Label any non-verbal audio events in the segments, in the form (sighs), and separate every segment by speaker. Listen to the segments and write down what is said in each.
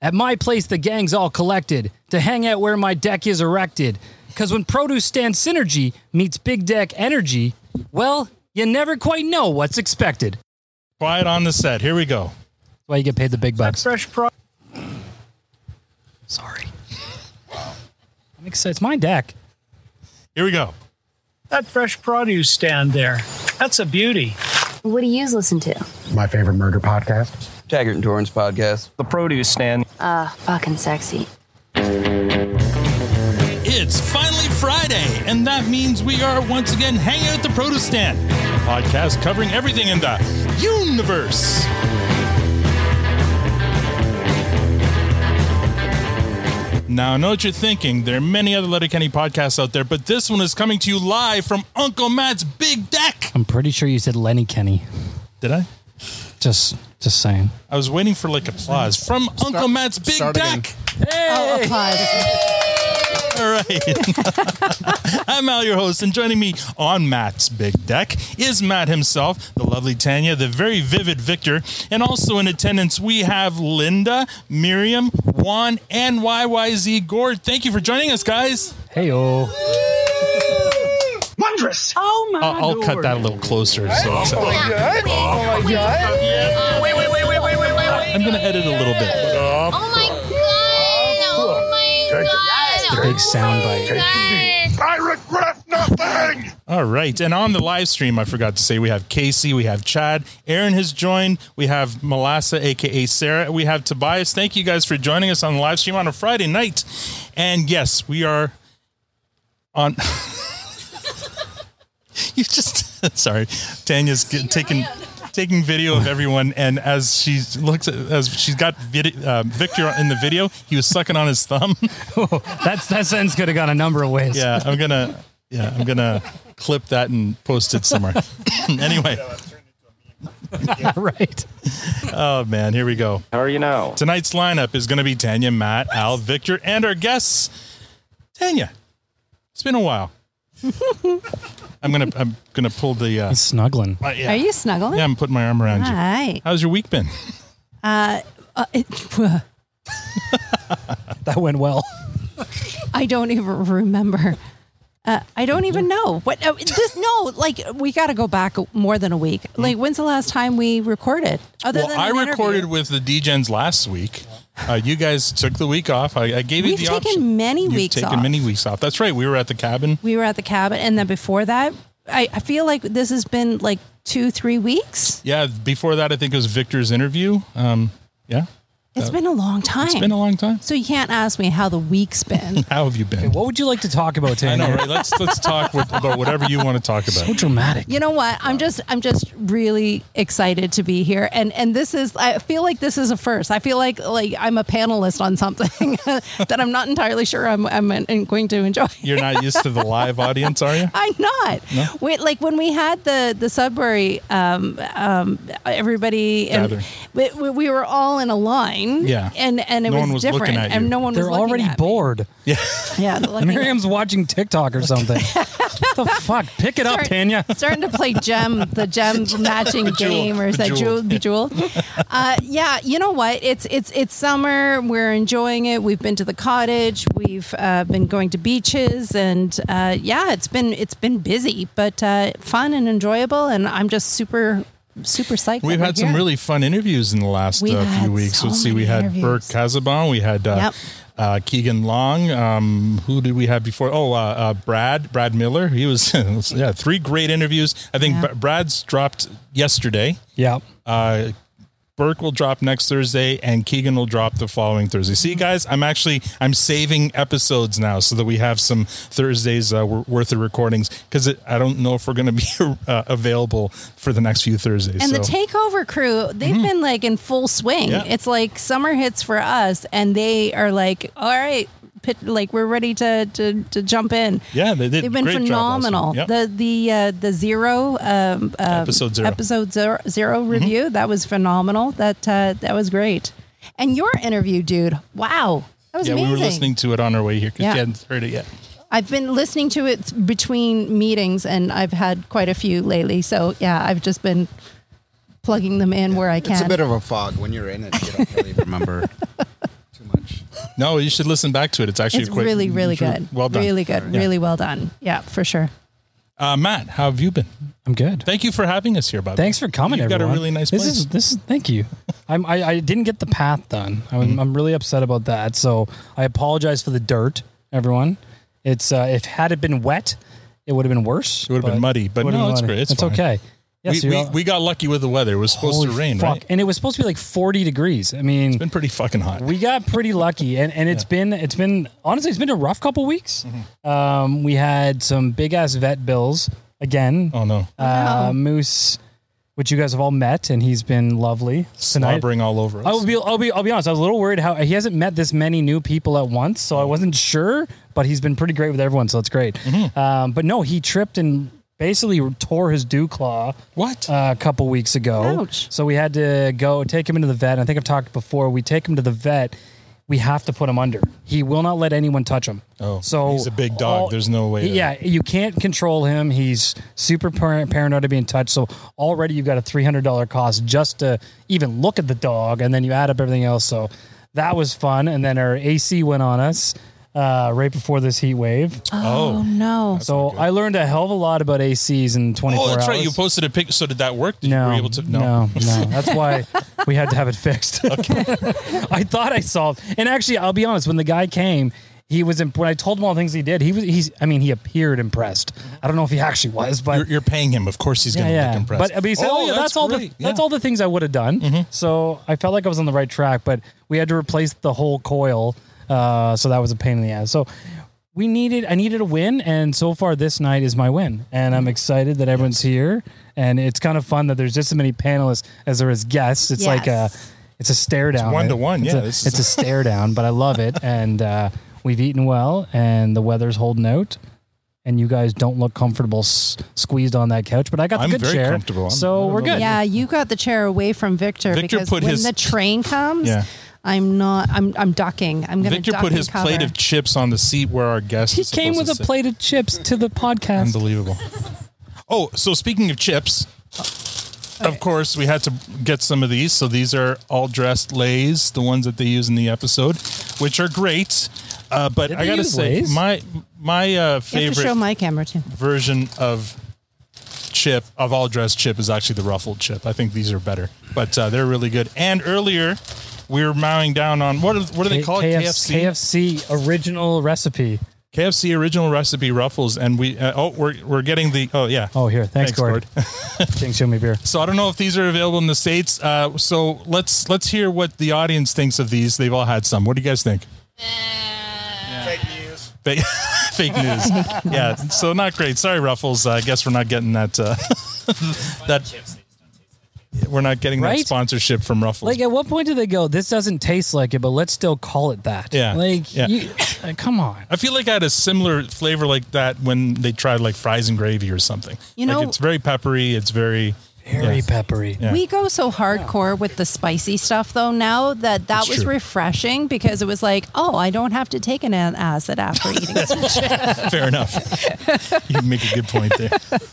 Speaker 1: At my place, the gang's all collected to hang out where my deck is erected. Because when Produce Stand Synergy meets Big Deck Energy, well, you never quite know what's expected. That's
Speaker 2: Quiet on the set. Here we go.
Speaker 1: why you get paid the big bucks.
Speaker 3: Fresh pro.
Speaker 1: Sorry. I'm excited. It's my deck.
Speaker 2: Here we go.
Speaker 3: That fresh produce stand there. That's a beauty.
Speaker 4: What do you listen to?
Speaker 5: My favorite murder podcast.
Speaker 6: Taggart and Torrance podcast.
Speaker 7: The produce stand.
Speaker 4: Uh, fucking sexy.
Speaker 2: It's finally Friday, and that means we are once again hanging out at the Produce Stand, a podcast covering everything in the universe. Now, I know what you're thinking. There are many other Letterkenny podcasts out there, but this one is coming to you live from Uncle Matt's Big Deck.
Speaker 1: I'm pretty sure you said Lenny Kenny.
Speaker 2: Did I?
Speaker 1: Just, just saying.
Speaker 2: I was waiting for like applause from Uncle Matt's Big
Speaker 8: start
Speaker 2: Deck.
Speaker 8: again.
Speaker 4: Oh, applause.
Speaker 2: All right. (laughs) I'm Al, your host, and joining me on Matt's Big Deck is Matt himself, the lovely Tanya, the very vivid Victor, and also in attendance we have Linda, Miriam, Juan, and YYZ Gord. Thank you for joining us, guys.
Speaker 1: Hey, oh.
Speaker 3: Wondrous.
Speaker 9: Oh my
Speaker 2: I'll, I'll cut that a little closer. So, so-
Speaker 8: Oh my god.
Speaker 9: Wait, wait, wait, wait, wait, wait, wait.
Speaker 2: I'm going to edit a little bit.
Speaker 8: Oh
Speaker 9: Oh my god! Oh my god!
Speaker 1: The big sound bite.
Speaker 9: God.
Speaker 8: I regret nothing.
Speaker 2: All right. And on the live stream, I forgot to say we have Casey, we have Chad, Aaron has joined, we have Melassa, aka Sarah, we have Tobias. Thank you guys for joining us on the live stream on a Friday night. And yes, we are on. (laughs) you just (laughs) sorry, Tanya's g- taking taking video of everyone, and as she looks at, as she's got vid- uh, Victor in the video, he was sucking on his thumb. (laughs)
Speaker 1: (laughs) That's, that sentence could have gone a number of ways.
Speaker 2: Yeah,
Speaker 10: (laughs)
Speaker 2: I'm gonna. Yeah, I'm gonna clip that and post it somewhere. (laughs)
Speaker 10: (laughs)
Speaker 2: anyway,
Speaker 1: right.
Speaker 2: oh man, here we go.
Speaker 7: How are you now?
Speaker 2: Tonight's lineup is gonna be Tanya, Matt, Al, Victor, and our guests. Tanya, it's been
Speaker 10: (laughs)
Speaker 2: a while. I'm gonna I'm gonna pull the. Uh,
Speaker 1: He's snuggling.
Speaker 2: uh, yeah,
Speaker 10: Are you snuggling?
Speaker 2: yeah, I'm putting my arm around you.
Speaker 10: Hi.
Speaker 2: How's your week been?
Speaker 10: Uh, it-
Speaker 1: That went well.
Speaker 10: I don't even remember. Uh, I don't even know what uh, this. No, like we got to go back more than a week. Like, when's the last time we recorded? Other
Speaker 2: Well,
Speaker 10: than
Speaker 2: I
Speaker 10: an interview.
Speaker 2: recorded with the DGens last week. Uh, you guys took the week off. I, I gave you
Speaker 10: We've
Speaker 2: the
Speaker 10: taken
Speaker 2: option.
Speaker 10: many
Speaker 2: You've
Speaker 10: weeks
Speaker 2: taken
Speaker 10: off.
Speaker 2: many weeks off. That's right. We were at the cabin.
Speaker 10: We were at the cabin, and then before that, I, I feel like this has been like two, three weeks.
Speaker 2: Yeah, before that, I think it was Victor's interview. Um, yeah,
Speaker 10: It's been a long time.
Speaker 2: it's been a long time.
Speaker 10: so you can't ask me how the week's been.
Speaker 2: (laughs) How have you been?
Speaker 1: What would you like to talk about,
Speaker 2: I
Speaker 1: Tanya?
Speaker 2: know, right? Let's let's talk with, about whatever you want to talk
Speaker 1: So
Speaker 2: about.
Speaker 1: dramatic.
Speaker 10: You know what? I'm just I'm just really excited to be here, and and this is I feel like this is a first. I feel like like I'm a panelist on something (laughs) that I'm not entirely sure I'm I'm en- going to enjoy. (laughs)
Speaker 2: You're not used to the live audience, are you?
Speaker 10: I'm not. Wait, like when we had the the Sudbury, um, um, everybody and
Speaker 2: Gathering.
Speaker 10: we, we- we were all in a line.
Speaker 2: Yeah.
Speaker 10: and and it
Speaker 2: No
Speaker 10: was,
Speaker 2: one was looking
Speaker 10: different,
Speaker 2: at you.
Speaker 10: and no one
Speaker 1: They're
Speaker 10: was. looking
Speaker 1: already
Speaker 10: at me.
Speaker 1: bored.
Speaker 10: (laughs) Yeah,
Speaker 1: (laughs)
Speaker 10: they're looking at-
Speaker 1: Miriam's watching TikTok
Speaker 10: (laughs)
Speaker 1: or something. what the fuck? Pick it up,
Speaker 10: Start-
Speaker 1: Tanya.
Speaker 10: Starting to play gem, the
Speaker 2: (laughs)
Speaker 10: gem matching game, or is that jewel
Speaker 2: Bejeweled. (laughs)
Speaker 10: bejeweled? Uh, yeah, you know what? It's it's it's summer. We're enjoying it. We've been to the cottage. We've uh, been going to beaches, and uh, yeah, it's been it's been busy, but uh, fun and enjoyable. And I'm just super super psyched. that
Speaker 2: We've
Speaker 10: we're
Speaker 2: had some
Speaker 10: here.
Speaker 2: really fun interviews in the last
Speaker 10: We've
Speaker 2: uh,
Speaker 10: had
Speaker 2: few weeks.
Speaker 10: so
Speaker 2: Let's see,
Speaker 10: many
Speaker 2: we had
Speaker 10: interviews.
Speaker 2: Burke Casabon, we had uh,
Speaker 10: Yep.
Speaker 2: uh, Keegan Long. Um, who did we have before? Oh, uh, uh, Brad, Brad Miller. He was (laughs) yeah, three great interviews. I think
Speaker 10: Yeah.
Speaker 2: Br- Brad's dropped yesterday.
Speaker 1: Yeah.
Speaker 2: Uh, Burke will drop next Thursday, and Keegan will drop the following Thursday. See, guys, I'm actually I'm saving episodes now so that we have some Thursdays uh, wor- worth of recordings because I don't know if we're going to (laughs) be uh, available for the next few Thursdays.
Speaker 10: And
Speaker 2: so. Mm-hmm.
Speaker 10: the takeover crew, they've been like in full swing.
Speaker 2: Yeah.
Speaker 10: It's like summer hits for us, and they are like, all right, pit, like we're ready to, to to jump in.
Speaker 2: yeah, they did.
Speaker 10: They've been
Speaker 2: great job last
Speaker 10: phenomenal.
Speaker 2: week. Yep.
Speaker 10: The the uh, the zero um, um,
Speaker 2: Episode zero. Mm-hmm.
Speaker 10: episode zero, zero review that was phenomenal. That uh, that was great. And your interview, dude. Wow, that was
Speaker 2: yeah,
Speaker 10: amazing.
Speaker 2: we were listening to it on our way here because
Speaker 10: Yeah.
Speaker 2: you hadn't heard it yet.
Speaker 10: I've been listening to it between meetings, and I've had quite a few lately. So yeah, I've just been plugging them in where I can. (laughs)
Speaker 8: It's a bit of a fog when you're in it. You don't really remember
Speaker 2: No, you should listen back to it. It's actually
Speaker 10: It's
Speaker 2: quite
Speaker 10: really, really good.
Speaker 2: Well done.
Speaker 10: Really good.
Speaker 2: Yeah.
Speaker 10: Really well done. Yeah, for sure.
Speaker 2: Uh, Matt, how have you been?
Speaker 1: I'm good.
Speaker 2: Thank you for having us here, Bob.
Speaker 1: Thanks for coming,
Speaker 2: You've
Speaker 1: everyone.
Speaker 2: got a really nice
Speaker 1: This
Speaker 2: place.
Speaker 1: is this is. Thank you. I'm, I I didn't get the path done. I'm
Speaker 2: Mm-hmm.
Speaker 1: I'm really upset about that. So I apologize for the dirt, everyone. It's uh, if had it been wet, it would have been worse. It
Speaker 2: would've been muddy, but no, it's great. It's fine.
Speaker 1: okay. Yes, you're
Speaker 2: we, we,
Speaker 1: all-
Speaker 2: we got lucky with the weather. It was supposed
Speaker 1: holy
Speaker 2: to rain,
Speaker 1: fuck.
Speaker 2: right? It's
Speaker 1: And it was supposed to be like 40 degrees. I mean,
Speaker 2: been pretty fucking hot.
Speaker 1: we got pretty lucky and, and it's been it's been honestly it's been a rough couple weeks
Speaker 2: Mm-hmm.
Speaker 1: um, we had some big ass vet bills again
Speaker 2: oh no,
Speaker 1: uh, moose which you guys have all met and he's been lovely tonight Oh,
Speaker 2: slobbering all over us.
Speaker 1: I'll be, I'll be, I'll be honest. I was a little worried how he hasn't met this many new people at once, so I
Speaker 2: Mm-hmm.
Speaker 1: wasn't sure. But he's been pretty great with everyone, so it's great.
Speaker 2: Mm-hmm.
Speaker 1: Um, but no, he tripped and basically tore his dew claw
Speaker 2: what?
Speaker 1: uh, a couple weeks ago.
Speaker 10: Ouch.
Speaker 1: So we had to go take him into the vet. I think I've talked before. We take him to the vet. We have to put him under. He will not let anyone touch him.
Speaker 2: Oh,
Speaker 1: so
Speaker 2: he's a big dog. There's no way to-
Speaker 1: yeah, you can't control him. He's super par- paranoid of being touched. So already you've got a three hundred dollar cost just to even look at the dog, and then you add up everything else. So that was fun. And then our AC went on us uh, right before this heat wave.
Speaker 10: Oh, no.
Speaker 1: so I learned a hell of a lot about ACs in twenty four
Speaker 2: oh,
Speaker 1: hours.
Speaker 2: that's right. You posted a picture. So did that work? Did
Speaker 1: No,
Speaker 2: you were able to?
Speaker 1: no, no. That's why we had to have it
Speaker 2: (laughs)
Speaker 1: fixed. (laughs) I thought I solved, and actually, I'll be honest. When the guy came, he was imp- when I told him all the things he did. He was he's. I mean, he appeared impressed. I don't know if he actually was, but
Speaker 2: You're, you're paying him. Of course, he's
Speaker 1: yeah,
Speaker 2: going to
Speaker 1: yeah.
Speaker 2: look impressed.
Speaker 1: But, but he said, "Oh, yeah, that's, all the
Speaker 2: great.
Speaker 1: that's
Speaker 2: Yeah. Mm-hmm.
Speaker 1: all the things I would have done." So I felt like I was on the right track, but we had to replace the whole coil, uh, so that was a pain in the ass. So we needed I needed a win, and so far this night is my win, and
Speaker 2: Mm-hmm.
Speaker 1: I'm excited that everyone's here, and it's kind of fun that there's just as many panelists as there is guests. It's like a
Speaker 10: Yes.
Speaker 1: it's a stare down,
Speaker 2: one to one,
Speaker 1: It's
Speaker 2: yeah,
Speaker 1: a,
Speaker 2: this is- (laughs)
Speaker 1: it's a stare down, but I love it, and uh, we've eaten well, and the weather's holding out and you guys don't look comfortable s- squeezed on that couch. But I got the
Speaker 2: I'm
Speaker 1: good
Speaker 2: very
Speaker 1: chair,
Speaker 2: comfortable. I'm- I
Speaker 1: so
Speaker 2: don't
Speaker 1: we're
Speaker 2: know.
Speaker 1: good.
Speaker 10: Yeah, you got the chair away from Victor,
Speaker 2: Victor
Speaker 10: because
Speaker 2: put
Speaker 10: when
Speaker 2: his-
Speaker 10: the train comes,
Speaker 2: Yeah.
Speaker 10: I'm not. I'm. I'm ducking. I'm going to.
Speaker 2: Victor
Speaker 10: duck
Speaker 2: put
Speaker 10: and
Speaker 2: his
Speaker 10: cover.
Speaker 2: plate of chips on the seat where our guest.
Speaker 1: He
Speaker 2: is
Speaker 1: came
Speaker 2: supposed
Speaker 1: with
Speaker 2: to
Speaker 1: a
Speaker 2: sit.
Speaker 1: plate of chips to the podcast.
Speaker 10: (laughs)
Speaker 2: Unbelievable. Oh, so speaking of chips, of course, we had to get some of these. So these are all dressed lays, the ones that they use in the episode, which are great. Uh, but
Speaker 1: Did
Speaker 2: I
Speaker 1: they
Speaker 2: gotta
Speaker 1: use
Speaker 2: say,
Speaker 1: Lay's?
Speaker 2: my my uh,
Speaker 10: You have to show
Speaker 2: favorite
Speaker 10: my camera too.
Speaker 2: version of chip of all dressed chip is actually the ruffled chip. I think these are better, but uh, they're really good. And earlier, we were mowing down on what are, what do they call it?
Speaker 1: KFC, KFC original recipe.
Speaker 2: KFC original recipe ruffles, and we uh, oh we're we're getting the oh yeah
Speaker 1: Oh, here, thanks, Gord.
Speaker 2: Gord.
Speaker 1: (laughs) Thanks, show me beer.
Speaker 2: So I don't know if these are available in the states. Uh, so let's let's hear what the audience thinks of these. They've all had some. What do you guys think?
Speaker 8: Fake news.
Speaker 2: Fake, (laughs) fake
Speaker 8: (laughs)
Speaker 2: news. yeah. So not great. Sorry, Ruffles. Uh, I guess we're not getting that. Uh, (laughs) that we're not getting that
Speaker 1: Right?
Speaker 2: sponsorship from Ruffles.
Speaker 1: Like, at what point do they go? This doesn't taste like it, but let's still call it that.
Speaker 2: Yeah,
Speaker 1: Like,
Speaker 2: yeah.
Speaker 1: you- uh, come on.
Speaker 2: I feel like I had a similar flavor like that when they tried like fries and gravy or something.
Speaker 10: You
Speaker 2: Like,
Speaker 10: know-
Speaker 2: it's very peppery. It's very
Speaker 1: Very
Speaker 2: yeah.
Speaker 1: peppery.
Speaker 2: Yeah.
Speaker 10: We go so hardcore with the spicy stuff though now that that
Speaker 2: It's
Speaker 10: was
Speaker 2: true.
Speaker 10: refreshing because it was like, oh, I don't have to take an acid after eating.
Speaker 2: (laughs)
Speaker 10: it.
Speaker 2: Fair enough. you make a good point there. (laughs)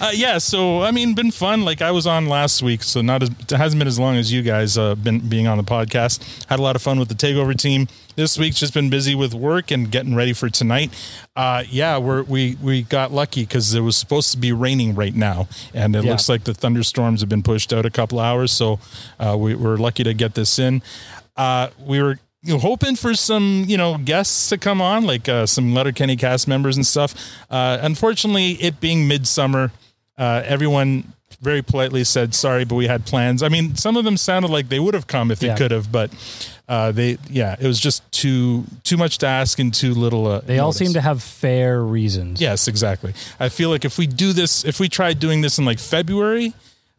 Speaker 2: Uh, yeah, so I mean, been fun. Like I was on last week, so not as it hasn't been as long as you guys uh, been being on the podcast. Had a lot of fun with the takeover team. This week's just been busy with work and getting ready for tonight. Uh, yeah, we're, we we got lucky because it was supposed to be raining right now, and it
Speaker 1: Yeah.
Speaker 2: looks like the thunderstorms have been pushed out a couple hours. So uh, we were lucky to get this in. Uh, we were you know, hoping for some, you know, guests to come on, like uh, some Letterkenny cast members and stuff. Uh, unfortunately, it being midsummer, uh, everyone very politely said sorry, but we had plans. I mean, some of them sounded like they would have come if they
Speaker 1: Yeah.
Speaker 2: could have, but uh, they, yeah, it was just too too much to ask and too little. Uh,
Speaker 1: They all seem to have fair reasons.
Speaker 2: Yes, exactly. I feel like if we do this, if we tried doing this in like February,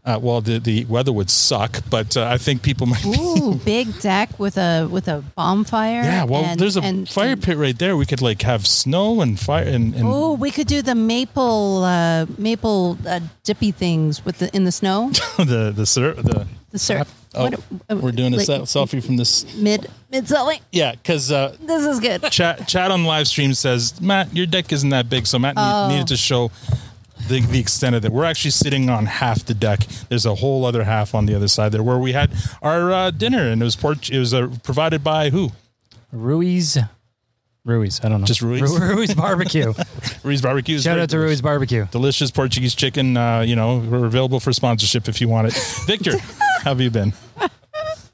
Speaker 2: uh, well, the, the weather would suck, but uh, I think people might be
Speaker 10: Ooh, big deck with a with a bonfire.
Speaker 2: Yeah, well,
Speaker 10: and-
Speaker 2: there's a
Speaker 10: and-
Speaker 2: fire
Speaker 10: and-
Speaker 2: pit right there. We could like have snow and fire and, and
Speaker 10: Oh, we could do the maple uh, maple uh, dippy things with the in the snow.
Speaker 2: (laughs) the the syrup. The (laughs)
Speaker 10: The syrup.
Speaker 2: oh, we're doing a
Speaker 10: uh, like,
Speaker 2: se- selfie from this.
Speaker 10: mid mid selling.
Speaker 2: Yeah, because uh,
Speaker 10: This is
Speaker 6: (laughs)
Speaker 10: good.
Speaker 2: (laughs) chat chat on live stream says Matt, your deck isn't that big, so Matt ne- needed to show the, the extent of it. We're actually sitting on half the deck. There's a whole other half on the other side there where we had our uh, dinner, and it was port- it was uh, provided by who?
Speaker 11: Ruiz. Ruiz, I don't know.
Speaker 2: Just Ruiz?
Speaker 11: Ru- Ruiz Barbecue.
Speaker 2: (laughs) Ruiz Barbecue. is
Speaker 11: Shout
Speaker 2: very
Speaker 11: out to Ruiz
Speaker 2: delicious.
Speaker 11: Barbecue.
Speaker 2: Delicious Portuguese chicken. Uh, you know, we're available for sponsorship if you want it. Victor, how have you been?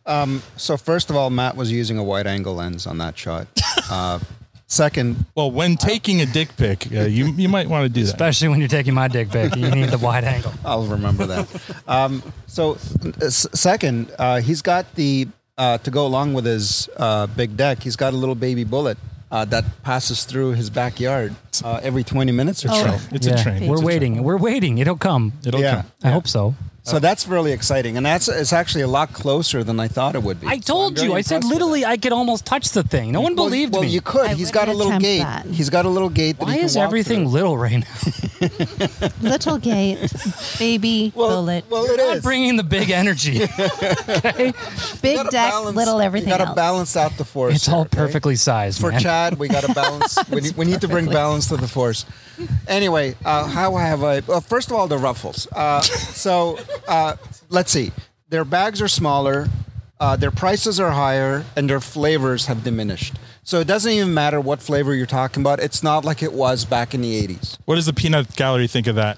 Speaker 6: Um, So first of all, Matt was using a wide angle lens on that shot. Uh, second,
Speaker 2: Well, when taking a dick pic, uh, you you might want to do that.
Speaker 11: Especially when you're taking my dick pic. You need the wide angle.
Speaker 6: (laughs) I'll remember that. um, so uh, s- second, uh, he's got the uh, to go along with his uh, big deck. He's got a little baby bullet uh, that passes through his backyard uh, every twenty minutes or so.
Speaker 2: It's a train.
Speaker 11: Oh, We're
Speaker 2: It's a
Speaker 11: waiting. We're waiting. It'll come.
Speaker 2: It'll
Speaker 6: Yeah.
Speaker 2: come.
Speaker 11: I hope so.
Speaker 6: So that's really exciting, and that's it's actually a lot closer than I thought it would be.
Speaker 11: I
Speaker 6: So I'm
Speaker 11: told
Speaker 6: very
Speaker 11: you. I said
Speaker 6: impressed with
Speaker 11: literally
Speaker 6: that.
Speaker 11: I could almost touch the thing. No one
Speaker 6: Well,
Speaker 11: believed
Speaker 6: well,
Speaker 11: me.
Speaker 6: you could.
Speaker 10: I
Speaker 6: he's got a
Speaker 10: wouldn't
Speaker 6: little
Speaker 10: attempt
Speaker 6: gate.
Speaker 10: that.
Speaker 6: He's got a little gate. That
Speaker 11: Why
Speaker 6: he can
Speaker 11: is
Speaker 6: walk
Speaker 11: everything
Speaker 6: through.
Speaker 11: little right now?
Speaker 10: Little gate, baby
Speaker 6: Well,
Speaker 10: bullet,
Speaker 6: well, it
Speaker 11: Not
Speaker 6: is.
Speaker 11: bringing the big energy.
Speaker 12: (laughs)
Speaker 6: (laughs) You
Speaker 12: Big
Speaker 6: gotta
Speaker 12: deck,
Speaker 6: balance-
Speaker 12: little everything
Speaker 6: You got to
Speaker 12: else.
Speaker 6: balance out the force.
Speaker 11: It's all
Speaker 6: here, okay?
Speaker 11: perfectly sized,
Speaker 6: For
Speaker 11: man.
Speaker 6: Chad,
Speaker 11: (laughs)
Speaker 6: we got to balance. we, need, we need to bring balance to the force. Anyway, uh, how have I? Well, first of all, the ruffles.
Speaker 11: (laughs)
Speaker 6: Uh, so uh, let's see. Their bags are smaller, uh, their prices are higher, and their flavors have diminished. So it doesn't even matter what flavor you're talking about. It's not like it was back in the 80s.
Speaker 2: What does the peanut gallery think of that?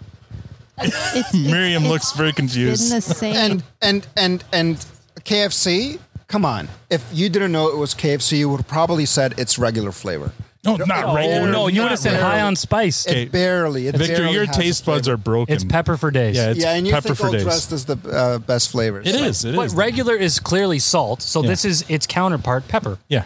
Speaker 2: (laughs)
Speaker 12: It's-
Speaker 2: Miriam
Speaker 12: it's-
Speaker 2: looks very
Speaker 12: It's
Speaker 2: confused.
Speaker 12: been the same.
Speaker 6: (laughs) and and and and KFC. Come on, if you didn't know it was KFC, you would have probably said it's regular flavor.
Speaker 2: No, not
Speaker 11: Oh,
Speaker 2: regular.
Speaker 11: no, you
Speaker 2: Not
Speaker 11: would have said
Speaker 2: regular.
Speaker 11: high on spice.
Speaker 2: Okay.
Speaker 6: It barely. It
Speaker 2: Victor,
Speaker 6: barely
Speaker 2: your
Speaker 6: has
Speaker 2: taste
Speaker 6: the
Speaker 2: buds
Speaker 6: flavor.
Speaker 2: are broken.
Speaker 11: It's pepper for days.
Speaker 2: Yeah, it's
Speaker 6: yeah, and you
Speaker 2: pepper
Speaker 6: think
Speaker 2: for
Speaker 6: Old
Speaker 2: days.
Speaker 6: Dressed is the uh, best flavor.
Speaker 2: It is. It
Speaker 11: But
Speaker 2: is.
Speaker 11: regular is clearly salt, so
Speaker 2: Yeah.
Speaker 11: this is its counterpart, pepper.
Speaker 2: Yeah.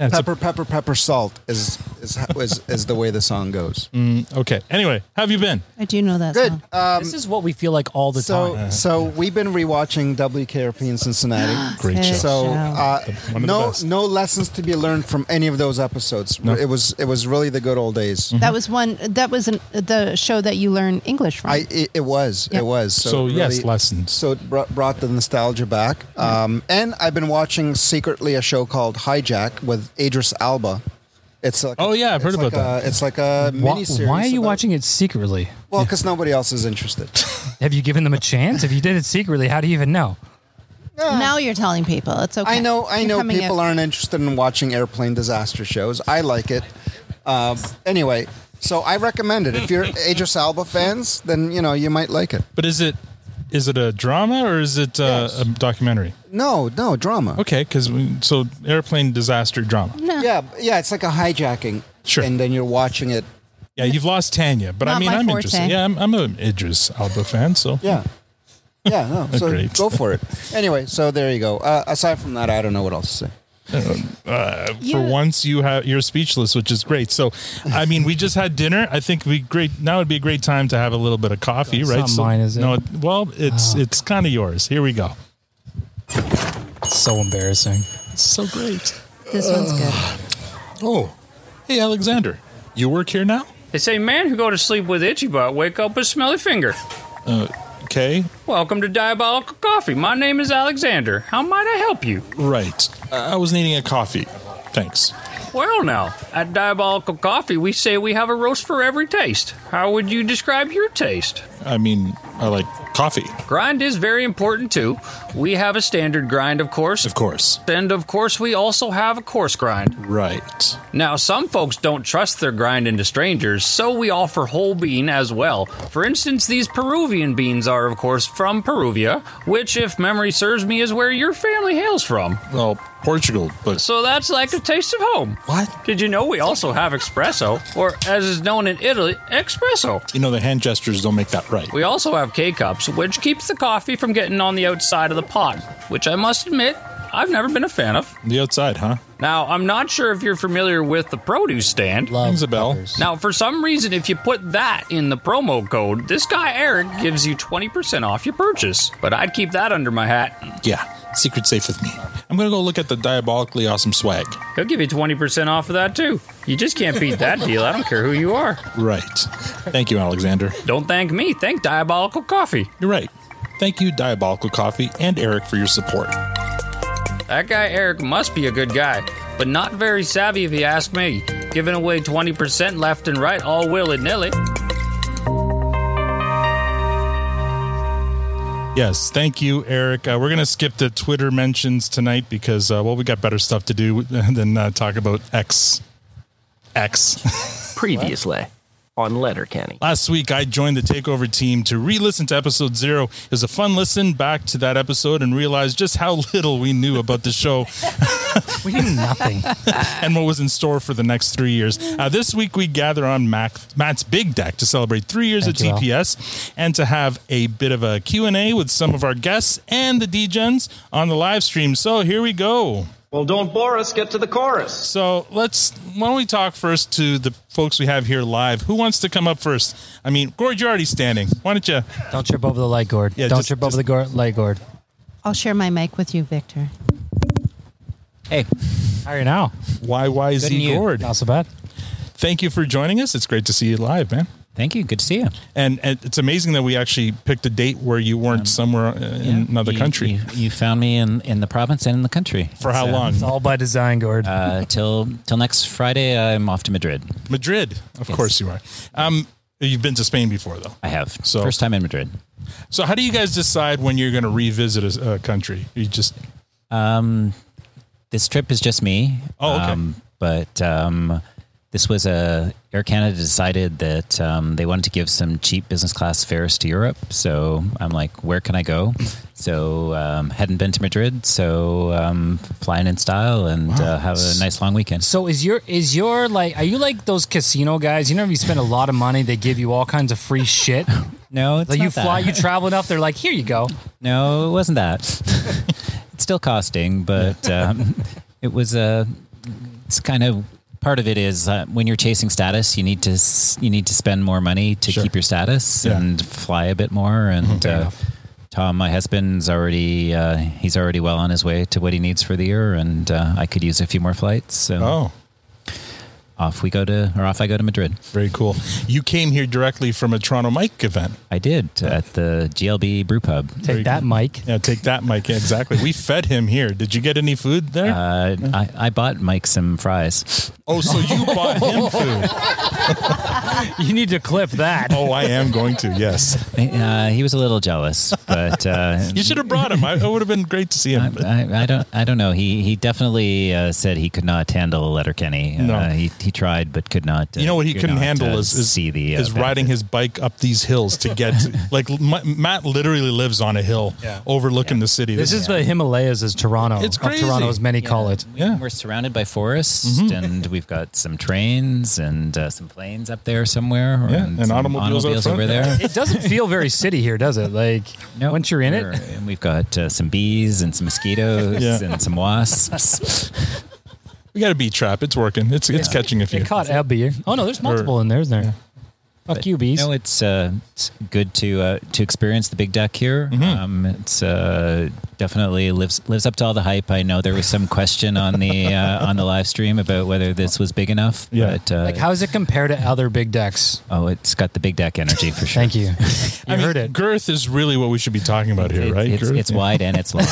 Speaker 2: Yeah, it's a-
Speaker 6: Pepper, pepper, pepper, salt is is, is is the way the song goes.
Speaker 2: Mm, okay. Anyway, how have you been?
Speaker 10: I do know that.
Speaker 6: Good. Um,
Speaker 10: song.
Speaker 11: this is what we feel like all the
Speaker 6: So
Speaker 11: time.
Speaker 6: so we've been rewatching WKRP in
Speaker 11: (gasps)
Speaker 6: Cincinnati.
Speaker 2: Great
Speaker 10: Good
Speaker 2: show.
Speaker 6: So
Speaker 10: show.
Speaker 6: uh,
Speaker 2: One of the
Speaker 6: no
Speaker 2: best.
Speaker 6: no lessons to be learned from any of those episodes. It was it was really the good old days.
Speaker 10: that was one. That was an, the show that you learn English from.
Speaker 6: I it, it was
Speaker 10: Yeah.
Speaker 6: it was so,
Speaker 2: So,
Speaker 6: it
Speaker 2: yes, lessons.
Speaker 6: So it brought, brought the nostalgia back. Um, and I've been watching secretly a show called Hijack with Idris Alba. It's like
Speaker 2: Oh, yeah, I've heard
Speaker 6: it's
Speaker 2: about
Speaker 6: like a-
Speaker 2: that.
Speaker 6: It's like a
Speaker 11: Wha-
Speaker 6: mini
Speaker 11: why,
Speaker 6: series.
Speaker 11: are you watching it secretly?
Speaker 6: Well, because nobody else is interested.
Speaker 11: Have you given them a chance? if you did it secretly, how do you even know?
Speaker 10: now you're telling people it's okay.
Speaker 6: I know I
Speaker 10: You're
Speaker 6: know
Speaker 10: coming
Speaker 6: people
Speaker 10: out.
Speaker 6: aren't interested in watching airplane disaster shows. I like it. Um, anyway, so I recommend it.
Speaker 10: (laughs)
Speaker 6: If you're Idris Alba fans, then you know you might like it.
Speaker 2: But is it is it a drama or is it uh, a documentary?
Speaker 6: No, no drama.
Speaker 2: Okay, because so airplane disaster drama.
Speaker 6: Yeah, yeah, it's like a hijacking.
Speaker 2: Sure.
Speaker 6: And then you're watching it
Speaker 2: Yeah, you've lost Tanya, but I
Speaker 10: Not
Speaker 2: mean,
Speaker 10: my
Speaker 2: I'm
Speaker 10: forte.
Speaker 2: interested. Yeah, I'm, I'm an Idris Alba fan, so
Speaker 6: Yeah. Yeah,
Speaker 2: (laughs)
Speaker 6: no. So
Speaker 2: Great.
Speaker 6: go for it. Anyway, so there you go. Uh, aside from that, I don't know what else to say.
Speaker 2: Uh, for
Speaker 10: You-
Speaker 2: once you have you're speechless, which is great. So, I mean, we just had dinner. I think we great now would be a great time to have a little bit of coffee, right?
Speaker 11: not mine, is it? Ah.
Speaker 2: No, well, it's it's kind of yours. Here we go.
Speaker 11: It's so embarrassing.
Speaker 2: So great.
Speaker 10: This one's good.
Speaker 2: (sighs) Oh, hey Alexander, you work here now?
Speaker 1: They say man who go to sleep with itchy butt wake up with smelly finger.
Speaker 2: Okay,
Speaker 1: Welcome to Diabolical Coffee. My name is Alexander. How might I help you?
Speaker 2: right. I I was needing a coffee. Thanks.
Speaker 1: Well, now, at Diabolical Coffee, we say we have a roast for every taste. How would you describe your taste?
Speaker 2: I mean, I like coffee,
Speaker 1: Grind is very important, too. We have a standard grind, of course.
Speaker 2: of course.
Speaker 1: And of course, we also have a coarse grind.
Speaker 2: Right.
Speaker 1: Now, some folks don't trust their grind into strangers, so we offer whole bean as well. For instance, these Peruvian beans are, of course, from Peruvia, which, if memory serves me, is where your family hails from.
Speaker 2: Well, Portugal, but
Speaker 1: So that's like a taste of home.
Speaker 2: What?
Speaker 1: Did you know we also have espresso, or as is known in Italy, espresso?
Speaker 2: you know the hand gestures don't make that right.
Speaker 1: We also have K cups, which keeps the coffee from getting on the outside of the pot, which I must admit, I've never been a fan of.
Speaker 2: The outside, huh?
Speaker 1: Now, I'm not sure if you're familiar with the produce stand.
Speaker 2: Rings a bell.
Speaker 1: Now, for some reason, if you put that in the promo code, this guy Eric gives you 20% off your purchase. But I'd keep that under my hat.
Speaker 2: Yeah, secret safe with me. I'm gonna go look at the diabolically awesome swag.
Speaker 1: He'll give you 20% off of that too. You just can't beat that
Speaker 2: (laughs)
Speaker 1: deal. I don't care who you are.
Speaker 2: Right. Thank you, Alexander.
Speaker 1: Don't thank me, thank Diabolical Coffee.
Speaker 2: You're right. Thank you, Diabolical Coffee and Eric for your support.
Speaker 1: That guy Eric must be a good guy, but not very savvy if you ask me. Giving away 20% left and right, all willy nilly.
Speaker 2: Yes, thank you, Eric. Uh, we're going to skip the Twitter mentions tonight because, uh, well, we got better stuff to do (laughs) than uh, talk about X. X. (laughs)
Speaker 13: Previously on Letterkenny.
Speaker 2: Last week, I joined the takeover team to re listen to episode zero. It was a fun listen back to that episode and realized just how (laughs) little we knew about the show.
Speaker 1: we knew nothing.
Speaker 2: (laughs) and what was in store for the next three years. Uh, this week, we gather on Mac, Matt's Big Deck to celebrate three years
Speaker 1: Thank
Speaker 2: at
Speaker 1: you, Al.
Speaker 2: TPS and to have a bit of a Q&A with some of our guests and the DGens on the live stream. So here we go.
Speaker 14: Well, don't bore us. Get to the chorus.
Speaker 2: So let's. Why don't we talk first to the folks we have here live? Who wants to come up first? I mean, Gord, you're already standing. Why don't you?
Speaker 1: Don't trip over the light gourd.
Speaker 2: Yeah,
Speaker 1: Don't
Speaker 2: just-
Speaker 1: trip over the gourd, light gourd.
Speaker 10: I'll share my mic with you, Victor.
Speaker 1: Hey, how are you now?
Speaker 2: Why? Why is
Speaker 1: Good and
Speaker 2: he
Speaker 1: you.
Speaker 2: Gord?
Speaker 1: Not so bad.
Speaker 2: Thank you for joining us. It's great to see you live, man.
Speaker 15: Thank you. Good to see you.
Speaker 2: And, and it's amazing that we actually picked a date where you weren't somewhere uh, in another
Speaker 15: Um, You-
Speaker 2: country.
Speaker 15: You, you found me in, in the province and in the country.
Speaker 2: For how long? It's
Speaker 1: all by design, Gord.
Speaker 15: Uh, till till next Friday, I'm off to Madrid.
Speaker 2: Madrid, of course you are. Um, you've been to Spain before, though.
Speaker 15: I have.
Speaker 2: So-
Speaker 15: First time in Madrid.
Speaker 2: So how do you guys decide when you're going to revisit a, a country? You just
Speaker 15: Um, this trip is just me.
Speaker 2: Oh, okay.
Speaker 15: Um, but um, this was a Air Canada decided that um, they wanted to give some cheap business class fares to Europe. So I'm like, where can I
Speaker 1: (laughs)
Speaker 15: go? So um, hadn't been to Madrid. So um, flying in style and uh, have a nice long weekend.
Speaker 1: So is your is your like are you like those casino guys? You know, if you spend a lot of money, they give you all kinds of free shit.
Speaker 15: (laughs) No, it's
Speaker 1: like you
Speaker 15: not that.
Speaker 1: fly, you travel enough, they're like, here you go.
Speaker 15: No, it wasn't that. (laughs) it's still costing, but
Speaker 1: (laughs)
Speaker 15: um, it was a. It's kind of part of it is uh, when you're chasing status, you need to s- you need to spend more money to keep your status
Speaker 2: Yeah.
Speaker 15: and fly a bit more.
Speaker 1: Mm-hmm.
Speaker 15: And uh, Tom, my husband's already uh, he's already well on his way to what he needs for the year, and uh, I could use a few more flights. So
Speaker 2: oh.
Speaker 15: Off we go to, or off I go to Madrid.
Speaker 2: Very cool. You came here directly from a Toronto Mike event.
Speaker 15: I did at the GLB Brew Pub.
Speaker 1: Take that, Mike.
Speaker 2: Yeah, take that, Mike. Yeah, Exactly.
Speaker 15: (laughs)
Speaker 2: We fed him here. Did you get any food there?
Speaker 15: Uh, I, I bought Mike some fries.
Speaker 2: oh, so you bought him
Speaker 15: (laughs)
Speaker 2: food.
Speaker 1: (laughs) You need to clip that.
Speaker 2: Oh, I am going to. Yes.
Speaker 15: (laughs) Uh, he was a little jealous, but uh,
Speaker 2: You should have brought him. I, it would have been great to see him. but-
Speaker 15: I, I don't. I don't know. He he definitely uh, said he could not handle Letterkenny. Uh,
Speaker 2: No.
Speaker 15: he he tried, but could not. Uh,
Speaker 2: you know what he
Speaker 15: could
Speaker 2: couldn't
Speaker 15: not,
Speaker 2: handle
Speaker 15: uh,
Speaker 2: is, is,
Speaker 15: see the
Speaker 2: is
Speaker 15: benefit.
Speaker 2: riding his bike up these hills to get
Speaker 15: (laughs)
Speaker 2: like M- Matt literally lives on a hill overlooking the city.
Speaker 1: This is the Himalayas as Toronto.
Speaker 2: It's
Speaker 1: of
Speaker 2: crazy. Mm-hmm.
Speaker 1: Toronto, as many call it.
Speaker 15: We, We're surrounded by forests, and we've got some trains and uh, some planes up there somewhere,
Speaker 2: Yeah, and
Speaker 15: some
Speaker 2: automobiles out front.
Speaker 15: over there.
Speaker 1: It doesn't feel very city here, does it?
Speaker 15: (laughs)
Speaker 1: Like once you're in
Speaker 15: We're-
Speaker 1: it,
Speaker 15: and we've got uh, some bees and some mosquitoes
Speaker 2: Yeah.
Speaker 15: and some wasps.
Speaker 2: we got a bee trap. It's working. It's it's catching a few.
Speaker 1: it caught a beer. Oh no, there's multiple in there, isn't there? Fuck you, bees.
Speaker 15: No, it's uh, it's good to uh, to experience the big deck here.
Speaker 2: Mm-hmm.
Speaker 15: Um, it's uh, definitely lives lives up to all the hype. I know there was some question on the uh, on the live stream about whether this was big enough.
Speaker 2: Yeah.
Speaker 15: But, uh,
Speaker 1: Like, how does it compare to other big decks?
Speaker 15: oh, it's got the big deck energy for sure.
Speaker 1: Thank
Speaker 15: (laughs)
Speaker 1: you. You
Speaker 2: I mean,
Speaker 1: heard it.
Speaker 2: Girth is really what we should be talking about here,
Speaker 15: It-
Speaker 2: right?
Speaker 15: It's,
Speaker 2: girth?
Speaker 15: it's wide and it's long.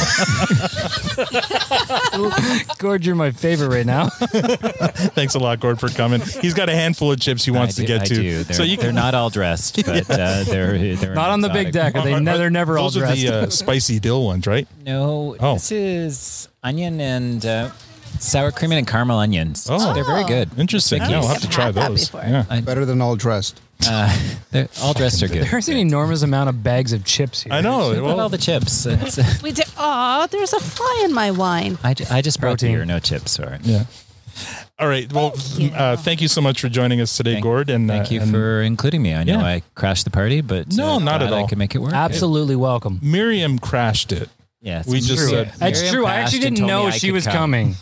Speaker 1: Gord, you're my favorite right now.
Speaker 2: (laughs) Thanks a lot, Gord, for coming. He's got a handful of chips he wants
Speaker 15: I
Speaker 2: to
Speaker 15: do-
Speaker 2: get
Speaker 15: I
Speaker 2: to.
Speaker 15: do. They're,
Speaker 2: So you
Speaker 15: they're
Speaker 2: can
Speaker 15: not all
Speaker 2: (laughs)
Speaker 15: dressed, but uh, they're, they're
Speaker 1: Not on the big
Speaker 15: exotic.
Speaker 1: deck. They
Speaker 2: Are- are-
Speaker 1: never, never all
Speaker 2: those are
Speaker 1: dressed.
Speaker 2: the uh, spicy dill ones, right?
Speaker 15: No,
Speaker 2: Oh.
Speaker 15: this is onion and uh, sour cream and caramel onions.
Speaker 2: Oh.
Speaker 15: So they're very good.
Speaker 2: Interesting. Yeah, I'll have
Speaker 10: I've
Speaker 2: to try
Speaker 10: had that
Speaker 2: those.
Speaker 10: before.
Speaker 2: Yeah.
Speaker 6: Better than all dressed.
Speaker 15: Uh, they're, all dressed are good.
Speaker 1: There's an enormous amount of bags of chips here.
Speaker 2: I know.
Speaker 15: What about
Speaker 2: Well,
Speaker 15: all the chips? It's, uh,
Speaker 10: We did. Oh, there's a fly in my wine.
Speaker 15: I, ju- I just brought
Speaker 1: Protein.
Speaker 15: beer, no chips. Sorry.
Speaker 2: yeah. All right. Well,
Speaker 10: you.
Speaker 2: uh, thank you so much for joining us today,
Speaker 15: Thank-
Speaker 2: Gord. And
Speaker 15: Thank
Speaker 2: uh,
Speaker 15: you
Speaker 2: and
Speaker 15: for including me. I know
Speaker 2: Yeah.
Speaker 15: I crashed the party, but
Speaker 2: No,
Speaker 15: uh,
Speaker 2: not
Speaker 15: glad
Speaker 2: at all.
Speaker 15: I can make it work.
Speaker 1: Absolutely welcome.
Speaker 2: Miriam crashed it.
Speaker 15: Yes,
Speaker 2: We just
Speaker 1: True.
Speaker 2: said-
Speaker 1: That's
Speaker 15: Miriam
Speaker 1: true. I
Speaker 15: crashed
Speaker 1: actually
Speaker 15: and
Speaker 1: didn't
Speaker 15: told me
Speaker 1: know
Speaker 15: I
Speaker 1: she
Speaker 15: could (laughs)
Speaker 1: was
Speaker 15: come.
Speaker 1: coming.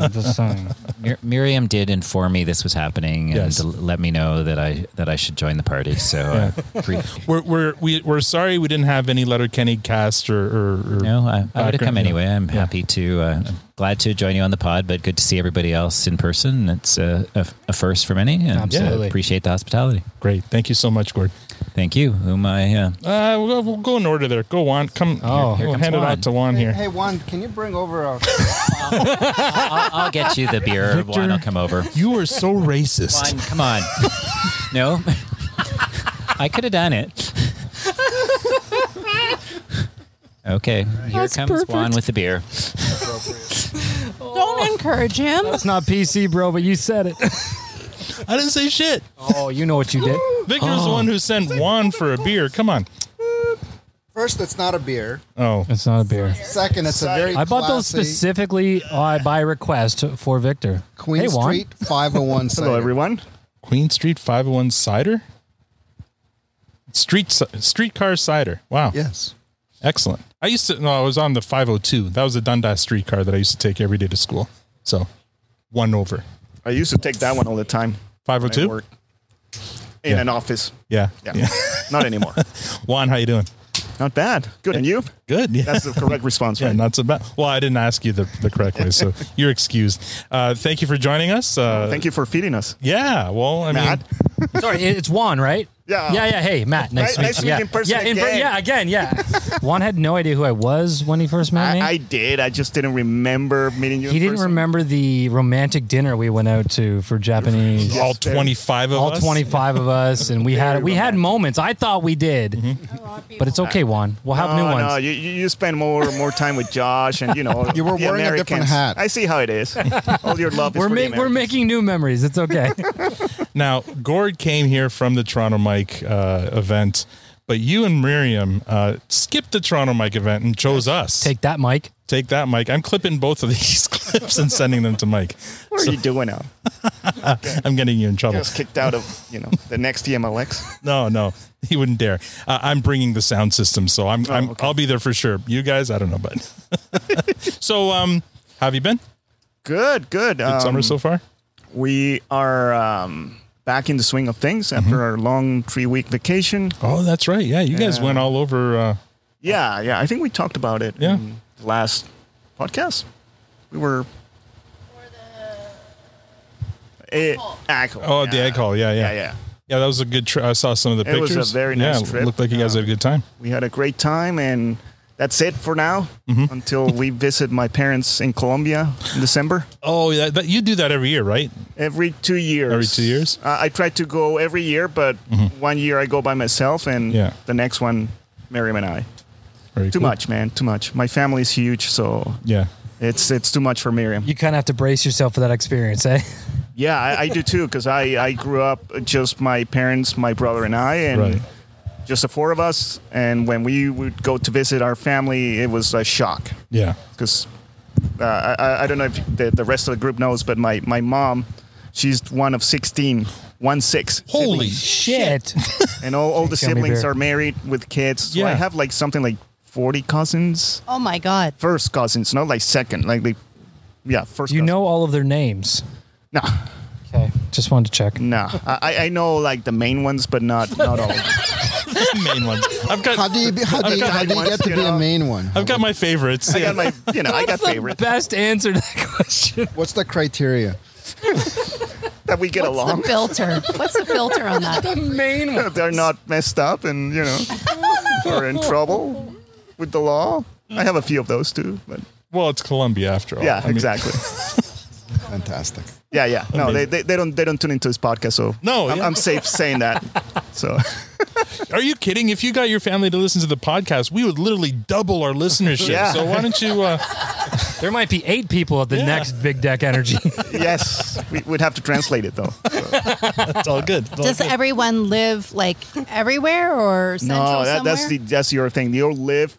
Speaker 1: I'm
Speaker 15: (laughs)
Speaker 1: just saying.
Speaker 15: Mir- Miriam did inform me this was happening and
Speaker 2: Yes.
Speaker 15: l- let me know that I that I should join the party. So (laughs) uh, pre-
Speaker 2: We're we're we, we're sorry we didn't have any letter Kenny cast or, or, or
Speaker 15: no, I, I would have
Speaker 2: background,
Speaker 15: come
Speaker 2: you know.
Speaker 15: anyway. I'm
Speaker 2: Yeah.
Speaker 15: happy to. Uh, I'm glad to join you on the pod, but good to see everybody else in person. It's a, a, a first for many, and uh,
Speaker 1: Absolutely.
Speaker 15: appreciate the hospitality.
Speaker 2: Great. Thank you so much, Gord.
Speaker 15: Thank you. Whom I uh,
Speaker 2: Uh, we'll, we'll go in order there. Go on. Come.
Speaker 1: Oh.
Speaker 2: here,
Speaker 1: Here
Speaker 2: we'll
Speaker 15: comes
Speaker 2: hand it
Speaker 15: Juan.
Speaker 2: out to Juan here.
Speaker 6: Hey, Juan, can you bring
Speaker 2: (laughs)
Speaker 6: over (laughs) a?
Speaker 15: I'll, I'll get you the beer.
Speaker 2: Victor.
Speaker 15: Juan, I'll come over.
Speaker 2: You are so racist.
Speaker 15: Juan, come on. (laughs) no, I could have done it. (laughs) Okay, here
Speaker 10: That's
Speaker 15: comes Juan
Speaker 10: perfect.
Speaker 15: with the beer.
Speaker 6: Oh.
Speaker 10: Don't encourage him.
Speaker 1: That's not PC, bro, but you said it.
Speaker 2: I didn't say shit.
Speaker 1: Oh, you know what you did.
Speaker 2: Victor's
Speaker 15: Oh.
Speaker 2: the one who sent Juan for a beer. Come on.
Speaker 6: First, it's not a beer.
Speaker 2: Oh,
Speaker 1: it's not a beer.
Speaker 6: Second, it's a very
Speaker 1: I bought those
Speaker 6: classy
Speaker 1: specifically uh, by request for Victor.
Speaker 6: Queen
Speaker 1: Hey, Juan.
Speaker 6: Street 501 cider.
Speaker 2: everyone. Queen Street 501 cider? Street ci- streetcar cider. Wow.
Speaker 6: Yes.
Speaker 2: Excellent. I used to no, I was on the 502. That was a Dundas streetcar that I used to take every day to school. So, one over.
Speaker 16: I used to take that one all the time.
Speaker 2: 502?
Speaker 16: At work. In
Speaker 2: Yeah.
Speaker 16: an office.
Speaker 2: Yeah.
Speaker 16: Yeah. Not anymore.
Speaker 2: (laughs) Juan, how you doing?
Speaker 16: Not bad. Good. And you?
Speaker 2: Good. Yeah.
Speaker 16: That's the correct response,
Speaker 2: (laughs) Yeah,
Speaker 16: right?
Speaker 2: not so bad. Well, I didn't ask you the, the correct
Speaker 16: (laughs)
Speaker 2: way, so you're excused. Uh, thank you for joining us. Uh,
Speaker 16: Thank you for feeding us.
Speaker 2: Yeah. Well, I
Speaker 16: Matt?
Speaker 2: mean,
Speaker 16: (laughs)
Speaker 1: (laughs) Sorry, it- it's Juan, right?
Speaker 16: Yeah.
Speaker 1: Yeah, yeah. Hey, Matt.
Speaker 16: Nice-
Speaker 1: Nice, to meet
Speaker 16: nice to
Speaker 1: you.
Speaker 16: meet
Speaker 1: yeah.
Speaker 16: you in person
Speaker 1: yeah, per-
Speaker 16: again.
Speaker 1: yeah, again, yeah.
Speaker 16: (laughs)
Speaker 1: Juan had no idea who I was when he first met me.
Speaker 16: I, I did. I just didn't remember meeting you.
Speaker 1: he
Speaker 16: in
Speaker 1: didn't
Speaker 16: person.
Speaker 1: remember the romantic dinner we went out to for Japanese.
Speaker 2: all 25 of
Speaker 1: all
Speaker 2: us.
Speaker 1: 25 of us, and we had we had moments. I thought we did, but it's okay, Juan. We'll have new
Speaker 16: Mm-hmm. No,
Speaker 1: ones.
Speaker 16: No, you, you you spend more more time with Josh, and you
Speaker 1: (laughs)
Speaker 16: know
Speaker 6: You were
Speaker 16: the
Speaker 6: wearing a different
Speaker 16: Americans.
Speaker 6: hat.
Speaker 16: I see how it is. All your love is
Speaker 1: we're
Speaker 16: for the
Speaker 1: ma- we're
Speaker 16: Americans.
Speaker 1: making new memories.
Speaker 16: (laughs)
Speaker 1: It's okay.
Speaker 2: Now, Gord came here from the Toronto Mike uh, event, but you and Miriam uh, skipped the Toronto Mike event and chose us.
Speaker 1: Take that, Mike.
Speaker 2: Take that, Mike. I'm clipping both of (laughs) these clips and sending them to Mike.
Speaker 16: What are you doing now?
Speaker 2: (laughs) I'm getting you in trouble.
Speaker 16: Just kicked out of you know the next TMLX.
Speaker 2: (laughs) No, no, he wouldn't dare. Uh, I'm bringing the sound system, so I'm, I'm
Speaker 16: Oh,
Speaker 2: I'll be there for sure. You guys, I don't know, but so um, how have you been?
Speaker 16: Good, good.
Speaker 2: Good summer
Speaker 16: Um,
Speaker 2: so far.
Speaker 16: We are um, back in the swing of things after our long three week vacation.
Speaker 2: Mm-hmm. Oh, that's right. Yeah, you guys went all over. Uh,
Speaker 16: Yeah, yeah. I think we talked about it
Speaker 2: Yeah.
Speaker 16: in the last podcast. We were. Eh, Agile,
Speaker 2: oh, the egg hall. Yeah, yeah,
Speaker 16: Yeah, yeah.
Speaker 2: Yeah, that was a good trip. I saw some of the
Speaker 16: It was
Speaker 2: pictures.
Speaker 16: a very nice
Speaker 2: yeah,
Speaker 16: trip.
Speaker 2: Looked like you guys had a good time.
Speaker 16: We had a great time, and that's it for now
Speaker 2: Mm-hmm.
Speaker 16: until we visit my parents in Colombia in December.
Speaker 2: Oh, yeah, that, you do that every year, right?
Speaker 16: Every two years.
Speaker 2: Every two years?
Speaker 16: Uh, I try to go every year, but one year I go by myself, and
Speaker 2: Mm-hmm. Yeah.
Speaker 16: the next one, Miriam and I.
Speaker 2: Very
Speaker 16: Too
Speaker 2: cool.
Speaker 16: much, man. Too much. My family is huge, so
Speaker 2: Yeah.
Speaker 16: it's it's too much for Miriam.
Speaker 1: You kind of have to brace yourself for that experience, eh?
Speaker 16: Yeah, I, I do too, because I, I grew up just my parents, my brother, and I, and
Speaker 2: Right.
Speaker 16: just the four of us. And when we would go to visit our family, it was a shock.
Speaker 2: Yeah.
Speaker 16: because uh, I, I- I don't know if the, the rest of the group knows, but my, my mom, she's one of 16, one six.
Speaker 2: Holy
Speaker 16: siblings.
Speaker 1: Shit.
Speaker 16: (laughs) And all, all the
Speaker 1: Kill me,
Speaker 16: siblings
Speaker 1: Bear.
Speaker 16: are married with kids. So I
Speaker 2: Yeah.
Speaker 16: have like something like 40 cousins,
Speaker 10: Oh my God.
Speaker 16: first cousins, not like second. Like, they, yeah, first
Speaker 1: You know all of their names.
Speaker 16: No,
Speaker 1: Okay, just wanted to check.
Speaker 16: no. I, I know like the main ones, but not, not
Speaker 2: (laughs)
Speaker 10: (laughs)
Speaker 16: all.
Speaker 2: main ones. I've got
Speaker 6: How do you, be, how do you, how do you get to be a (laughs) main one?
Speaker 2: I've got my favorites.
Speaker 16: I got my, you know, I got favorites
Speaker 1: Best answer to that question.
Speaker 6: What's the criteria?
Speaker 16: that we get
Speaker 10: What's
Speaker 16: along.
Speaker 10: the filter? What's the filter
Speaker 17: (laughs)
Speaker 10: on that?
Speaker 1: Main one.
Speaker 16: (laughs) they're not messed up and you know they're in trouble with the law. I have a few of those too, but
Speaker 2: Well, it's Columbia after all.
Speaker 16: yeah,
Speaker 2: I mean- (laughs)
Speaker 16: exactly.
Speaker 6: Fantastic.
Speaker 16: Yeah, yeah. No, they, they, they don't they don't tune into this podcast, so
Speaker 2: No,
Speaker 16: I'm,
Speaker 2: Oh, yeah.
Speaker 16: I'm safe saying
Speaker 2: (laughs)
Speaker 16: that. So
Speaker 2: Are you kidding? If you got your family to listen to the podcast, we would literally double our listenership.
Speaker 16: (laughs) Yeah.
Speaker 2: So why don't you? Uh,
Speaker 1: There might be eight people at the
Speaker 2: Yeah.
Speaker 1: next Big Deck
Speaker 2: (laughs)
Speaker 1: Energy.
Speaker 16: yes, we, we'd have to translate it though.
Speaker 2: it's all good. It's all
Speaker 10: Does
Speaker 2: good.
Speaker 10: everyone live like everywhere or central
Speaker 16: no, that,
Speaker 10: somewhere?
Speaker 16: that's the that's your thing. They all live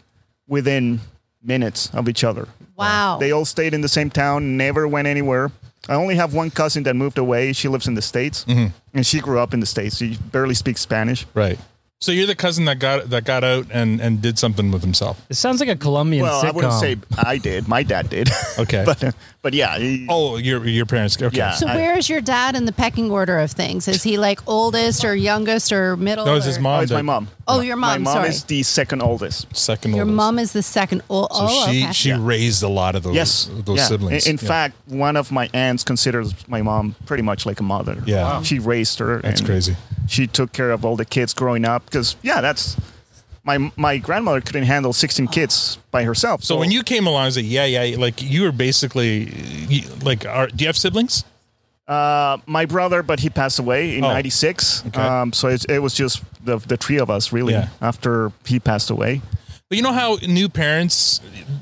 Speaker 16: within minutes of each other.
Speaker 10: wow.
Speaker 16: They all stayed in the same town, never went anywhere. I only have one cousin that moved away. She lives in the states, and she grew up in the states. She barely speaks Spanish.
Speaker 2: Mm-hmm. right. So you're the cousin that got that got out and and did something with himself.
Speaker 1: it sounds like a Colombian
Speaker 16: well,
Speaker 1: sitcom.
Speaker 16: I wouldn't say I did. My dad did.
Speaker 2: (laughs) Okay.
Speaker 16: but uh, but yeah. he-
Speaker 2: Oh, your your parents. Okay.
Speaker 16: Yeah.
Speaker 10: so
Speaker 16: I-
Speaker 10: where is your dad in the pecking order of things? Is he like oldest or youngest or middle?
Speaker 2: No, it's his
Speaker 10: or-
Speaker 2: mom.
Speaker 16: Oh, it's my
Speaker 2: that-
Speaker 16: mom.
Speaker 10: Oh, your
Speaker 16: My
Speaker 10: mom.
Speaker 16: mom
Speaker 10: sorry.
Speaker 16: is the second oldest.
Speaker 2: Second.
Speaker 10: your
Speaker 2: oldest.
Speaker 10: mom is the second. Oh,
Speaker 2: So
Speaker 10: oh
Speaker 2: she
Speaker 10: okay.
Speaker 2: she raised a lot of those
Speaker 16: Yes.
Speaker 2: those
Speaker 16: yeah.
Speaker 2: siblings.
Speaker 16: In, in
Speaker 2: Yeah.
Speaker 16: fact, one of my aunts considers my mom pretty much like a mother.
Speaker 2: Yeah. Wow.
Speaker 16: She raised her.
Speaker 2: That's crazy.
Speaker 16: She took care of all the kids growing up because yeah, that's my my grandmother couldn't handle 16 kids by herself.
Speaker 2: So when you came along, I was like, yeah, yeah, like you were basically you, like, are, do you have siblings?
Speaker 16: Uh, my brother, but he passed away in
Speaker 2: Oh.
Speaker 16: '96.
Speaker 2: Okay.
Speaker 16: Um, so it, it was just the the three of us really
Speaker 2: Yeah.
Speaker 16: after he passed away.
Speaker 2: But you know how new parents,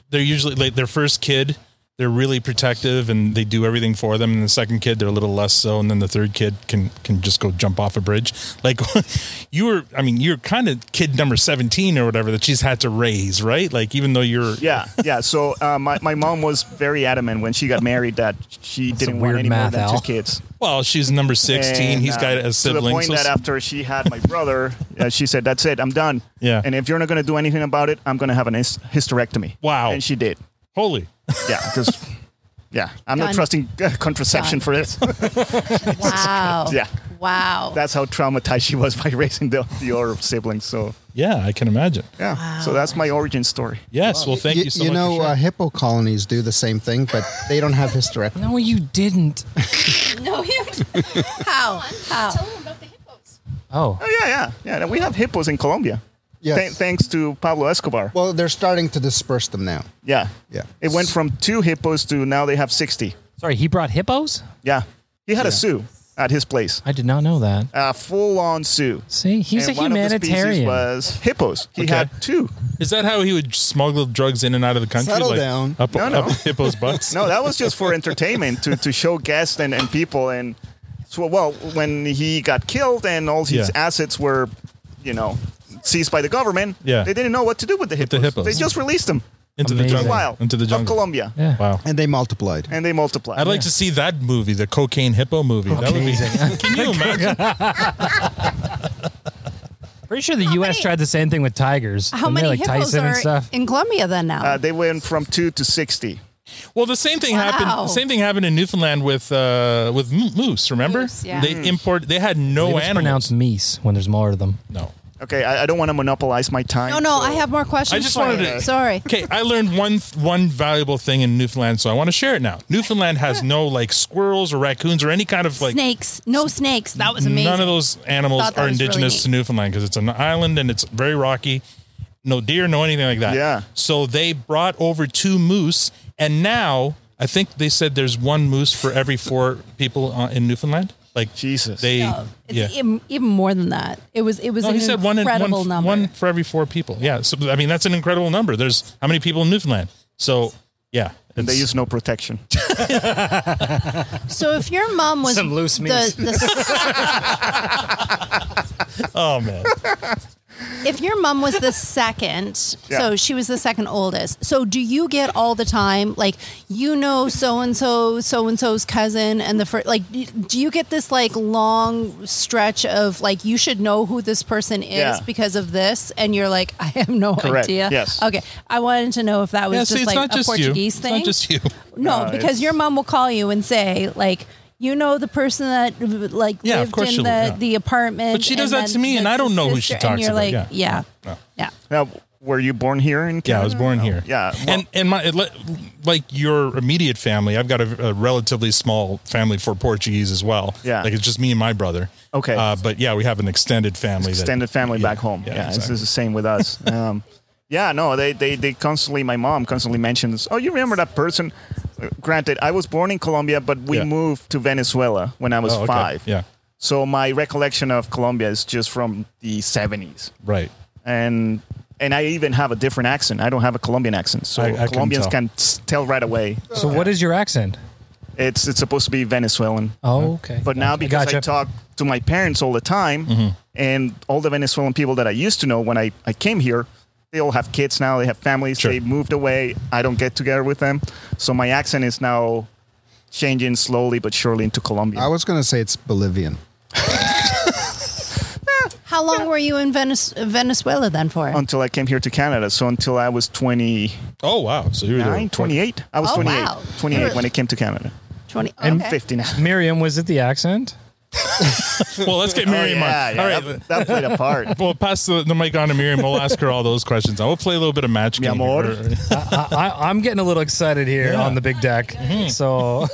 Speaker 2: they're usually like their first kid, they're really protective and they do everything for them. And the second kid, they're a little less so. And then the third kid can can just go jump off a bridge. Like (laughs) you were, I mean, you're kind of kid number seventeen or whatever that she's had to raise, right? Like even though you're,
Speaker 16: yeah, yeah. So uh, my my mom was very adamant when she got married that she didn't want
Speaker 2: weird
Speaker 16: any more
Speaker 2: math,
Speaker 16: than
Speaker 2: Al.
Speaker 16: two kids.
Speaker 2: well, she's number sixteen.
Speaker 16: And,
Speaker 2: He's
Speaker 16: uh,
Speaker 2: got a
Speaker 16: To the
Speaker 2: sibling.
Speaker 16: point
Speaker 2: So
Speaker 16: that after she had my brother, uh, she said, "That's it, I'm done."
Speaker 2: Yeah.
Speaker 16: And if you're not going to do anything about it, I'm going to have an hys- hysterectomy.
Speaker 2: Wow.
Speaker 16: And she did.
Speaker 2: Holy.
Speaker 16: Yeah, because yeah, I'm
Speaker 10: Done.
Speaker 16: not trusting uh, contraception
Speaker 10: Done.
Speaker 16: for this.
Speaker 2: (laughs)
Speaker 10: Wow.
Speaker 16: Yeah.
Speaker 10: Wow.
Speaker 16: That's how traumatized she was by (laughs) raising the, your siblings. So
Speaker 2: yeah, I can imagine.
Speaker 16: Yeah. So that's my origin story.
Speaker 2: Yes. Well, thank you, so
Speaker 5: you
Speaker 2: much.
Speaker 5: know,
Speaker 2: for
Speaker 5: uh, hippo colonies do the same thing, but they don't have hysterectomy.
Speaker 1: No, you
Speaker 17: (laughs)
Speaker 1: didn't.
Speaker 10: No,
Speaker 2: (laughs)
Speaker 10: you. How? How?
Speaker 1: Oh.
Speaker 16: Oh yeah, yeah, yeah. We have hippos in Colombia.
Speaker 5: Yes.
Speaker 16: Th- thanks to Pablo Escobar.
Speaker 5: Well, they're starting to disperse them now.
Speaker 16: Yeah.
Speaker 5: Yeah.
Speaker 16: It went from two hippos to now they have sixty.
Speaker 1: Sorry, he brought hippos.
Speaker 16: Yeah. He had
Speaker 1: Yeah.
Speaker 16: a zoo at his place.
Speaker 1: I did not know that.
Speaker 16: A full-on zoo.
Speaker 1: See, he's
Speaker 16: And
Speaker 1: a
Speaker 16: one of the species
Speaker 1: humanitarian.
Speaker 16: was hippos. He
Speaker 2: Okay.
Speaker 16: had two.
Speaker 2: Is that how he would smuggle drugs in and out of the country?
Speaker 16: Settle
Speaker 2: like
Speaker 16: down.
Speaker 2: Up,
Speaker 16: No, no.
Speaker 2: up hippos'
Speaker 16: (laughs)
Speaker 2: butts.
Speaker 16: No, that was just for entertainment to, to show guests and, and people and so well when he got killed and all his
Speaker 2: Yeah.
Speaker 16: assets were, you know, seized by the government.
Speaker 2: Yeah.
Speaker 16: they didn't know what to do with the hippos.
Speaker 2: hippos.
Speaker 16: They just released them
Speaker 2: Into the
Speaker 16: It's
Speaker 2: jungle.
Speaker 16: wild.
Speaker 2: Into the
Speaker 16: of
Speaker 2: jungle.
Speaker 16: Colombia.
Speaker 2: Wow.
Speaker 5: And they multiplied.
Speaker 16: And they multiplied.
Speaker 2: I'd like to see that movie, the cocaine hippo movie. That would be. Can you imagine?
Speaker 1: Pretty sure the U.S. tried the same thing with
Speaker 10: (sighs)
Speaker 1: tigers.
Speaker 10: How
Speaker 1: Didn't they,
Speaker 10: many
Speaker 1: like
Speaker 10: hippos
Speaker 1: Tyson
Speaker 10: are
Speaker 1: and stuff?
Speaker 10: in Colombia then now?
Speaker 16: Uh, they went from two to sixty.
Speaker 2: Well, the same thing
Speaker 10: Wow.
Speaker 2: happened. Same thing happened in Newfoundland with uh, with mo- moose. Remember?
Speaker 10: yeah.
Speaker 2: They
Speaker 10: Mm.
Speaker 2: import. They had
Speaker 1: They
Speaker 2: no
Speaker 1: just
Speaker 2: animals.
Speaker 1: pronounce meese when there's more of them.
Speaker 2: No.
Speaker 16: Okay, I, I don't want to monopolize my time.
Speaker 10: no, no, I have more questions.
Speaker 2: I just
Speaker 10: for
Speaker 2: wanted
Speaker 10: you.
Speaker 2: to.
Speaker 10: Sorry.
Speaker 2: Okay, I learned one one valuable thing in Newfoundland, so I want to share it now. Newfoundland has no like squirrels or raccoons or any kind of (laughs) like
Speaker 10: snakes. No snakes. That was amazing.
Speaker 2: None of those animals
Speaker 10: Thought that
Speaker 2: are
Speaker 10: was really
Speaker 2: indigenous
Speaker 10: neat.
Speaker 2: to Newfoundland because it's an island and it's very rocky. No deer, no anything like that.
Speaker 16: Yeah.
Speaker 2: So they brought over two moose, and now I think they said there's one moose for every four people uh, in Newfoundland. Like
Speaker 16: Jesus,
Speaker 2: they yeah.
Speaker 10: It's even, even more than that. It was it was
Speaker 2: No,
Speaker 10: an
Speaker 2: he said one, in, one,
Speaker 10: incredible number.
Speaker 2: one for every four people. Yeah. So I mean that's an incredible number. There's how many people in Newfoundland? So yeah,
Speaker 16: And they
Speaker 2: it's-
Speaker 16: use no protection.
Speaker 10: So if your
Speaker 2: (laughs)
Speaker 10: mom was
Speaker 1: Some loose meat.
Speaker 10: the- the-
Speaker 2: (laughs) oh man.
Speaker 10: if your mom was
Speaker 2: (laughs)
Speaker 10: the second,
Speaker 2: Yeah.
Speaker 10: so she was the second oldest. So do you get all the time like you know so and so, so and so's cousin, and the first like do you get this like long stretch of like you should know who this person is
Speaker 2: Yeah.
Speaker 10: because of this, and you're like I have no
Speaker 2: Correct.
Speaker 10: idea.
Speaker 2: Yes.
Speaker 10: Okay, I wanted to know if that was
Speaker 2: Yeah,
Speaker 10: just
Speaker 2: see, it's
Speaker 10: like
Speaker 2: not
Speaker 10: a
Speaker 2: just you.
Speaker 10: Portuguese
Speaker 2: It's
Speaker 10: thing.
Speaker 2: not just you.
Speaker 10: No,
Speaker 2: No,
Speaker 10: because
Speaker 2: Uh, it's-
Speaker 10: your mom will call you and say like. You know the person that like
Speaker 2: Yeah, of
Speaker 10: lived
Speaker 2: course
Speaker 10: in
Speaker 2: she
Speaker 10: the,
Speaker 2: will, yeah.
Speaker 10: the apartment.
Speaker 2: But she does
Speaker 10: and
Speaker 2: that to
Speaker 10: then
Speaker 2: me, and I
Speaker 10: that's
Speaker 2: don't
Speaker 10: his
Speaker 2: know who she
Speaker 10: sister,
Speaker 2: talks
Speaker 10: and you're
Speaker 2: about,
Speaker 10: Like,
Speaker 2: yeah.
Speaker 10: yeah,
Speaker 2: No.
Speaker 10: yeah.
Speaker 16: Now, were you born here in Canada?
Speaker 2: Yeah, I was born here.
Speaker 16: Yeah.
Speaker 2: and and my it le- like your immediate family, I've got a, a relatively small family for Portuguese as well.
Speaker 16: Yeah.
Speaker 2: like it's just me and my brother.
Speaker 16: Okay.
Speaker 2: uh, but yeah, we have an extended family. that-
Speaker 16: extended family
Speaker 2: yeah,
Speaker 16: back home. Yeah,
Speaker 2: exactly.
Speaker 16: it's, it's the same with
Speaker 2: (laughs)
Speaker 16: us. Um, yeah, no, they, they they constantly. My mom constantly mentions, "Oh, you remember that person?" Uh, Granted, I was born in Colombia, but we
Speaker 2: Yeah.
Speaker 16: moved to Venezuela when I was
Speaker 2: Oh, okay.
Speaker 16: five.
Speaker 2: Yeah,
Speaker 16: So my recollection of Colombia is just from the seventies,
Speaker 2: right.
Speaker 16: and and I even have a different accent. I don't have a Colombian accent, so
Speaker 1: I- I couldn't
Speaker 16: Colombians
Speaker 1: tell.
Speaker 16: can s- tell right away.
Speaker 1: So what is your accent?
Speaker 16: It's it's supposed to be Venezuelan.
Speaker 1: Oh, okay.
Speaker 16: But now because I
Speaker 1: Gotcha.
Speaker 16: talk to my parents all the time
Speaker 2: Mm-hmm.
Speaker 16: and all the Venezuelan people that I used to know when I, I came here, they all have kids now, they have families, they moved away. I don't get together with them. So my accent is now changing slowly but surely into Colombian.
Speaker 5: I was going to say it's Bolivian.
Speaker 10: How long were you in Venez- Venezuela then for?
Speaker 16: until I came here to Canada. So until I was 20,
Speaker 2: Oh wow, so you were there-
Speaker 16: 28. I was
Speaker 10: Oh,
Speaker 16: 28,
Speaker 10: wow.
Speaker 16: 28
Speaker 10: You're-
Speaker 16: when I came to Canada.
Speaker 10: Twenty.
Speaker 16: And
Speaker 10: okay.
Speaker 16: 50 now.
Speaker 1: Miriam, was it the accent?
Speaker 2: (laughs) Well, let's
Speaker 16: (laughs)
Speaker 2: get
Speaker 16: Oh,
Speaker 2: Miriam
Speaker 16: yeah,
Speaker 2: on.
Speaker 16: yeah,
Speaker 2: all right,
Speaker 16: that- that played a part.
Speaker 2: (laughs) We'll pass the, the mic on to Miriam. We'll ask her all those questions. I will play a little bit of match game.
Speaker 1: amor.
Speaker 2: here.
Speaker 1: I, I, I'm getting a little excited here
Speaker 2: Yeah. Mm-hmm.
Speaker 1: on the big deck.
Speaker 2: (laughs)
Speaker 1: So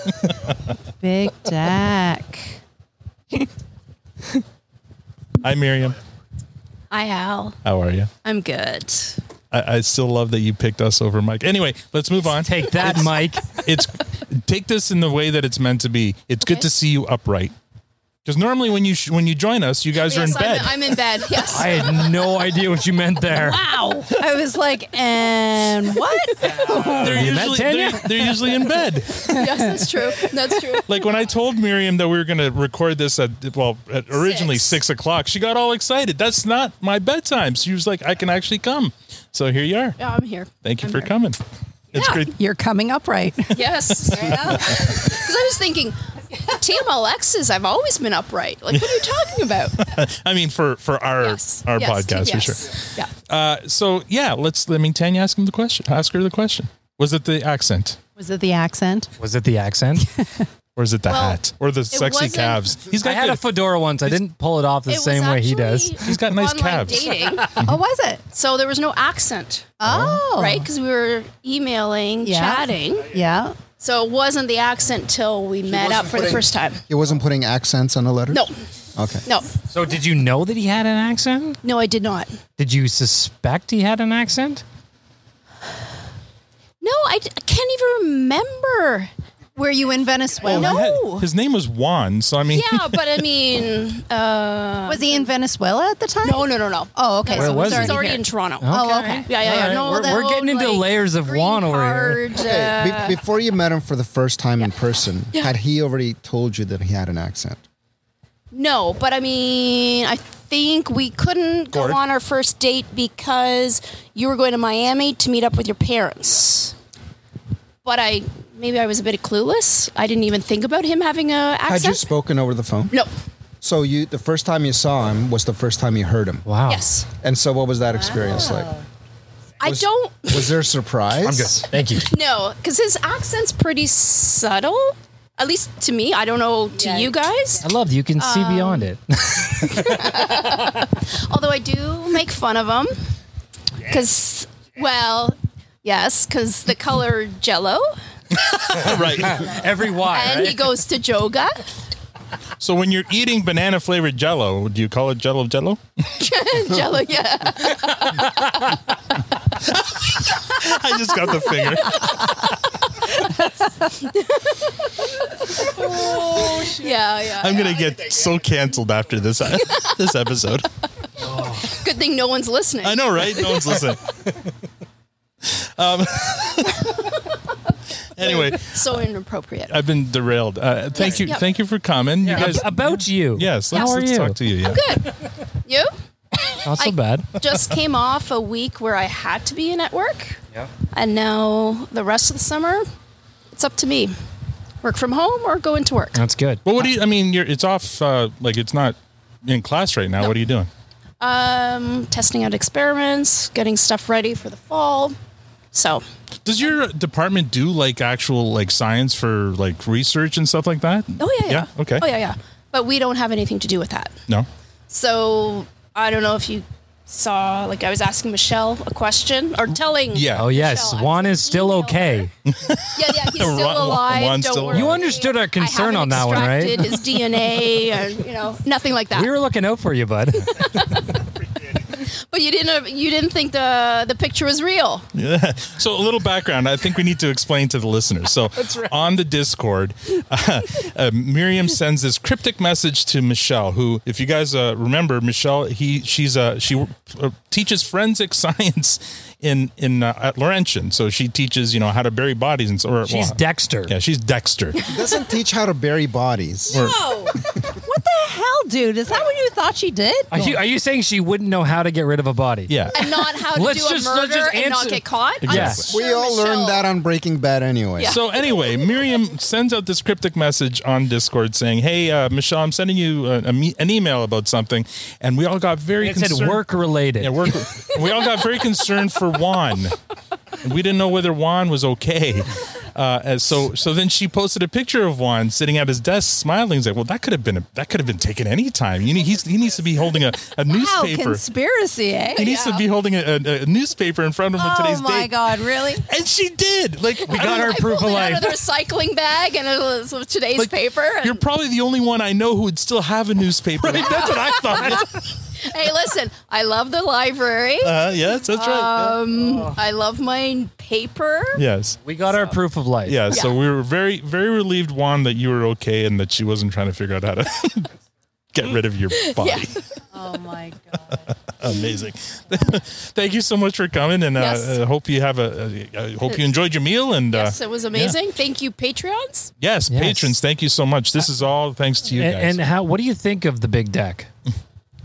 Speaker 10: Big Jack.
Speaker 2: (laughs) Hi, Miriam.
Speaker 17: Hi, Al.
Speaker 2: How are you?
Speaker 17: I'm good.
Speaker 2: I, I still love that you picked us over Mike. Anyway, let's move on.
Speaker 1: Take that, Mike.
Speaker 2: It's take this in the way that it's meant to be. It's good to see you upright. Because normally when you sh- when you join us, you guys are in
Speaker 17: Yes,
Speaker 2: bed.
Speaker 17: I'm, I'm in
Speaker 2: (laughs)
Speaker 17: bed. Yes.
Speaker 1: I had no idea what you meant there.
Speaker 10: Wow. I was like, and what?
Speaker 2: they're, usually, they're,
Speaker 10: (laughs)
Speaker 2: they're usually in bed.
Speaker 17: yes, that's true. That's true.
Speaker 2: Like when I told Miriam that we were going to record this at well at originally six. o'clock, she got all excited. That's not my bedtime. She was like, "I can actually come." So here you are.
Speaker 17: Yeah, I'm here.
Speaker 2: Thank you
Speaker 17: I'm
Speaker 2: for
Speaker 17: here.
Speaker 2: coming. It's
Speaker 17: Yeah.
Speaker 2: great. (laughs)
Speaker 10: You're coming up right.
Speaker 17: Yes. (laughs) Because I was thinking, TMLXs, I've always been upright. Like, what are you talking about?
Speaker 2: I mean, for for our our
Speaker 17: Yes,
Speaker 2: podcast
Speaker 17: yes.
Speaker 2: for sure.
Speaker 17: Yeah.
Speaker 2: Uh, so yeah, let's. I mean, Tanya, ask him the question. Ask her the question. Was it the accent?
Speaker 10: Was it the accent?
Speaker 1: Was it the accent?
Speaker 2: or is it the
Speaker 17: Well,
Speaker 2: hat? Or the
Speaker 17: it
Speaker 2: sexy
Speaker 17: wasn't-
Speaker 2: calves? He's got
Speaker 1: I had a
Speaker 2: good,
Speaker 1: fedora once. I didn't pull it off the
Speaker 17: It was
Speaker 1: same way he does.
Speaker 17: actually
Speaker 2: He's got nice
Speaker 17: online
Speaker 2: calves. (laughs)
Speaker 17: Dating.
Speaker 10: oh, was it?
Speaker 17: So there was no accent.
Speaker 10: Oh.
Speaker 17: Right? Because we were emailing,
Speaker 10: Yeah.
Speaker 17: chatting.
Speaker 10: Yeah.
Speaker 17: So it wasn't the accent till we met up for the first time.
Speaker 5: He wasn't putting accents on the letters?
Speaker 17: No,
Speaker 5: Okay.
Speaker 17: no,
Speaker 1: So did you know that he had an accent?
Speaker 17: no, I did not.
Speaker 1: Did you suspect he had an accent?
Speaker 17: No, I, d- I can't even remember.
Speaker 10: Were you in Venezuela?
Speaker 2: no. Oh, His name was Juan, so I mean,
Speaker 17: Yeah, but I mean, uh,
Speaker 10: Was he in Venezuela at the time? No,
Speaker 17: no, no, no.
Speaker 10: Oh, okay.
Speaker 1: Where
Speaker 10: so
Speaker 1: was
Speaker 10: he's
Speaker 1: he?
Speaker 10: already,
Speaker 17: he's already
Speaker 10: here.
Speaker 17: in Toronto.
Speaker 10: Oh, okay.
Speaker 17: Yeah, yeah, yeah.
Speaker 1: All right.
Speaker 17: No,
Speaker 1: we're
Speaker 17: that
Speaker 1: we're getting
Speaker 17: old,
Speaker 1: into
Speaker 17: like,
Speaker 1: layers of Juan over here.
Speaker 17: hard,
Speaker 5: Be-
Speaker 17: uh,
Speaker 5: before you met him for the first time in person,
Speaker 17: Yeah.
Speaker 5: had he already told you that he had an accent?
Speaker 17: No, but I mean, I think we couldn't go
Speaker 5: Gord?
Speaker 17: on our first date because you were going to Miami to meet up with your parents. But I maybe I was a bit clueless. I didn't even think about him having a accent.
Speaker 5: Had you spoken over the phone?
Speaker 17: no.
Speaker 5: So you the first time you saw him was the first time you heard him.
Speaker 1: Wow.
Speaker 17: Yes.
Speaker 5: And so what was that experience like?
Speaker 17: I don't
Speaker 5: Was there surprise? I'm good.
Speaker 1: Thank you.
Speaker 17: (laughs) know cuz his accent's pretty subtle. At least to me, I don't know to you guys.
Speaker 1: I love you can see
Speaker 17: Um,
Speaker 1: beyond it.
Speaker 17: Although I do make fun of him cuz well, yes, cuz the color jello (laughs)
Speaker 2: (laughs) right.
Speaker 1: (laughs) Every why.
Speaker 17: and he goes to
Speaker 2: (laughs)
Speaker 17: yoga.
Speaker 2: (laughs) So when you're eating banana flavored Jello, do you call it Jello Jello?
Speaker 17: Jello, yeah.
Speaker 2: I just got the finger.
Speaker 17: yeah, yeah.
Speaker 2: I'm gonna
Speaker 17: yeah.
Speaker 2: get so canceled after this (laughs) this episode.
Speaker 17: Good thing no one's listening.
Speaker 2: I know, right? No
Speaker 17: (laughs)
Speaker 2: one's listening. Um, (laughs) anyway,
Speaker 17: so inappropriate.
Speaker 2: I've been derailed. Uh, thank
Speaker 17: Yes,
Speaker 2: you,
Speaker 17: yep.
Speaker 2: thank you for coming.
Speaker 1: Yeah.
Speaker 2: You guys,
Speaker 1: about you.
Speaker 2: yes,
Speaker 1: How
Speaker 2: let's,
Speaker 1: are
Speaker 2: let's
Speaker 1: you?
Speaker 2: talk to you. Yeah.
Speaker 17: Good. You
Speaker 1: Not so
Speaker 17: I-
Speaker 1: bad.
Speaker 17: (laughs) just came off a week where I had to be in at work,
Speaker 1: (laughs) Yeah.
Speaker 17: and now the rest of the summer, it's up to me. Work from home or go into work.
Speaker 1: That's good.
Speaker 2: Well, what do you? I mean, you're it's off. Uh, like it's not in class right now. What are you doing?
Speaker 17: Um, testing out experiments, getting stuff ready for the fall. So
Speaker 2: Does your department do like actual like science for like research and stuff like that?
Speaker 17: Oh yeah, yeah.
Speaker 2: Yeah. Okay.
Speaker 17: Oh yeah, yeah. But we don't have anything to do with that.
Speaker 2: No.
Speaker 17: So I don't know if you saw, like I was asking Michelle a question or telling.
Speaker 1: Oh yes, Juan is still okay.
Speaker 17: Yeah, yeah.
Speaker 1: (laughs)
Speaker 17: He's still alive. don't worry.
Speaker 1: You understood our concern on that one,
Speaker 17: Extracted
Speaker 1: right?
Speaker 17: his DNA, and you know nothing like that.
Speaker 1: (laughs) We were looking out for you, bud.
Speaker 17: (laughs) but you didn't. uh, You didn't think the the picture was real.
Speaker 2: Yeah. So a little background. I think we need to explain to the listeners. So on the Discord, uh, uh, Miriam sends this cryptic message to Michelle, who, if you guys uh, remember, Michelle, he she's uh, she uh, teaches forensic (laughs) science in in uh, at Laurentian. So she teaches you know how to bury bodies and so. Or,
Speaker 1: She's Dexter.
Speaker 2: Yeah, she's Dexter.
Speaker 5: He doesn't teach how to bury bodies.
Speaker 2: Or-
Speaker 10: what the hell, dude? Is that what you thought she did?
Speaker 1: Are you, are you saying she wouldn't know how to get rid of a body?
Speaker 2: Yeah.
Speaker 17: And not how to
Speaker 1: Let's
Speaker 17: do
Speaker 1: just-
Speaker 17: a
Speaker 1: let's
Speaker 17: murder
Speaker 1: just
Speaker 17: and not
Speaker 1: answer-
Speaker 17: get caught. I'm
Speaker 2: Yes.
Speaker 5: we all learned that on Breaking Bad anyway.
Speaker 2: So anyway, Miriam sends out this cryptic message on Discord saying, "Hey, uh, Michelle, I'm sending you uh, a, a me- an email about something," and we all got very
Speaker 1: It said
Speaker 2: concerned.
Speaker 1: work related.
Speaker 2: Yeah, work. we all got very concerned for Juan. And we didn't know whether Juan was okay. Uh, and so, so then she posted a picture of Juan sitting at his desk, smiling. He's like, "Well, that could have been a, that could have been taken any time. You need, he's, he needs to be holding a, a
Speaker 10: Wow,
Speaker 2: (laughs) newspaper.
Speaker 10: conspiracy, eh?
Speaker 2: He needs to be holding a, a, a newspaper in front of him
Speaker 10: oh
Speaker 2: today's
Speaker 10: my
Speaker 2: date.
Speaker 10: God, really?
Speaker 2: And she did. Like we
Speaker 1: got our proof of
Speaker 17: Pulled it out
Speaker 1: life.
Speaker 17: of the recycling bag and it was with today's
Speaker 2: Like,
Speaker 17: paper. and-
Speaker 2: You're probably the only one I know who would still have a
Speaker 17: (laughs)
Speaker 2: newspaper. That's what I thought.
Speaker 17: hey, listen, I love the library.
Speaker 2: Uh, yes, that's right.
Speaker 17: Um, I love my paper.
Speaker 2: Yes.
Speaker 1: We got our proof of life.
Speaker 2: Yeah, so
Speaker 17: Yeah.
Speaker 2: we were very, very relieved, Juan, that you were okay and that she wasn't trying to (laughs) figure out how to get
Speaker 17: (laughs)
Speaker 2: rid of your body.
Speaker 10: (laughs) Oh my god.
Speaker 2: (laughs) Amazing. (laughs) Thank you so much for coming, and uh,
Speaker 17: Yes.
Speaker 2: uh, hope you have a. uh, I hope you enjoyed your meal, and uh,
Speaker 17: Yes, it was amazing. Thank you, Patreons.
Speaker 2: yeah. Yes,
Speaker 1: Yes.
Speaker 2: patrons. Thank you so much.
Speaker 17: Uh,
Speaker 2: This is all thanks to you
Speaker 1: And,
Speaker 2: guys.
Speaker 1: and how? What do you think of the big deck?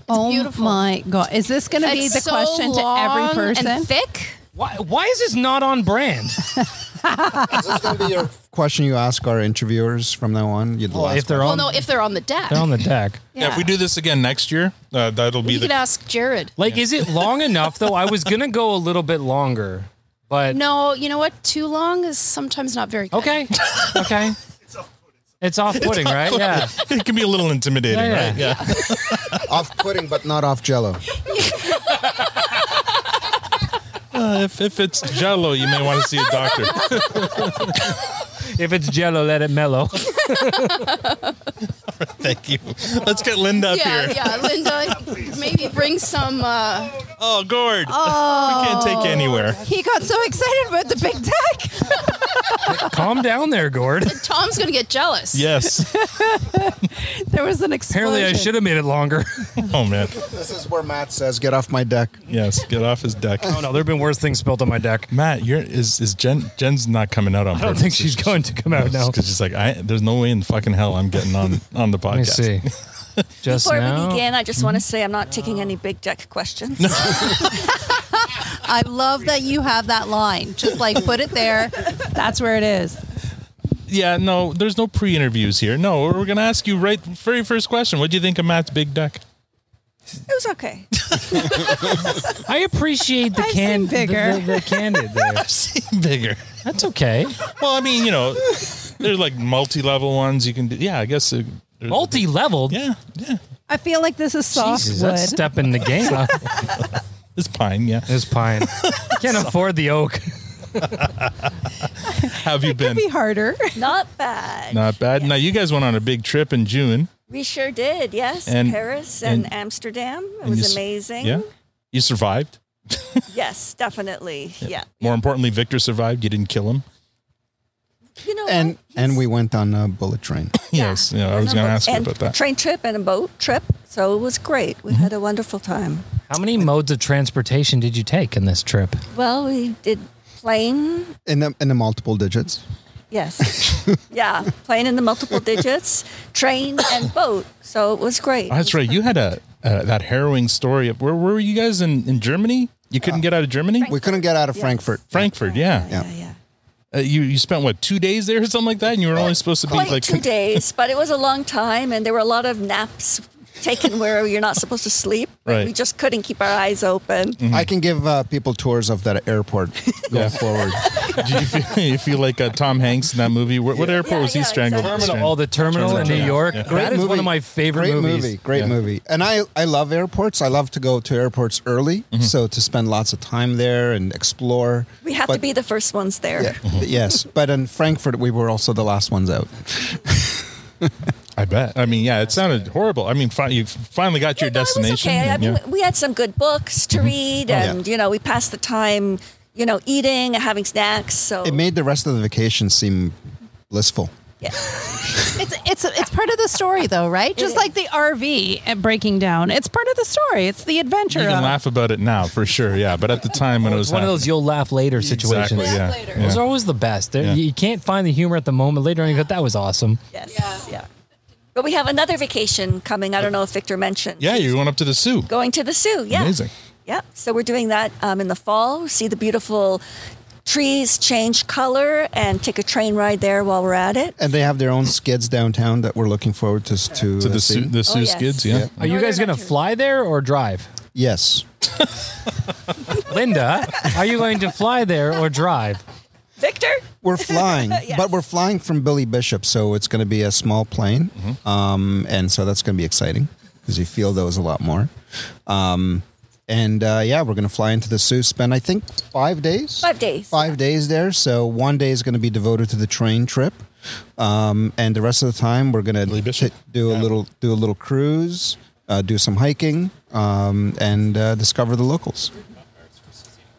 Speaker 10: oh my god. Is this going to be
Speaker 17: It's
Speaker 10: the
Speaker 17: so
Speaker 10: question to
Speaker 17: long
Speaker 10: every person?
Speaker 17: And thick.
Speaker 1: Why? Why is this not on
Speaker 2: (laughs)
Speaker 1: brand?
Speaker 6: Is this going to be your
Speaker 18: Question you ask our interviewers from now on. you
Speaker 6: Well, if
Speaker 17: well, no, if (laughs) they're on the deck,
Speaker 2: the
Speaker 1: deck.
Speaker 2: Yeah. if we do this again next year, uh, that'll
Speaker 17: (laughs)
Speaker 2: be
Speaker 17: you
Speaker 2: the. (laughs)
Speaker 17: can ask Jared.
Speaker 1: Like, is it long enough though? I was gonna go a little bit longer, but
Speaker 17: No, you know what? Too long is sometimes not very good. (laughs)
Speaker 1: Okay. okay. It's off-putting, right? Yeah.
Speaker 2: It can be a little intimidating,
Speaker 1: Yeah,
Speaker 2: right? Yeah.
Speaker 6: (laughs) off pudding, but not off jello?
Speaker 2: (laughs) Uh, if, if it's jello, you may want to see a
Speaker 1: (laughs)
Speaker 2: doctor.
Speaker 1: if it's jello, let it mellow.
Speaker 2: Thank you. Let's get Linda up
Speaker 17: yeah,
Speaker 2: here.
Speaker 17: yeah,
Speaker 2: (laughs)
Speaker 10: (laughs)
Speaker 17: Linda, maybe bring some. Uh,
Speaker 2: Oh, gourd.
Speaker 17: Oh.
Speaker 2: (laughs) We can't take you anywhere.
Speaker 10: He got so excited about the big deck.
Speaker 1: Calm down there, Gord.
Speaker 17: (laughs) Tom's gonna get jealous.
Speaker 2: (laughs) Yes.
Speaker 10: there was an explosion.
Speaker 1: Apparently, I should have made it longer.
Speaker 2: (laughs) oh man.
Speaker 6: This is where Matt says, "Get off my deck."
Speaker 2: Yes, get off his deck.
Speaker 1: Oh no, there have been worse things spilled on my deck.
Speaker 2: Matt, you're is is Jen Jen's not coming out on
Speaker 1: I don't think she's going to come out now.
Speaker 2: because she's like, I there's no way in fucking hell I'm getting on on the podcast.
Speaker 1: me see.
Speaker 2: (laughs)
Speaker 1: Just
Speaker 19: Before
Speaker 2: now? Mm-hmm.
Speaker 19: we begin, I just want to say I'm not taking any big deck questions. (laughs)
Speaker 10: (laughs) I love that you have that line. Just like put it there. That's where it is.
Speaker 2: Yeah, no, there's no pre-interviews here. No, we're gonna ask you right very first question. What do you think of Matt's big deck?
Speaker 19: It was okay.
Speaker 1: (laughs) I appreciate the can
Speaker 19: bigger.
Speaker 1: the, the, the candid
Speaker 2: (laughs)
Speaker 1: there. I've
Speaker 2: seen bigger.
Speaker 1: That's okay.
Speaker 2: Well, I mean, you know, there's like multi-level ones you can do. Yeah, I guess uh, there's-
Speaker 1: Multi-leveled.
Speaker 2: Yeah,
Speaker 10: I feel like this is soft
Speaker 1: Jesus,
Speaker 10: wood.
Speaker 1: that's stepping the game up.
Speaker 2: (laughs) it's pine. Yeah,
Speaker 1: it's pine. Can't afford the oak.
Speaker 2: (laughs) have you been?
Speaker 10: Be harder.
Speaker 19: Not bad.
Speaker 2: Not bad. Now you guys went on a big trip in June.
Speaker 19: We sure did. Yes,
Speaker 2: And-
Speaker 19: Paris and,
Speaker 2: and-
Speaker 19: Amsterdam. It
Speaker 2: and you
Speaker 19: was
Speaker 2: s-
Speaker 19: amazing.
Speaker 2: Yeah, you survived.
Speaker 19: (laughs) Yes, definitely. Yeah.
Speaker 2: More importantly, Victor survived. You didn't kill him.
Speaker 19: You know,
Speaker 6: And and we went on a bullet train.
Speaker 2: Yes. Yeah, I was going to ask you
Speaker 19: and
Speaker 2: about that. Mm-hmm.
Speaker 19: train trip and a boat trip. So it was great. We had a wonderful time.
Speaker 1: How many modes of transportation did you take in this trip?
Speaker 19: Well, we did plane.
Speaker 6: In the in the multiple digits.
Speaker 19: Yes. (laughs) yeah, plane in the
Speaker 2: (laughs)
Speaker 19: multiple digits, train and boat. So it was great.
Speaker 2: Oh, that's right. You had a uh, that harrowing story. Of, where, where were you guys in, in Germany? You couldn't get out of Germany.
Speaker 6: We couldn't get out of Frankfurt.
Speaker 2: Frankfurt. Yeah. Yeah.
Speaker 19: yeah,
Speaker 2: Uh, you you spent what two days there or something like that, and you were only supposed to be
Speaker 19: Quite
Speaker 2: like
Speaker 19: two days, but it
Speaker 2: (laughs)
Speaker 19: was a long time, and there were a lot of naps taken where you're not supposed to sleep.
Speaker 2: Right.
Speaker 19: We just couldn't keep our eyes open.
Speaker 2: mm-hmm.
Speaker 6: I can give uh, people tours of that airport going forward.
Speaker 2: (laughs) Did you feel, you feel like uh, Tom Hanks in that movie? What, what airport was he strangled? strand-
Speaker 1: Oh, the terminal in New York.
Speaker 2: Yeah.
Speaker 1: That is one of my favorite
Speaker 6: great
Speaker 1: movies.
Speaker 6: movie. Great
Speaker 1: Yeah.
Speaker 6: movie. And I, I love airports. I love to go to airports early, so to spend lots of time there and explore.
Speaker 19: We have to
Speaker 6: But-
Speaker 19: be the first ones there.
Speaker 6: Yeah, yes, but in Frankfurt we were also the last ones out.
Speaker 2: (laughs) I bet. I mean, yeah, it sounded horrible. I mean, fi- you finally got to your destination.
Speaker 19: Okay, I
Speaker 2: and,
Speaker 19: mean,
Speaker 2: yeah.
Speaker 19: we had some good books to read,
Speaker 2: Oh, yeah.
Speaker 19: and you know, we passed the time, you know, eating and having snacks. So
Speaker 6: It made the rest of the vacation seem blissful.
Speaker 10: It's it's it's part of the story though, right? Just like the RV and breaking down. It's part of the story. It's the adventure.
Speaker 2: You
Speaker 10: of
Speaker 2: can
Speaker 10: it.
Speaker 2: laugh about it now for sure. Yeah, but at the time when it was
Speaker 1: It's one of those you'll laugh later situations.
Speaker 2: Exactly, yeah. Laugh later.
Speaker 1: Those
Speaker 2: Yeah.
Speaker 1: are always the best. They're-
Speaker 2: Yeah.
Speaker 1: You can't find the humor at the moment. Later on, you go, that was awesome.
Speaker 19: yes, yeah. But we have another vacation coming. I don't know if Victor mentioned
Speaker 2: yeah, you went up to the Sioux.
Speaker 19: going to the zoo. Yeah,
Speaker 2: Amazing.
Speaker 19: Yeah, so we're doing that um, in the fall. See the beautiful trees change color, and take a train ride there while we're at it.
Speaker 6: And they have their own skids downtown that we're looking forward to to,
Speaker 2: To the
Speaker 6: uh,
Speaker 2: Sioux-
Speaker 6: seeing.
Speaker 2: the Sioux Oh, yes. skids, yeah.
Speaker 1: Are you guys going to fly there or drive?
Speaker 6: Yes.
Speaker 1: (laughs) Linda, are you going to fly there or drive?
Speaker 19: Victor?
Speaker 10: (laughs)
Speaker 6: We're flying, but we're flying from Billy Bishop, so it's going to be a small plane, um, and so that's going to be exciting because you feel those a lot more. Um, and uh, yeah, we're going to fly into the Sioux, spend I think five days,
Speaker 19: Five days.
Speaker 6: five days there. So one day is going to be devoted to the train trip, um, and the rest of the time we're going to do a little do a little cruise, uh, do some hiking, um, and uh, discover the locals.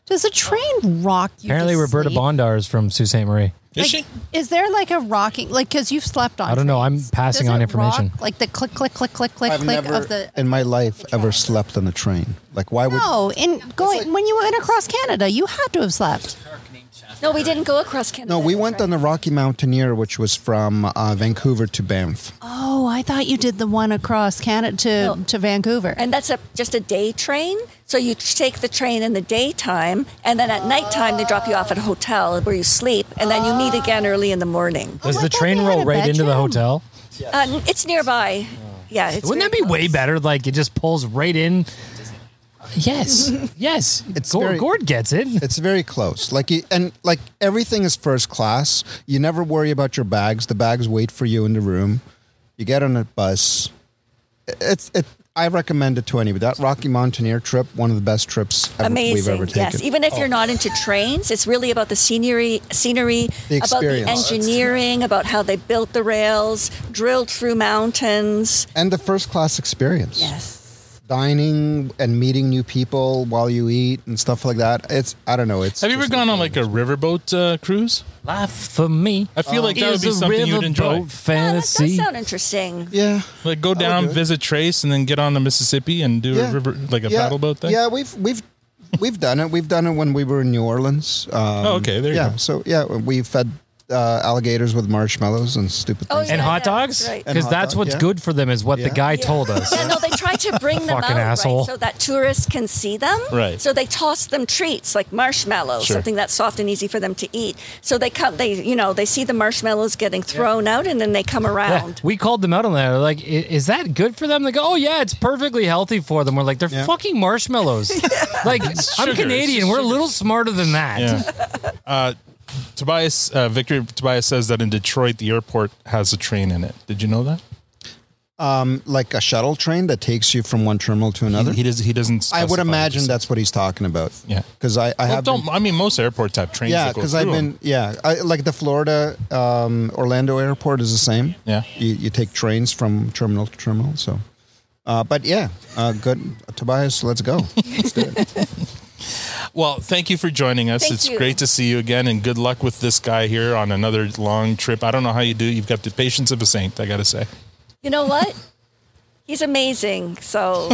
Speaker 10: Does a train rock you?
Speaker 1: Apparently,
Speaker 10: to
Speaker 1: Roberta
Speaker 10: sleep?
Speaker 1: Bondar is from Sault Ste. Marie.
Speaker 2: Is
Speaker 10: Like,
Speaker 2: she?
Speaker 10: Is there like a rocking like because you've slept on?
Speaker 1: I don't know. I'm passing
Speaker 10: Does
Speaker 1: on
Speaker 10: it
Speaker 1: information.
Speaker 10: rock? Like the click, click, click, click, click,
Speaker 6: I've
Speaker 10: click
Speaker 6: never
Speaker 10: of the.
Speaker 6: in my life ever slept on a train. Like why would
Speaker 10: No, in going when you went across Canada, you had to have slept.
Speaker 19: No, we didn't go across Canada.
Speaker 6: No, we went on the Rocky Mountaineer, which was from uh, Vancouver to Banff.
Speaker 10: Oh, I thought you did the one across Canada to to Vancouver.
Speaker 19: And that's a, just a day train. So you take the train in the daytime, and then at nighttime, they drop you off at a hotel where you sleep, and then you meet again early in the morning.
Speaker 1: Does the train roll right into the hotel?
Speaker 19: Um, it's nearby. Yeah. It's
Speaker 1: Wouldn't that be way better? Like it just pulls right in.
Speaker 19: (laughs)
Speaker 1: Yes, yes. It's Gord,
Speaker 6: very-
Speaker 1: Gord gets it.
Speaker 6: It's very close. Like you- and like everything is first class. You never worry about your bags. The bags wait for you in the room. You get on a bus. It's it. I recommend it to anybody. That Rocky Mountaineer trip, one of the best trips ever, we've
Speaker 19: Amazing.
Speaker 6: ever taken.
Speaker 19: Yes. Even if
Speaker 6: Oh.
Speaker 19: you're not into trains, it's really about the scenery, scenery
Speaker 6: The
Speaker 19: about the
Speaker 6: experience.
Speaker 19: engineering, about how they built the rails, drilled through mountains.
Speaker 6: and the first class experience.
Speaker 19: Yes.
Speaker 6: Dining and meeting new people while you eat and stuff like that. It's I don't know. It's
Speaker 2: Have you ever gone on like a riverboat uh, cruise?
Speaker 1: Life for me.
Speaker 2: I feel like that would
Speaker 1: is
Speaker 2: be
Speaker 1: a
Speaker 2: something you'd
Speaker 1: riverboat
Speaker 2: enjoy.
Speaker 1: Fantasy.
Speaker 19: Does sound interesting.
Speaker 6: Yeah.
Speaker 2: Like go down, visit Trace, and then get on the Mississippi and do
Speaker 6: Yeah.
Speaker 2: a river like a
Speaker 6: yeah,
Speaker 2: paddle boat thing.
Speaker 6: Yeah, we've we've we've done it. We've done it when we were in New Orleans. Um,
Speaker 2: Oh, okay, there you
Speaker 6: yeah,
Speaker 2: go.
Speaker 6: So yeah, we fed uh, alligators with marshmallows and stupid
Speaker 19: Oh,
Speaker 6: things.
Speaker 19: yeah,
Speaker 1: and hot
Speaker 19: yeah,
Speaker 1: dogs
Speaker 19: that's right.
Speaker 1: because
Speaker 6: And hot
Speaker 1: that's
Speaker 6: dog,
Speaker 1: what's
Speaker 6: yeah.
Speaker 1: good for them is what the
Speaker 6: Yeah.
Speaker 1: guy told us.
Speaker 19: Yeah, no, they try
Speaker 1: (laughs)
Speaker 19: to bring them
Speaker 1: Fucking
Speaker 19: out
Speaker 1: asshole.
Speaker 19: Right, so that tourists can see them.
Speaker 1: Right.
Speaker 19: So they toss them treats like marshmallows,
Speaker 1: Sure.
Speaker 19: something that's soft and easy for them to eat. So they come, they you know, they see the marshmallows getting thrown out, and then they come
Speaker 1: Yeah,
Speaker 19: around.
Speaker 1: we called them out on that. We're Like, "I- is that good for them? They go, oh yeah, it's perfectly healthy for them. We're like, they're fucking
Speaker 2: (laughs)
Speaker 1: marshmallows. Like,
Speaker 2: sugar.
Speaker 1: I'm
Speaker 2: It's
Speaker 1: Canadian.
Speaker 2: just
Speaker 1: We're a little smarter than that.
Speaker 2: Yeah. (laughs) Uh, Tobias, uh, Victor Tobias says that in Detroit, the airport has a train in it. Did you know that?
Speaker 6: Um, like a shuttle train that takes you from one terminal to another.
Speaker 2: He, he does. He doesn't.
Speaker 6: I would
Speaker 2: specify.
Speaker 6: imagine that's what he's talking about.
Speaker 2: Yeah.
Speaker 6: Because I, I
Speaker 2: Well,
Speaker 6: have.
Speaker 2: don't.
Speaker 6: been-
Speaker 2: I mean, most airports have trains.
Speaker 6: yeah,
Speaker 2: that go
Speaker 6: because I've
Speaker 2: through 'em.
Speaker 6: been yeah, I, like the Florida um, Orlando airport is the same.
Speaker 2: Yeah,
Speaker 6: you, you take trains from terminal to terminal. So, uh, but yeah, uh, good Tobias,
Speaker 2: (laughs)
Speaker 6: let's go.
Speaker 2: Well, thank you for joining us.
Speaker 19: Thank
Speaker 2: it's
Speaker 19: you.
Speaker 2: great to see you again, and good luck with this guy here on another long trip. I don't know how you do. it. You've got the patience of a saint. I got to say.
Speaker 19: You know what? He's amazing.
Speaker 2: (laughs)
Speaker 19: So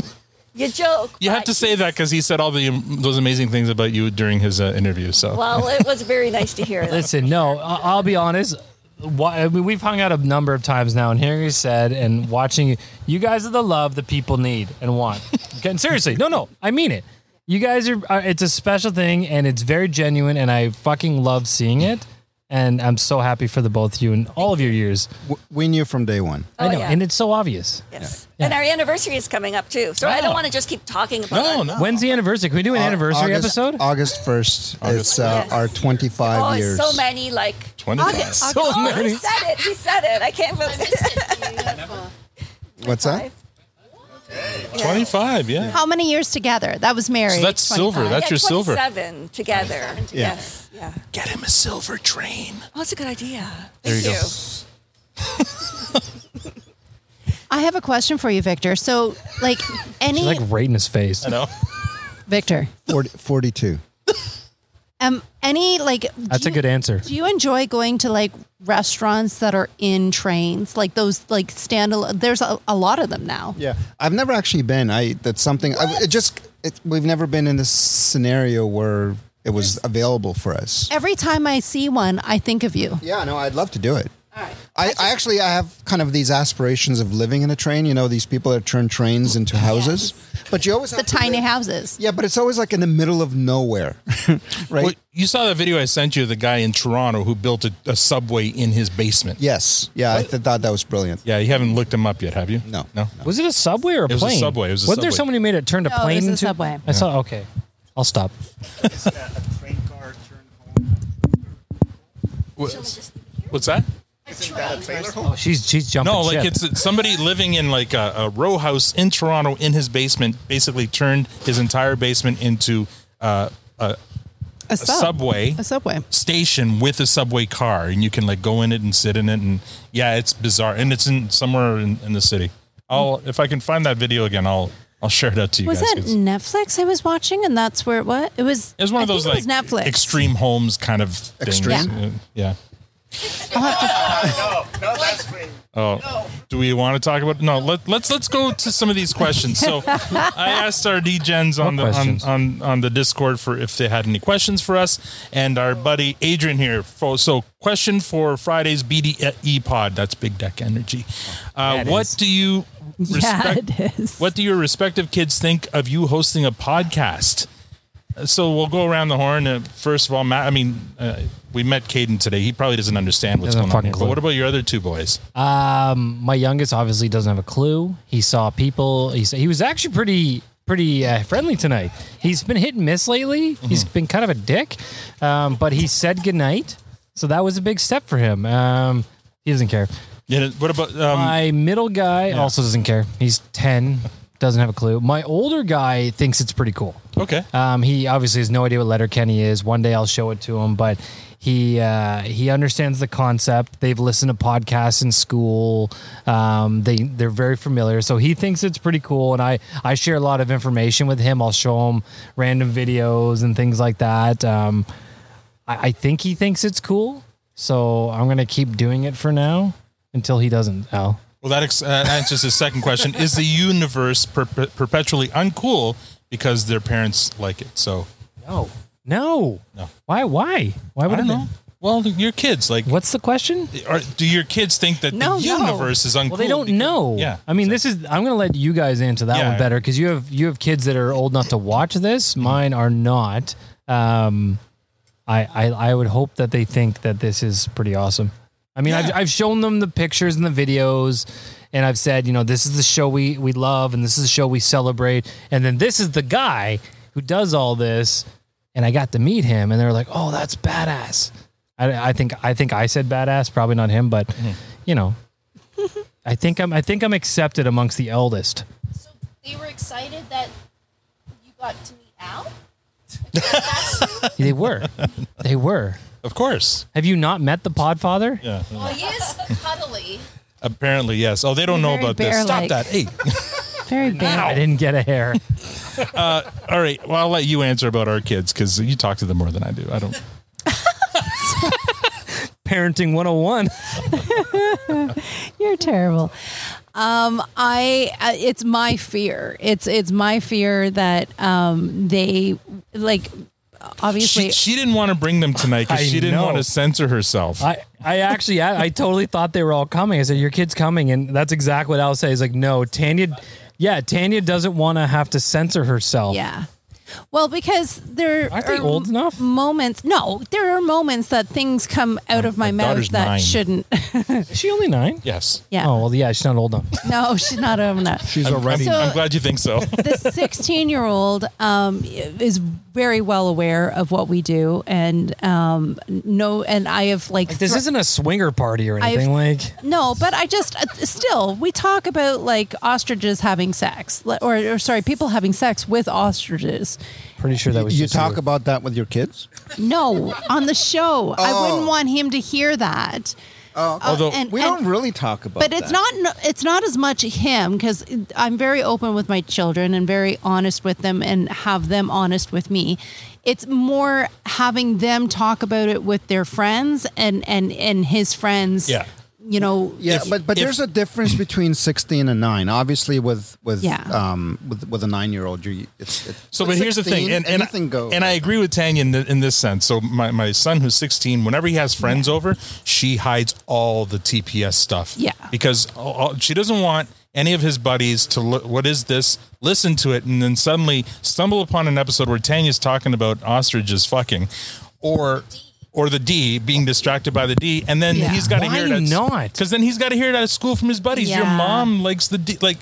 Speaker 19: you joke.
Speaker 2: You have to say that because he said all the those amazing things about you during his uh, interview. So
Speaker 19: Well, it was very nice to
Speaker 2: (laughs)
Speaker 19: hear. that.
Speaker 1: Listen, no, I- I'll be honest. Why, I mean, we've hung out a number of times now, and hearing you said and watching you, you guys are the love that people need and want. Okay, and seriously, no, no, I mean it. You guys are, are, it's a special thing, and it's very genuine, and I fucking love seeing it. And I'm so happy for the both of you and all of your years.
Speaker 6: We knew from day one.
Speaker 1: I
Speaker 19: Oh,
Speaker 1: know,
Speaker 19: yeah.
Speaker 1: and it's so obvious.
Speaker 19: Yes. And our anniversary is coming up too. So
Speaker 2: Oh.
Speaker 19: I don't want to just keep talking about it.
Speaker 1: When's the anniversary? Can we do an anniversary
Speaker 6: August,
Speaker 1: episode?
Speaker 6: August first. It's uh,
Speaker 19: Yes.
Speaker 6: our twenty-five
Speaker 19: Oh,
Speaker 6: years.
Speaker 19: so many like
Speaker 6: 25. So
Speaker 19: oh,
Speaker 6: many.
Speaker 19: He said it. He said it. I can't believe it.
Speaker 6: What's that?
Speaker 2: twenty five. Yeah.
Speaker 10: How many years together? That was married.
Speaker 2: So that's silver. That's
Speaker 19: Yeah,
Speaker 2: your silver.
Speaker 19: 27 together.
Speaker 2: Yeah.
Speaker 19: Yes. Yeah.
Speaker 2: Get him a silver train.
Speaker 19: Oh, that's a good idea.
Speaker 2: There
Speaker 19: Thank
Speaker 2: you
Speaker 19: you.
Speaker 2: go.
Speaker 10: I have a question for you, Victor. So, like any
Speaker 1: She's like right in his face. I
Speaker 2: know.
Speaker 10: Victor,
Speaker 6: 40, Forty-two.
Speaker 10: um, any like do
Speaker 1: That's a
Speaker 10: you-
Speaker 1: good answer.
Speaker 10: Do you enjoy going to like restaurants that are in trains, like those like standalone? There's a, a lot of them now.
Speaker 6: Yeah, I've never actually been. I that's something. I, it just it, we've never been in this scenario where it was available for us.
Speaker 10: Every time I see one, I think of you.
Speaker 6: Yeah, no, I'd love to do it. I, I actually I have kind of these aspirations of living in a train. You know, these people that turn trains into houses, but you always
Speaker 10: The tiny houses.
Speaker 6: yeah, but it's always like in the middle of
Speaker 5: (laughs)
Speaker 6: nowhere, right?
Speaker 2: Well, you saw that video I sent you of the guy in Toronto who built a, a subway in his basement.
Speaker 6: Yes. Yeah, I th- thought that was brilliant.
Speaker 2: Yeah, you haven't looked him up yet, have you?
Speaker 6: No.
Speaker 2: No.
Speaker 1: Was it a subway or a
Speaker 2: It was a
Speaker 1: plane?
Speaker 2: subway. It was a
Speaker 1: Wasn't there
Speaker 2: subway.
Speaker 1: someone who made it turned a
Speaker 10: No, it was
Speaker 1: plane
Speaker 10: a
Speaker 1: into
Speaker 10: subway.
Speaker 1: I saw. Okay, I'll stop.
Speaker 2: What- What's that?
Speaker 1: Oh, she's she's jumping.
Speaker 2: No, like
Speaker 1: ship.
Speaker 2: it's somebody living in like a, a row house in Toronto in his basement. Basically, turned his entire basement into uh, a,
Speaker 10: A sub.
Speaker 2: subway
Speaker 10: A subway.
Speaker 2: station with a subway car, and you can like go in it and sit in it, and yeah, it's bizarre, and it's in somewhere in, in the city. I'll if I can find that video again, I'll I'll share it out to you
Speaker 10: Was
Speaker 2: guys.
Speaker 10: that
Speaker 2: 'cause
Speaker 10: Netflix I was watching, and that's where it was? It was.
Speaker 2: It was one
Speaker 10: I
Speaker 2: of those
Speaker 10: think (laughs)
Speaker 2: like
Speaker 10: it was Netflix.
Speaker 2: extreme homes kind of things.
Speaker 10: Extreme.
Speaker 2: Yeah.
Speaker 8: (laughs) no, no, that's me.
Speaker 2: Oh, do we want to talk about? No, let, let's let's go to some of these questions.
Speaker 8: (laughs)
Speaker 2: So, I asked our DGens on the
Speaker 1: What
Speaker 2: on,
Speaker 1: questions?
Speaker 2: on on the Discord for if they had any questions for us, and our buddy Adrian here. For, so, question for Friday's BDE pod. That's Big Deck Energy. Uh,
Speaker 20: That
Speaker 2: what
Speaker 20: is.
Speaker 2: do you
Speaker 20: (laughs) Yeah,
Speaker 2: respect? What do your respective kids think of you hosting a podcast? So we'll go around the horn. Uh, first of all, Matt. I mean, uh, we met Caden today. He probably doesn't understand what's
Speaker 1: Doesn't
Speaker 2: going on
Speaker 1: fucking
Speaker 2: here. But
Speaker 1: clue.
Speaker 2: what about your other two boys?
Speaker 1: Um, my youngest obviously doesn't have a clue. He saw people. He sa- he was actually pretty pretty uh, friendly tonight. He's been hit and miss lately.
Speaker 2: Mm-hmm.
Speaker 1: He's been kind of a dick, um, but he said goodnight. So that was a big step for him. Um, he doesn't care.
Speaker 2: Yeah. What about um,
Speaker 1: my middle guy? Also doesn't care. He's ten. Doesn't have a clue. My older guy thinks it's pretty cool.
Speaker 2: Okay.
Speaker 1: Um, he obviously has no idea what Letterkenny is. One day I'll show it to him, but he uh, he understands the concept. They've listened to podcasts in school. Um, they they're very familiar, so he thinks it's pretty cool. And I I share a lot of information with him. I'll show him random videos and things like that. Um, I, I think he thinks it's cool, so I'm gonna keep doing it for now until he doesn't. Al.
Speaker 2: Well, that ex- uh, answers his second question: Is the universe per- perpetually uncool because their parents like it? So
Speaker 1: No. No.
Speaker 2: No.
Speaker 1: Why? Why? Why would
Speaker 2: I don't
Speaker 1: it be?
Speaker 2: know. Well, your kids like.
Speaker 1: What's the question?
Speaker 2: Are, do your kids think that
Speaker 1: No,
Speaker 2: the
Speaker 1: no.
Speaker 2: universe is uncool?
Speaker 1: Well, they don't know.
Speaker 2: Yeah.
Speaker 1: I mean, this is. I'm going to let you guys answer that
Speaker 2: Yeah.
Speaker 1: one better because you have you have kids that are old enough to watch this. Mine are not. Um, I, I I would hope that they think that this is pretty awesome. I mean, I've I've shown them the pictures and the videos, and I've said, you know, this is the show we we love, and this is the show we celebrate, and then this is the guy who does all this, and I got to meet him, and they're like, oh, that's badass. I, I think I think I said badass, probably not him, but
Speaker 2: Mm-hmm.
Speaker 1: you know, I think I'm I think I'm accepted amongst the eldest.
Speaker 17: They were excited that you got to meet Al.
Speaker 1: They were. they were.
Speaker 2: Of course.
Speaker 1: Have you not met the Podfather?
Speaker 2: Yeah.
Speaker 17: Well, he
Speaker 2: (laughs)
Speaker 17: is cuddly.
Speaker 2: Apparently, yes. Oh, they don't know
Speaker 17: Very
Speaker 2: about this. Stop
Speaker 17: bear-like.
Speaker 2: that. Hey.
Speaker 1: Very bad. I didn't get a hair.
Speaker 2: Uh, all right. Well, I'll let you answer about our kids because you talk to them more than I do. I don't.
Speaker 1: Parenting 101.
Speaker 10: (laughs) You're terrible. Um, I uh, it's my fear. It's it's my fear that um, they like obviously
Speaker 2: She, she didn't want to bring them tonight because
Speaker 1: I
Speaker 2: she didn't
Speaker 1: know.
Speaker 2: want to censor herself.
Speaker 1: I, I actually I, I totally thought they were all coming. I said, Your kid's coming, and that's exactly what I'll say. Is like, no, Tanya yeah, Tanya doesn't want to have to censor herself.
Speaker 10: Yeah. Well, because there
Speaker 1: Aren't they
Speaker 10: are
Speaker 1: old
Speaker 10: enough? moments. No, there are moments that things come out of my, mouth
Speaker 1: daughter's
Speaker 10: that
Speaker 1: nine.
Speaker 10: shouldn't. (laughs)
Speaker 1: Is she only nine?
Speaker 2: Yes.
Speaker 10: Yeah.
Speaker 1: Oh well yeah, she's not old enough.
Speaker 10: no, she's not old enough.
Speaker 1: She's
Speaker 2: I'm,
Speaker 1: already-
Speaker 2: I'm, I'm
Speaker 10: So-
Speaker 2: glad you think so.
Speaker 10: the 16 year old um, is very well aware of what we do and um, no and i have like,
Speaker 1: Like, this
Speaker 10: thro-
Speaker 1: isn't a swinger party or
Speaker 10: I've-
Speaker 1: anything. like
Speaker 10: no but i just uh, still we talk about like ostriches having sex le- or, or sorry people having sex with ostriches
Speaker 1: pretty sure that was
Speaker 5: you
Speaker 1: just
Speaker 5: talk
Speaker 1: you.
Speaker 5: about that with your kids.
Speaker 10: Uh, no on the show i
Speaker 5: Oh.
Speaker 10: wouldn't want him to hear that
Speaker 5: Oh,
Speaker 10: Uh, Although- and-
Speaker 5: we
Speaker 10: and-
Speaker 5: don't really talk about.
Speaker 10: but
Speaker 5: that.
Speaker 10: it's not no- it's not as much him because i'm very open with my children and very honest with them and have them honest with me it's more having them talk about it with their friends and and and his friends
Speaker 5: Yeah.
Speaker 10: you know
Speaker 5: Yeah, but but there's a
Speaker 2: (clears throat)
Speaker 5: difference between sixteen and nine. Obviously, with with
Speaker 10: Yeah.
Speaker 5: um with with a nine year old, you it's, it's
Speaker 2: So, but here's the thing,
Speaker 5: 16,
Speaker 2: and, and
Speaker 5: anything goes.
Speaker 2: And I agree with Tanya in, th in this sense. So, my, my son who's 16, whenever he has friends over, she hides all the TPS stuff.
Speaker 10: Yeah.
Speaker 2: because all, all- she doesn't want any of his buddies to look. What is this? Listen to it, and then suddenly stumble upon an episode where Tanya's talking about ostriches fucking, or. Or the D being distracted by the D, and then
Speaker 1: Yeah.
Speaker 2: he's got to
Speaker 1: Why
Speaker 2: hear it.
Speaker 1: not?
Speaker 2: Because then he's got to hear it at school from his buddies. Your
Speaker 1: Yeah.
Speaker 2: mom likes the D. Like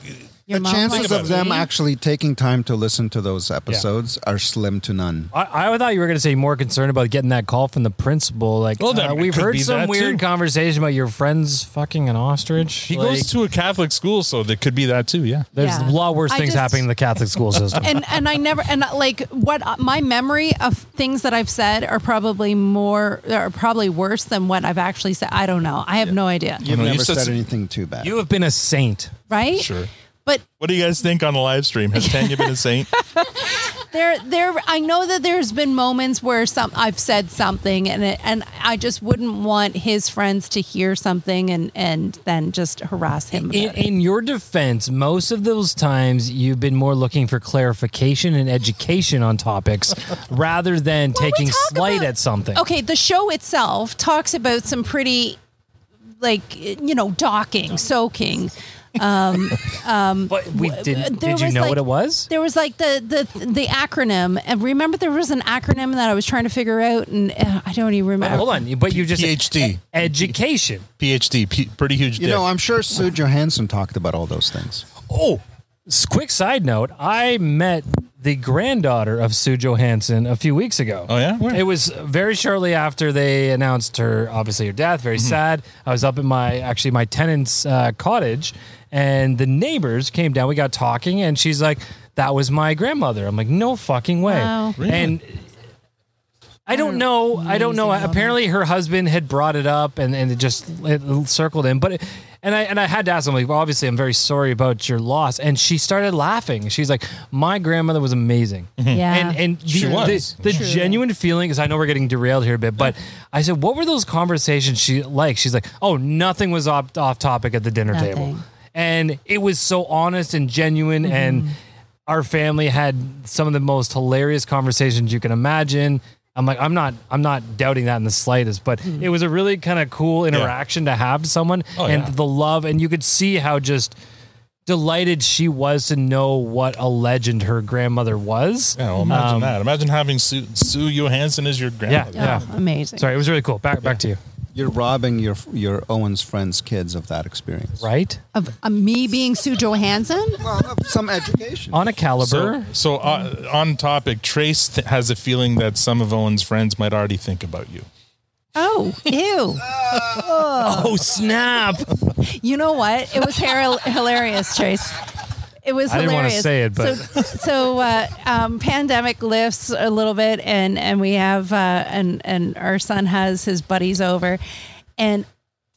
Speaker 5: the chances of them actually taking time to listen to those episodes are slim to none.
Speaker 1: I, I thought you were going to say more concerned about getting that call from the principal. Like,
Speaker 2: Well, that
Speaker 1: uh, we've
Speaker 2: could
Speaker 1: heard
Speaker 2: be
Speaker 1: some
Speaker 2: that
Speaker 1: weird
Speaker 2: too.
Speaker 1: conversation about your friends fucking an ostrich.
Speaker 2: He
Speaker 1: Like,
Speaker 2: goes to a Catholic school, so there could be that too. Yeah,
Speaker 1: There's
Speaker 10: Yeah.
Speaker 1: a lot worse
Speaker 10: I
Speaker 1: things
Speaker 10: just-
Speaker 1: happening in the Catholic school system.
Speaker 10: (laughs) and and I never and uh, like what my memory of things that I've said are probably more are probably worse than what I've actually said. I don't know. I have no idea.
Speaker 5: You've never said,
Speaker 2: some-
Speaker 5: anything too bad.
Speaker 1: you have been a saint.
Speaker 10: right?
Speaker 2: Sure.
Speaker 10: But (laughs)
Speaker 2: What do you guys think on the live stream? Has Tanya been a saint?
Speaker 10: there there I know that there's been moments where some I've said something and it, and I just wouldn't want his friends to hear something and and then just harass him. about
Speaker 1: In,
Speaker 10: it.
Speaker 1: in your defense, most of those times you've been more looking for clarification and education on
Speaker 2: (laughs)
Speaker 1: topics rather than taking slight at something.
Speaker 10: Okay, the show itself talks about some pretty like you know docking, soaking. Um, (laughs) um,
Speaker 1: but we didn't- did you know what it was?
Speaker 10: There was like the the the acronym, and remember there was an acronym that I was trying to figure out, and uh, I don't even remember.
Speaker 1: Hold on, but you just
Speaker 6: PhD
Speaker 1: education
Speaker 2: PhD, P- pretty huge.
Speaker 6: You
Speaker 2: dick.
Speaker 6: know, I'm sure Sue Johansson talked about all those things.
Speaker 1: Oh, s- quick side note: I met the granddaughter of Sue Johansson a few weeks ago. Oh
Speaker 2: yeah,
Speaker 1: it was very shortly after they announced her, obviously her death. Very sad. I was up in my actually my tenant's uh, cottage, and the neighbors came down. We got talking, and she's like, "That was my grandmother." I'm like, "No fucking way!"
Speaker 10: Wow. Really?
Speaker 1: And I don't know. I don't know. Apparently, her husband had brought it up, and, and it just it circled him. But it- and I and I had to ask him. Like, well, obviously, I'm very sorry about your loss. And she started laughing. She's like, "My grandmother was amazing."
Speaker 10: Yeah.
Speaker 1: and and the,
Speaker 10: She was.
Speaker 1: the, the
Speaker 10: True.
Speaker 1: genuine feeling is. I know we're getting derailed here a
Speaker 10: (laughs)
Speaker 1: bit, but I said, "What were those conversations she like?" She's like, "Oh, nothing was off off topic at the dinner table."
Speaker 10: Nothing.
Speaker 1: and it was so honest and genuine
Speaker 2: Mm-hmm.
Speaker 1: and our family had some of the most hilarious conversations you can imagine i'm like i'm not i'm not doubting that in the slightest but it was a really kind of cool interaction to have to someone
Speaker 2: Mm-hmm. Oh,
Speaker 1: and
Speaker 2: yeah.
Speaker 1: the love and you could see how just delighted she was to know what a legend her grandmother was
Speaker 2: Oh, imagine
Speaker 1: Um,
Speaker 2: that. Imagine having Sue, Sue Johansson as your
Speaker 1: yeah,
Speaker 2: grandmother.
Speaker 1: yeah
Speaker 10: Oh, amazing
Speaker 1: sorry it was really cool back back to you
Speaker 6: You're robbing your your Owen's friends' kids of that experience,
Speaker 1: right?
Speaker 10: Of uh, me being Sue Johansson.
Speaker 6: Well, some education
Speaker 1: on a caliber.
Speaker 2: So, so, uh, on topic, Trace th- has a feeling that some of Owen's friends might already think about you.
Speaker 10: Oh, ew.
Speaker 1: (laughs) oh, snap.
Speaker 10: You know what? It was hara- hilarious, Trace. It was
Speaker 1: I didn't wanna
Speaker 10: hilarious.
Speaker 1: say it, but-
Speaker 10: so, so uh, um, pandemic lifts a little bit, and and we have uh, and and our son has his buddies over, and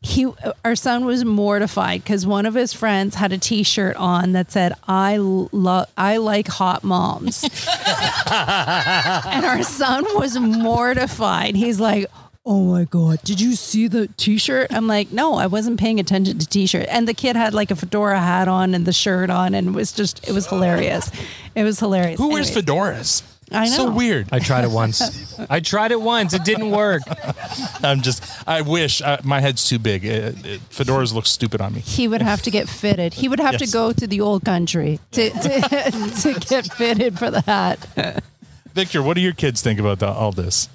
Speaker 10: he our son was mortified because one of his friends had a T-shirt on that said "I love I like hot
Speaker 1: (laughs)
Speaker 10: moms." and our son was mortified. He's like, "Oh my god, did you see the t-shirt?" I'm like, "No, I wasn't paying attention to t-shirt." And the kid had like a fedora hat on and the shirt on, and was just it was hilarious. It was hilarious.
Speaker 2: Who wears
Speaker 10: Anyways.
Speaker 2: fedoras?
Speaker 10: I know.
Speaker 2: So weird.
Speaker 1: I tried it
Speaker 2: (laughs)
Speaker 1: once. I tried it once. It didn't work.
Speaker 2: I'm just. I wish uh, my head's too big. Uh, uh, fedoras look stupid on
Speaker 10: (laughs)
Speaker 2: me.
Speaker 10: He would have to get fitted. He would have to
Speaker 2: Yes.
Speaker 10: go to the old country to (laughs) to, to get fitted for the hat.
Speaker 2: Victor, what do your kids think about the, all this?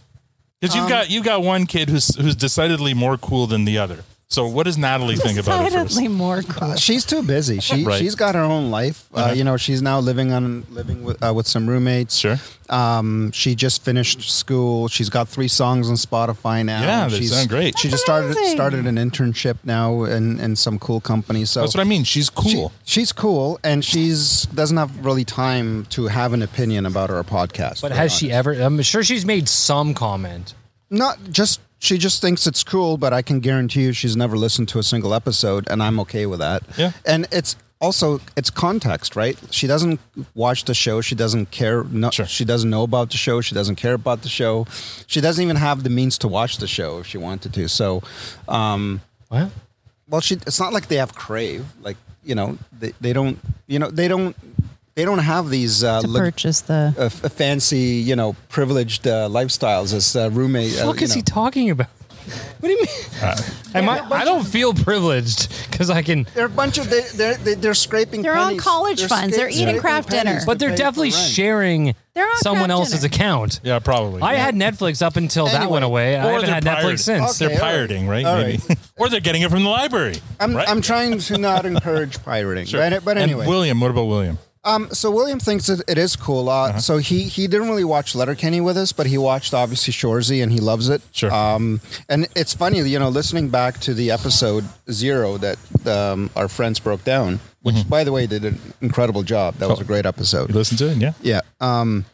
Speaker 2: Because you've
Speaker 10: Um,
Speaker 2: got you've got one kid who's who's decidedly more cool than the other. So what does Natalie think about it first?
Speaker 10: more cool.
Speaker 6: Uh, she's too busy. She
Speaker 2: Right.
Speaker 6: she's got her own life. Uh,
Speaker 2: Uh-huh.
Speaker 6: You know, she's now living on living with uh, with some roommates.
Speaker 2: Sure.
Speaker 6: Um, she just finished school. She's got three songs on Spotify now.
Speaker 2: Yeah, Ah, they
Speaker 6: she's,
Speaker 2: sound great.
Speaker 6: She just
Speaker 2: amazing.
Speaker 6: started started an internship now in in some cool company. So
Speaker 2: That's what I mean. She's cool.
Speaker 6: She- she's cool, and she's doesn't have really time to have an opinion about our podcast.
Speaker 1: But
Speaker 6: to be
Speaker 1: has she ever? I'm sure she's made some comment.
Speaker 6: not just she just thinks it's cool, but I can guarantee you she's never listened to a single episode, and I'm okay with that.
Speaker 2: Yeah.
Speaker 6: and it's also it's context, right? She doesn't watch the show. She doesn't care. No, She doesn't know about the show. She doesn't care about the show. She doesn't even have the means to watch the show if she wanted to. So, um,
Speaker 1: what?
Speaker 6: Well, she. It's not like they have crave. Like you know, they, they don't. You know, they don't. They don't have these uh,
Speaker 10: To
Speaker 6: lug-
Speaker 10: purchase the-
Speaker 6: uh, f- fancy, you know, privileged uh, lifestyles as uh, roommate. uh,
Speaker 1: What
Speaker 6: you
Speaker 1: is he
Speaker 6: know.
Speaker 1: talking about?
Speaker 10: (laughs)
Speaker 1: What do you mean?
Speaker 2: Uh,
Speaker 1: Am I, I don't feel privileged because I can.
Speaker 6: They're a bunch of they, they're they, they're scraping.
Speaker 10: They're on
Speaker 6: pennies.
Speaker 10: college funds. They're
Speaker 6: sca-
Speaker 10: eating
Speaker 6: scraping
Speaker 10: craft
Speaker 6: pennies
Speaker 10: dinner.
Speaker 6: to
Speaker 1: But they're
Speaker 6: pay for
Speaker 1: definitely
Speaker 6: rent.
Speaker 1: sharing
Speaker 10: They're on
Speaker 1: someone
Speaker 10: craft
Speaker 1: else's
Speaker 10: dinner.
Speaker 1: account.
Speaker 2: Yeah, probably.
Speaker 1: I had Netflix up until that went away. I haven't had Netflix since.
Speaker 2: they're pirating, right? Maybe. (laughs) or they're getting it from the library.
Speaker 6: I'm
Speaker 2: right?
Speaker 6: I'm trying
Speaker 1: (laughs)
Speaker 6: to not encourage pirating,
Speaker 2: Sure.
Speaker 6: right? But
Speaker 2: And
Speaker 6: anyway,
Speaker 2: William, what about William?
Speaker 6: Um, so William thinks it, it is cool. Uh, So he he didn't really watch Letterkenny with us, but he watched obviously Shorzy and he loves it. Sure. Um, and it's funny, you know, listening back to the episode zero that um, our friends broke down, which by the way they did an incredible job. That was a great episode.
Speaker 2: You listened to it, yeah?
Speaker 6: Yeah. Um,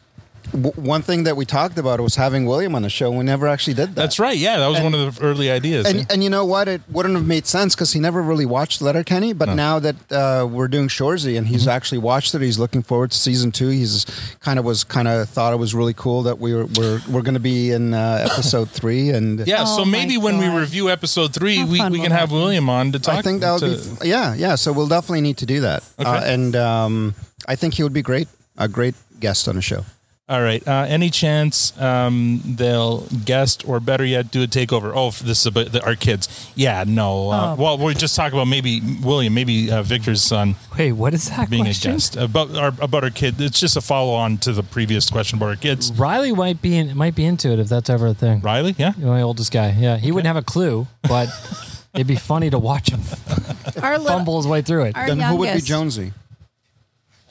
Speaker 6: w- one thing that we talked about was having William on the show. We never actually did that.
Speaker 2: That's right. Yeah, that was
Speaker 6: And-
Speaker 2: one of the early ideas.
Speaker 6: And,
Speaker 2: yeah.
Speaker 6: and you know what? It wouldn't have made sense because he never really watched Letterkenny. But now that uh, we're doing Shorzy and
Speaker 2: Mm-hmm.
Speaker 6: he's actually watched it, he's looking forward to season two. He's kind of was kind of thought it was really cool that we were we're, we're going to be in uh, episode three. And
Speaker 2: yeah, so maybe when we review episode three, we, we can have William on to talk.
Speaker 6: I think that would
Speaker 2: to-
Speaker 6: be yeah yeah. So we'll definitely need to do that. Uh,
Speaker 2: Okay.
Speaker 6: and um, I think he would be great a great guest on the show.
Speaker 2: All right. Uh, any chance um, they'll guest or better yet do a takeover? Oh, this is about the, our kids. Yeah, no. Uh,
Speaker 1: Oh.
Speaker 2: Well, we're just talking about maybe William, maybe uh, Victor's son.
Speaker 1: Wait, what is that
Speaker 2: being
Speaker 1: question?
Speaker 2: a guest about our about our kid? It's just a follow on to the previous question about our
Speaker 10: Mm-hmm.
Speaker 2: kids.
Speaker 1: Riley might be in, might be into it if that's ever a thing.
Speaker 2: Riley, yeah,
Speaker 1: my oldest guy. Yeah, he wouldn't have a clue, but
Speaker 2: (laughs)
Speaker 1: it'd be funny to watch him
Speaker 10: Our little-
Speaker 1: fumble his way through it. Uh,
Speaker 10: our Then who would be youngest-
Speaker 6: Jonesy?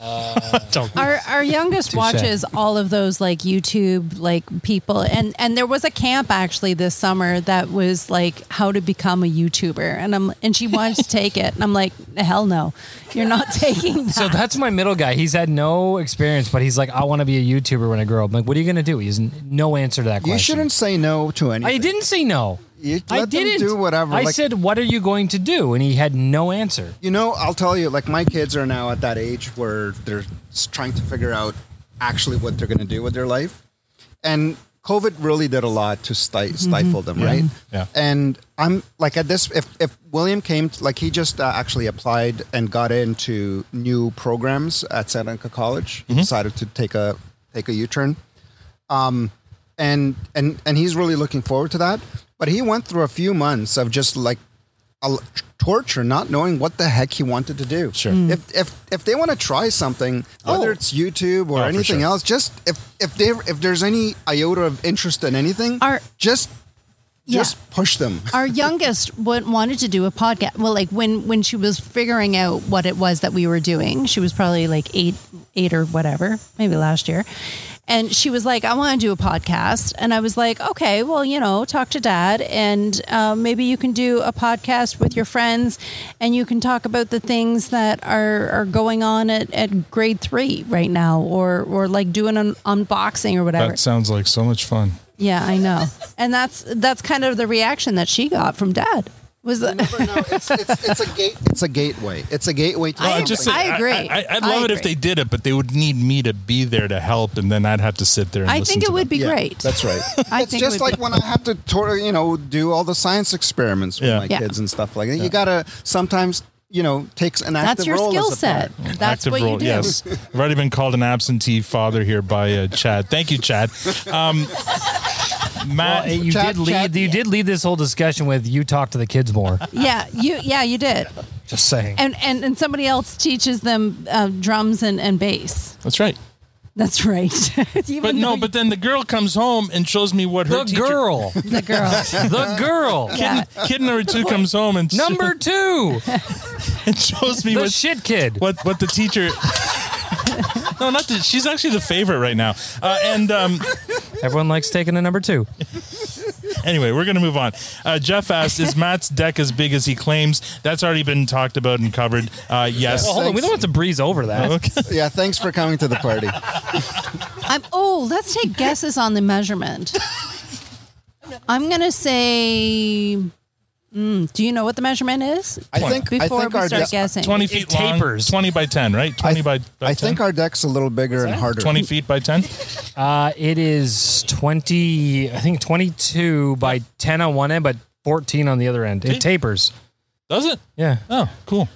Speaker 1: (laughs)
Speaker 10: our our youngest
Speaker 1: Touche.
Speaker 10: watches all of those like YouTube like people and and there was a camp actually this summer that was like how to become a YouTuber and I'm and she wanted to take it and I'm like hell no you're not taking that
Speaker 1: (laughs)
Speaker 6: (laughs)
Speaker 1: So that's my middle guy. He's had no experience, but he's like, I want to be a YouTuber when I grow up. I'm like, what are you going to do? He's n- no answer to that question.
Speaker 6: You shouldn't say no to anything.
Speaker 1: I didn't say no. I
Speaker 6: let them
Speaker 1: didn't
Speaker 6: do whatever,
Speaker 1: I
Speaker 6: like-
Speaker 1: said, "What are you going to do?" And he had no answer.
Speaker 6: You know, I'll tell you, like my kids are now at that age where they're s- trying to figure out actually what they're going to do with their life. And COVID really did a lot to sti- stifle them,
Speaker 5: Mm-hmm. Yeah.
Speaker 6: right?
Speaker 5: Yeah.
Speaker 6: And I'm like at this, if, if William came, t- like he just uh, actually applied and got into new programs at Santa Monica College,
Speaker 5: Mm-hmm.
Speaker 6: he decided to take a, take a U-turn. Um, and, and, and he's really looking forward to that. But he went through a few months of just like a l- torture, not knowing what the heck he wanted to do. Sure.
Speaker 2: Mm.
Speaker 6: If if if they want to try something,
Speaker 2: Oh.
Speaker 6: whether it's YouTube or
Speaker 5: for
Speaker 6: anything
Speaker 5: sure.
Speaker 6: else, just if if they if there's any iota of interest in anything, just just push them.
Speaker 10: (laughs) our youngest wa- wanted to do a podcast. Well, like when when she was figuring out what it was that we were doing, she was probably like eight, eight or whatever, maybe last year. And she was like, "I want to do a podcast," and I was like, "Okay, well, you know, talk to dad, and uh, maybe you can do a podcast with your friends, and you can talk about the things that are, are going on at, at grade three right now, or or like doing an unboxing or whatever."
Speaker 2: that sounds like so much fun.
Speaker 10: Yeah, I know. And that's that's kind of the reaction that she got from dad. Was that
Speaker 6: it's, it's, it's a gate. It's a gateway. It's a gateway. To
Speaker 2: Well,
Speaker 6: something.
Speaker 2: just said- I, would love it if they did it, but they would need me to be there to help, and then I'd have to sit there. and
Speaker 10: I
Speaker 2: listen
Speaker 10: think it
Speaker 2: to
Speaker 10: would be
Speaker 2: them.
Speaker 10: Yeah, great.
Speaker 6: that's right.
Speaker 10: (laughs) I
Speaker 6: it's
Speaker 10: think it would
Speaker 6: just like
Speaker 10: be-
Speaker 6: when I have to, tor- you know, do all the science experiments with
Speaker 2: Yeah.
Speaker 6: my
Speaker 10: Yeah.
Speaker 6: kids and stuff like that.
Speaker 10: Yeah.
Speaker 6: You gotta sometimes, you know, takes an active
Speaker 10: That's your
Speaker 6: role as
Speaker 10: skill
Speaker 6: a
Speaker 10: set.
Speaker 6: parent.
Speaker 10: That's
Speaker 2: Active
Speaker 10: what
Speaker 2: role,
Speaker 10: you do.
Speaker 6: (laughs)
Speaker 2: Yes, I've already been called an absentee father here by uh, Chad. Thank you, Chad. Um, Matt,
Speaker 1: Well, you did lead. you did lead this whole discussion with you talk to the kids more.
Speaker 10: (laughs)
Speaker 1: (laughs)
Speaker 10: Yeah, you yeah, you did.
Speaker 1: Just saying.
Speaker 10: And and, and somebody else teaches them uh, drums and, and bass.
Speaker 2: That's right.
Speaker 10: That's right. (laughs) Even
Speaker 2: But no,
Speaker 10: though
Speaker 2: but then the girl comes home and shows me what her
Speaker 1: The
Speaker 2: teacher- (laughs)
Speaker 1: girl.
Speaker 10: the girl.
Speaker 1: the girl.
Speaker 2: Kid, kid number two comes home and
Speaker 1: Number two.
Speaker 2: (laughs) and shows me
Speaker 1: The
Speaker 2: what
Speaker 1: shit kid.
Speaker 2: What what the teacher?
Speaker 1: (laughs)
Speaker 2: no, not the, she's actually the favorite right now. Uh, and um,
Speaker 1: everyone likes taking a number two.
Speaker 2: anyway, we're gonna move on. Uh, Jeff asked, "Is Matt's deck as big as he claims?" That's already been talked about and covered. Uh, yes.
Speaker 1: Well, hold on. We don't have to breeze over that.
Speaker 6: yeah, thanks for coming to the party.
Speaker 10: I'm oh, let's take guesses on the measurement. I'm gonna say mm, do you know what the measurement is? before we start guessing.
Speaker 2: twenty feet long, twenty by ten, right? Twenty by, by
Speaker 6: I think our deck's a little bigger and harder.
Speaker 2: twenty feet by ten.
Speaker 1: Uh, it is twenty. I think twenty-two by ten on one end, but fourteen on the other end. It tapers.
Speaker 2: Does it?
Speaker 1: Yeah.
Speaker 2: Oh, cool.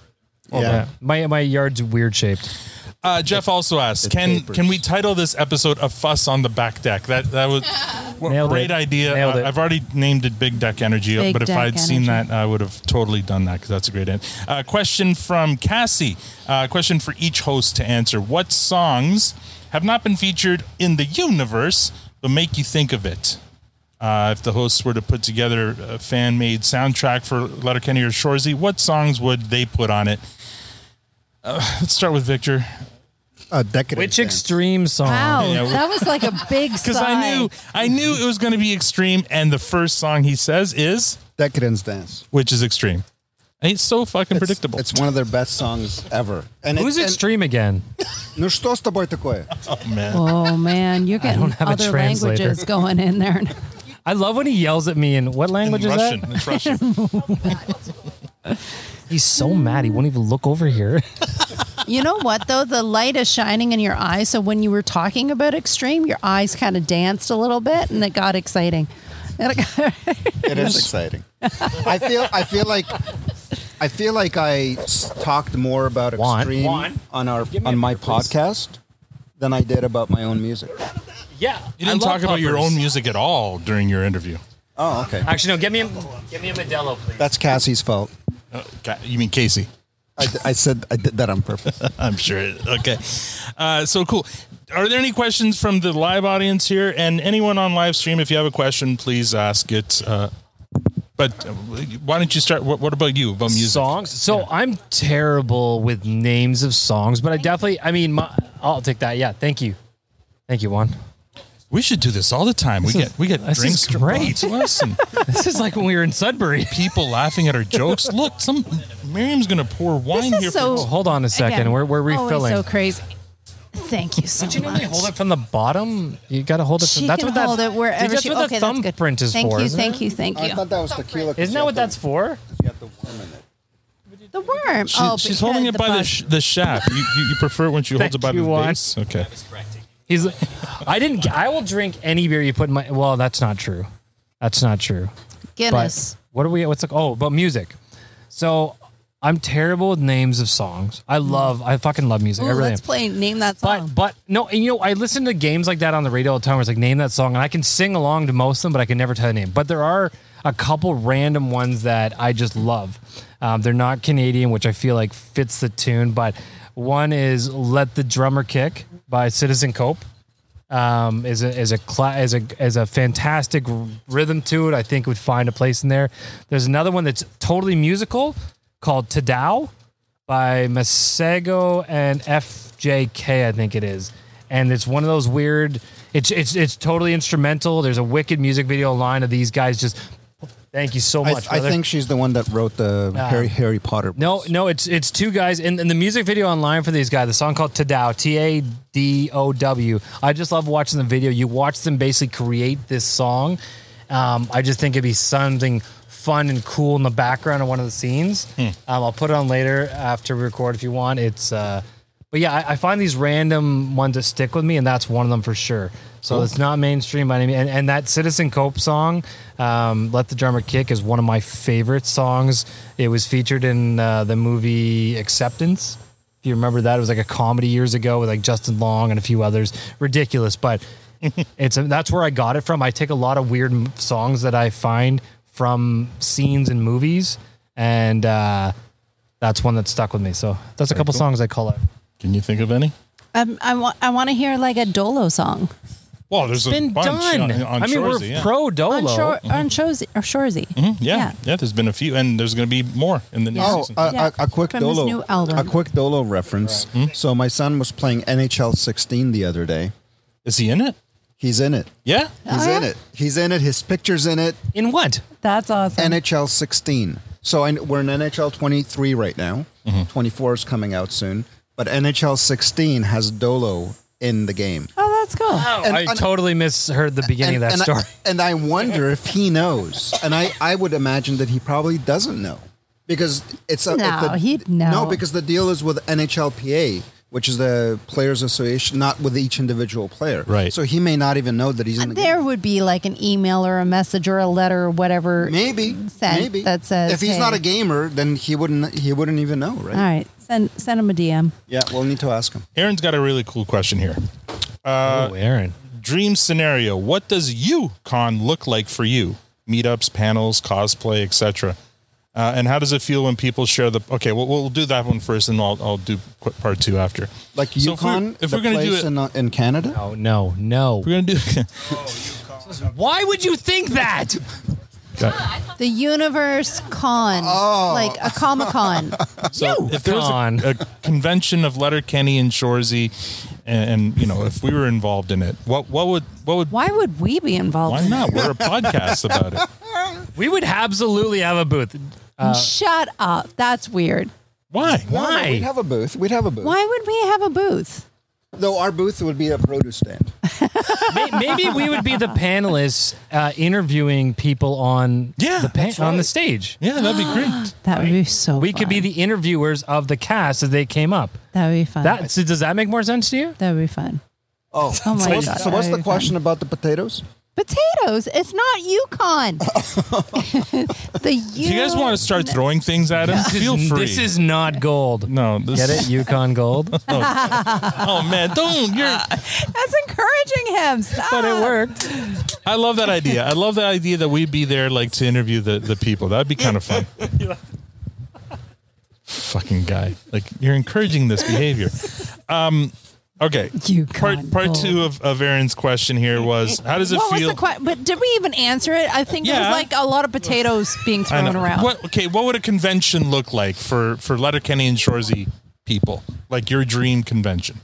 Speaker 1: Yeah. My my yard's weird shaped.
Speaker 2: Uh, Jeff also asked, "Can
Speaker 1: tapers.
Speaker 2: can we title this episode a fuss on the back deck?" That that
Speaker 1: (laughs)
Speaker 2: was
Speaker 1: Nailed it.
Speaker 2: great idea.
Speaker 1: Nailed
Speaker 2: Uh,
Speaker 1: it.
Speaker 2: I've already named it Big Deck Energy,
Speaker 1: Big
Speaker 2: but if
Speaker 1: Deck
Speaker 2: I'd seen
Speaker 1: Energy.
Speaker 2: that, I would have totally done that because that's a great end. Uh, question from Cassie. Uh, question for each host to answer: What songs have not been featured in the universe but make you think of it? Uh, if the hosts were to put together a fan made soundtrack for Letterkenny or Shorzy, what songs would they put on it? Uh, (laughs) let's start with Victor.
Speaker 6: Uh, decadent
Speaker 1: Which extreme song?
Speaker 10: Wow,
Speaker 2: Yeah, we-
Speaker 10: that was like a
Speaker 2: (laughs)
Speaker 10: big
Speaker 2: Because I knew I knew it was going to be extreme, and the first song he says is
Speaker 6: Decadence Dance,
Speaker 2: which is extreme. And it's so fucking predictable.
Speaker 6: It's one of their best songs ever. And
Speaker 1: Who's
Speaker 6: it, and-
Speaker 1: extreme again?
Speaker 6: (laughs) Ну что с
Speaker 2: (laughs)
Speaker 6: тобой такое?
Speaker 10: Oh man,
Speaker 1: (laughs)
Speaker 10: you're
Speaker 1: don't
Speaker 10: getting
Speaker 1: have a
Speaker 10: other
Speaker 1: translator.
Speaker 10: languages going in there.
Speaker 6: (laughs)
Speaker 1: I love when he yells at me in what language is that?
Speaker 2: Russian. It's Russian.
Speaker 1: He's so mad he won't even look over here.
Speaker 10: (laughs) you know what though? The light is shining in your eyes, so when you were talking about extreme, your eyes kind of danced a little bit, and it got exciting. (laughs) And it got-
Speaker 6: It is exciting. I feel. I feel like. I feel like I s- talked more about
Speaker 1: Juan.
Speaker 6: extreme
Speaker 1: Juan.
Speaker 6: on our
Speaker 1: Give me
Speaker 6: on
Speaker 1: a
Speaker 6: my
Speaker 1: beer, please.
Speaker 6: podcast than I did about my own music.
Speaker 1: yeah.
Speaker 2: You didn't
Speaker 1: I
Speaker 2: talk
Speaker 1: love
Speaker 2: about your
Speaker 1: puppers.
Speaker 2: own music at all during your interview.
Speaker 6: Oh, okay.
Speaker 1: Actually, no. Get me a get me a Modelo, please.
Speaker 6: That's Cassie's fault.
Speaker 2: Uh, Ca- you mean Casey?
Speaker 6: I, d- I said I did that on purpose.
Speaker 2: (laughs) I'm sure. it- Okay. Uh, so cool. Are there any questions from the live audience here? And anyone on live stream, if you have a question, please ask it. Uh, but uh, why don't you start? What, what about you about music?
Speaker 1: songs. So I'm terrible with names of songs, but I definitely. I mean, my, I'll take that. Yeah. Thank you. Thank you, Juan.
Speaker 2: We should do this all the time. we
Speaker 1: This is-
Speaker 2: get we get
Speaker 1: this
Speaker 2: drinks.
Speaker 1: is great.
Speaker 2: brought to us and
Speaker 1: (laughs) This is like when we were in Sudbury.
Speaker 2: people laughing at our jokes. Look, some Miriam's gonna pour wine
Speaker 10: is
Speaker 2: here.
Speaker 10: so-
Speaker 2: for
Speaker 1: Oh, hold on a second.
Speaker 10: Again,
Speaker 1: we're we're
Speaker 10: always
Speaker 1: refilling.
Speaker 10: so crazy. Thank you so
Speaker 1: Don't you
Speaker 10: much.
Speaker 1: normally hold it from the bottom? You got to hold it. From,
Speaker 10: She
Speaker 1: that's
Speaker 10: can
Speaker 1: what that,
Speaker 10: hold it wherever
Speaker 1: that's
Speaker 10: she- okay,
Speaker 1: what the
Speaker 10: that's good.
Speaker 1: thumbprint is
Speaker 10: Thank
Speaker 1: for.
Speaker 10: you,
Speaker 1: isn't
Speaker 10: thank
Speaker 1: it?
Speaker 10: you, thank you.
Speaker 6: I thought that was tequila. 'cause
Speaker 1: Isn't
Speaker 6: you
Speaker 1: that what
Speaker 6: have
Speaker 1: that's for?
Speaker 6: to- You have to warm it.
Speaker 10: The worm.
Speaker 2: She-
Speaker 10: oh,
Speaker 2: she's holding it by the,
Speaker 10: bud.
Speaker 2: sh- the shaft. You, you, you prefer it when she holds
Speaker 1: Thank
Speaker 2: it by
Speaker 1: you,
Speaker 2: the
Speaker 1: Juan.
Speaker 2: base? Okay.
Speaker 1: He's. like, I didn't. g- I will drink any beer you put in my. Well, that's not true. That's not true.
Speaker 10: Guinness.
Speaker 1: But what are we? What's like? Oh, but music. So I'm terrible with names of songs. I love. I fucking love music.
Speaker 10: Ooh,
Speaker 1: I really
Speaker 10: let's
Speaker 1: am.
Speaker 10: play. Name that song.
Speaker 1: But but no, and you know, I listen to games like that on the radio all the time. Where it's like name that song, and I can sing along to most of them, but I can never tell the name. But there are a couple random ones that I just love. Um, they're not Canadian, which I feel like fits the tune. But one is "Let the Drummer Kick" by Citizen Cope. Um, is a is a cla- is a is a fantastic r- rhythm to it. I think would find a place in there. There's another one that's totally musical called "Tadao." by Masego and FJK, I think it is. And it's one of those weird. It's it's it's totally instrumental. There's a wicked music video online of these guys just. Thank you so
Speaker 6: I,
Speaker 1: much.
Speaker 6: I
Speaker 1: brother.
Speaker 6: think she's the one that wrote the
Speaker 1: Ah.
Speaker 6: Harry Harry Potter.
Speaker 1: No, no, it's it's two guys, and, and the music video online for these guys, the song called Tadao, T A D O W. I just love watching the video. You watch them basically create this song. Um, I just think it'd be something fun and cool in the background of one of the scenes. Um, I'll put it on later after we record if you want. It's, uh, but yeah, I, I find these random ones that stick with me, and that's one of them for sure. So it's not mainstream by any means. And, and that Citizen Cope song, um, Let the Drummer Kick, is one of my favorite songs. It was featured in uh, the movie Acceptance. If you remember that, it was like a comedy years ago with like Justin Long and a few others. Ridiculous,
Speaker 2: (laughs)
Speaker 1: but it's that's where I got it from. I take a lot of weird m- songs that I find from scenes in movies, and uh, that's one that stuck with me. So that's a couple
Speaker 2: cool.
Speaker 1: songs I call out.
Speaker 2: Can you think of any?
Speaker 10: um, I want. I want to hear like a Dolo song.
Speaker 2: Well, there's a
Speaker 1: been
Speaker 2: bunch
Speaker 1: done.
Speaker 2: on, on
Speaker 1: I mean,
Speaker 2: Shorzy,
Speaker 1: we're
Speaker 2: yeah.
Speaker 1: pro Dolo.
Speaker 10: On,
Speaker 1: (laughs)
Speaker 10: shore, on uh, Shorzy, or Shorzy.
Speaker 2: Mm-hmm. Yeah, yeah, there's been a few, and there's going to be more in the new
Speaker 6: Oh,
Speaker 2: season.
Speaker 6: a,
Speaker 10: Yeah.
Speaker 6: a, a quick
Speaker 10: From his
Speaker 6: Dolo.
Speaker 10: new album.
Speaker 6: A quick Dolo reference.
Speaker 2: Hmm?
Speaker 6: So my son was playing NHL 16 the other day.
Speaker 2: Is he in it?
Speaker 6: He's in it.
Speaker 2: Yeah.
Speaker 6: He's in it. He's in it. His picture's in it.
Speaker 1: In what?
Speaker 10: Uh-huh. That's awesome.
Speaker 6: NHL 16. So I, we're in NHL 23 right now.
Speaker 2: Mm-hmm.
Speaker 6: 24 is coming out soon. But NHL 16 has Dolo in the game.
Speaker 10: oh, that's cool.
Speaker 6: And-
Speaker 1: I
Speaker 6: and-
Speaker 1: totally misheard the beginning of that
Speaker 6: and
Speaker 1: story.
Speaker 6: I, and I wonder if he knows. And I, I would imagine that he probably doesn't know because it's a,
Speaker 10: No,
Speaker 6: the-
Speaker 10: he'd know.
Speaker 6: No, because the deal is with NHLPA, which is the Players Association, not with each individual player.
Speaker 2: Right.
Speaker 6: So he may not even know that he's in the
Speaker 10: There
Speaker 6: game.
Speaker 10: would be like an email or a message or a letter or whatever.
Speaker 6: Maybe,
Speaker 10: sent
Speaker 6: maybe
Speaker 10: that says
Speaker 6: if he's not
Speaker 10: hey.
Speaker 6: a gamer, then he wouldn't he wouldn't even know, right?
Speaker 10: All right, send send him a DM.
Speaker 6: Yeah, we'll need to ask him.
Speaker 2: Aaron's got a really cool question here. Uh,
Speaker 1: oh, Aaron.
Speaker 2: Dream scenario: What does you con look like for you? Meetups, panels, cosplay, etc. Uh, and how does it feel when people share the? Okay, well, we'll do that one first, and I'll I'll do qu- part two after.
Speaker 6: Like
Speaker 2: So if we're-
Speaker 6: UConn,
Speaker 2: if
Speaker 6: the
Speaker 2: we're gonna do
Speaker 6: place
Speaker 2: it-
Speaker 6: in, uh, in Canada,
Speaker 1: Oh no, no.
Speaker 2: We're gonna do.
Speaker 1: Why would you think that?
Speaker 10: The Universe Con,
Speaker 6: Oh.
Speaker 10: like a Comic Con.
Speaker 2: So if there was
Speaker 1: Con.
Speaker 2: a, a convention of Letterkenny and Shorzy, and, and you know, if we were involved in it, what what would what would
Speaker 10: Why would we be involved?
Speaker 2: (laughs) why
Speaker 10: in
Speaker 2: not? We're a podcast about
Speaker 1: (laughs)
Speaker 2: it.
Speaker 1: We would absolutely have a booth. Uh,
Speaker 10: that? Shut up. That's weird.
Speaker 2: Why?
Speaker 6: No, no,
Speaker 1: Why?
Speaker 6: We'd have a booth. We'd have a booth.
Speaker 10: Why would we have a booth?
Speaker 6: Though our booth would be a produce stand.
Speaker 1: May- Maybe we would be the panelists uh, interviewing people on yeah, the pa- on the stage.
Speaker 2: Yeah, that'd be great.
Speaker 10: (gasps) that would be so.
Speaker 1: We could be the interviewers of the cast as they came up.
Speaker 10: That would be fun.
Speaker 1: That so does that make more sense to you?
Speaker 10: That would be fun.
Speaker 6: Oh,
Speaker 10: Oh my
Speaker 6: so what's,
Speaker 10: God.
Speaker 6: So what's
Speaker 10: That'd
Speaker 6: the
Speaker 10: be
Speaker 6: question about the potatoes?
Speaker 10: Potatoes. It's not Yukon. the
Speaker 2: If you guys want to start throwing things at us,
Speaker 1: This is-
Speaker 2: feel free.
Speaker 1: This is not gold.
Speaker 2: No, this
Speaker 1: get
Speaker 2: (laughs)
Speaker 1: it, Yukon Gold.
Speaker 2: (laughs) oh man, don't you're
Speaker 10: (laughs) That's encouraging him. Stop. But it worked.
Speaker 2: I love that idea. I love the idea that we'd be there like to interview the, the people. That'd be kind of fun. Fucking guy. Like you're encouraging this behavior. Um okay.
Speaker 10: You
Speaker 2: part part two of, of Aaron's question here was how does it
Speaker 10: what
Speaker 2: feel?
Speaker 10: was the question? But did we even answer it? I think there
Speaker 2: Yeah.
Speaker 10: was like a lot of potatoes being
Speaker 2: I know.
Speaker 10: thrown around.
Speaker 2: What okay, what would a convention look like for for Letterkenny and Shorzy people? Like your dream convention.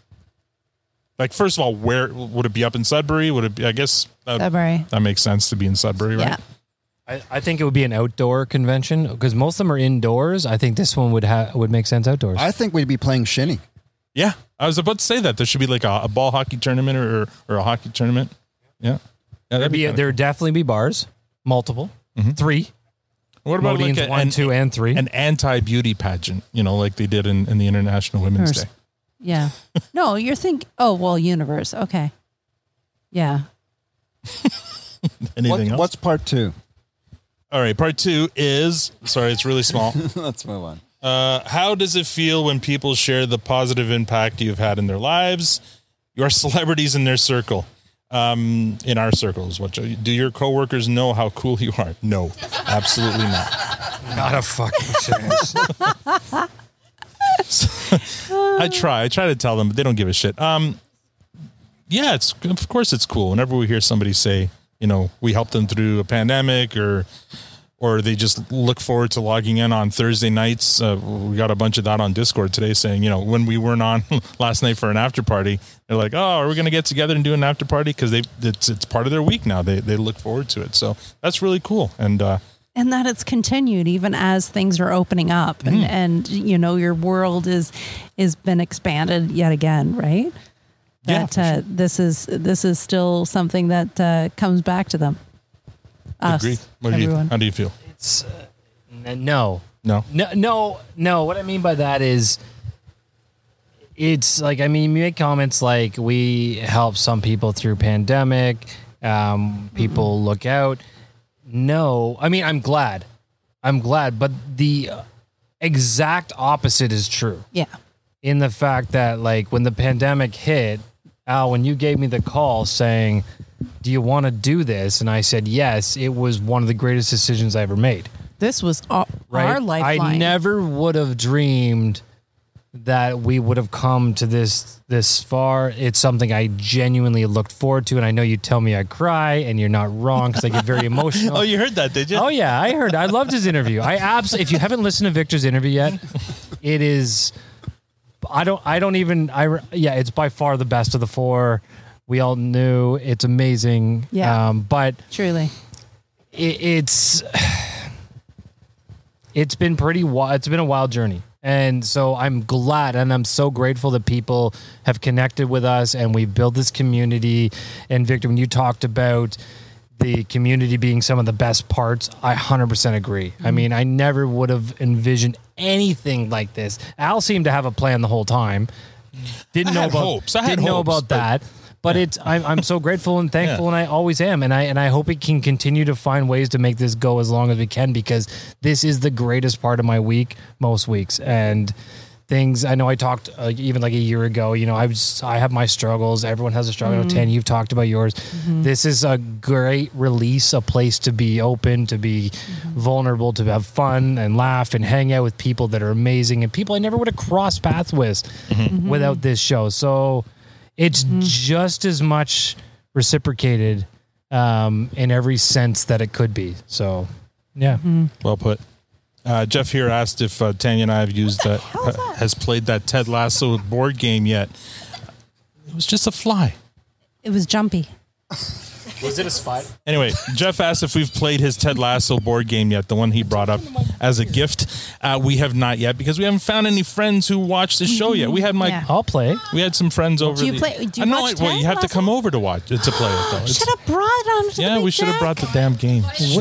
Speaker 2: Like first of all, where would it be up in Sudbury? Would it be I guess that,
Speaker 10: Sudbury.
Speaker 2: that makes sense to be in Sudbury, right?
Speaker 1: I, I think it would be an outdoor convention because most of them are indoors. I think this one would ha- would make sense outdoors.
Speaker 6: I think we'd be playing shinny.
Speaker 2: Yeah, I was about to say that there should be like a, a ball hockey tournament or, or a hockey tournament. Yeah, yeah
Speaker 1: There'd
Speaker 2: that'd
Speaker 1: be,
Speaker 2: be.
Speaker 1: there'd definitely be bars, multiple,
Speaker 2: Mm-hmm.
Speaker 1: three.
Speaker 2: What about like
Speaker 1: Modine's
Speaker 2: a-
Speaker 1: one,
Speaker 2: an-
Speaker 1: two, and three?
Speaker 2: an anti beauty pageant, you know, like they did in, in the International Women's
Speaker 10: Or s-
Speaker 2: Day. (laughs)
Speaker 10: Yeah. No, you're thinking. Oh well, universe. Okay.
Speaker 2: (laughs)
Speaker 10: Yeah. (laughs)
Speaker 2: Anything else?
Speaker 6: What's part two?
Speaker 2: All right, part two is sorry, it's really (laughs) small.
Speaker 6: Let's move on.
Speaker 2: Uh, how does it feel when people share the positive impact you've had in their lives? Your (laughs) celebrities in their circle, um, in our circles. What do your coworkers know how cool you are? No, absolutely not.
Speaker 1: Not a fucking chance.
Speaker 2: (laughs) I try. I try to tell them, but they don't give a shit. Um, yeah, it's of course it's cool. Whenever we hear somebody say, you know, we helped them through a pandemic, or or they just look forward to logging in on Thursday nights. Uh, we got a bunch of that on Discord today, saying, you know, when we weren't on (laughs) last night for an after party, they're like, oh, are we going to get together and do an after party? Because they it's it's part of their week now. They they look forward to it, so that's really cool. And uh,
Speaker 10: and that it's continued even as things are opening up
Speaker 2: Mm.
Speaker 10: and, and you know your world is is been expanded yet again right
Speaker 2: Yeah,
Speaker 10: that uh, this is this is still something that uh, comes back to them us
Speaker 2: agree. What do you,
Speaker 10: everyone
Speaker 2: how do you feel?
Speaker 1: It's, uh, n- no.
Speaker 2: No.
Speaker 1: No, no, no. What I mean by that is, it's like I mean, you make comments like we help some people through pandemic. Um, people
Speaker 10: Mm-hmm.
Speaker 1: look out. No, I mean, I'm glad. I'm glad, but the exact opposite is true
Speaker 10: yeah
Speaker 1: in the fact that like when the pandemic hit, Al, when you gave me the call saying, "Do you want to do this?" and I said yes, it was one of the greatest decisions I ever made.
Speaker 10: this was our,
Speaker 1: Right?
Speaker 10: our lifeline
Speaker 1: I never would have dreamed that we would have come to this this far. It's something I genuinely looked forward to, and I know you tell me I cry, and you're not wrong because I get
Speaker 2: (laughs)
Speaker 1: very emotional.
Speaker 2: Oh, you heard that, did you?
Speaker 1: Oh yeah, I heard. I loved his interview. I absolutely. If you haven't listened to Victor's interview
Speaker 2: (laughs)
Speaker 1: yet, it is. I don't. I don't even. I re- yeah. It's by far the best of the four. We all knew it's amazing.
Speaker 10: Yeah.
Speaker 1: Um, but
Speaker 10: truly
Speaker 1: it, it's it's been pretty wild. It's been a wild journey. And so I'm glad and I'm so grateful that people have connected with us and we've built this community. And Victor, when you talked about the community being some of the best parts, I 100% agree.
Speaker 2: Mm-hmm.
Speaker 1: I mean, I never would have envisioned anything like this. Al seemed to have a plan the whole time. Didn't
Speaker 2: I
Speaker 1: know
Speaker 2: had
Speaker 1: about
Speaker 2: hopes. I had
Speaker 1: didn't know
Speaker 2: hopes,
Speaker 1: about
Speaker 2: but-
Speaker 1: that. But it's I'm, I'm so grateful and thankful,
Speaker 2: Yeah.
Speaker 1: and I always am, and I and I hope it can continue to find ways to make this go as long as we can because this is the greatest part of my week most weeks and things. I know I talked uh, even like a year ago. You know I was I have my struggles. Everyone has a struggle.
Speaker 20: Mhm.
Speaker 1: Tan, you've talked about yours. This is a great release, a place to be open, to be vulnerable, to have fun and laugh and hang out with people that are amazing and people I never would have crossed paths with
Speaker 20: Mhm.
Speaker 1: without this show. So it's just as much reciprocated um, in every sense that it could be. So, yeah.
Speaker 2: Well put. Uh, Jeff here asked if uh, Tanya and I have used that, uh, has played that Ted Lasso board game yet. It was just a fly.
Speaker 10: it was jumpy
Speaker 1: Was it a spot?
Speaker 2: Anyway, Jeff asked if we've played his Ted Lasso board game yet, the one he brought up as a gift. Uh, we have not yet because we haven't found any friends who watch the show yet. We had my
Speaker 10: Yeah.
Speaker 1: I'll play.
Speaker 2: We had some friends over.
Speaker 10: you
Speaker 2: the-
Speaker 10: play- do you
Speaker 2: Uh, no,
Speaker 10: watch
Speaker 2: I- well,
Speaker 10: Ted
Speaker 2: you have to come over to watch it to play it though. It's-
Speaker 10: Should have brought on.
Speaker 2: yeah, we should have brought the damn game. Yeah,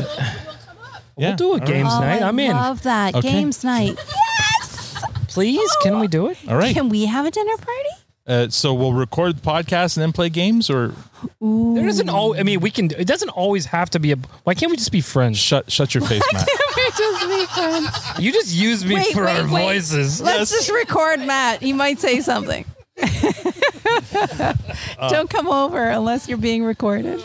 Speaker 1: We'll do
Speaker 2: all
Speaker 1: a
Speaker 2: right.
Speaker 1: games
Speaker 10: oh,
Speaker 1: night.
Speaker 10: I
Speaker 1: I'm in.
Speaker 10: Love that
Speaker 2: Okay.
Speaker 10: games
Speaker 2: (laughs)
Speaker 10: night. Oh.
Speaker 1: Please, can we do it?
Speaker 2: All right.
Speaker 10: Can we have a dinner party?
Speaker 2: Uh, so we'll record the podcast and then play games, or
Speaker 1: There doesn't al- I mean, we can. It doesn't always have to be a. Why can't we just be friends?
Speaker 2: Shut, shut your
Speaker 10: (laughs)
Speaker 2: face, Matt.
Speaker 10: just be friends.
Speaker 1: You just use me for our voices.
Speaker 10: Let's just record Matt. He might say something. (laughs) Don't come over unless you're being recorded.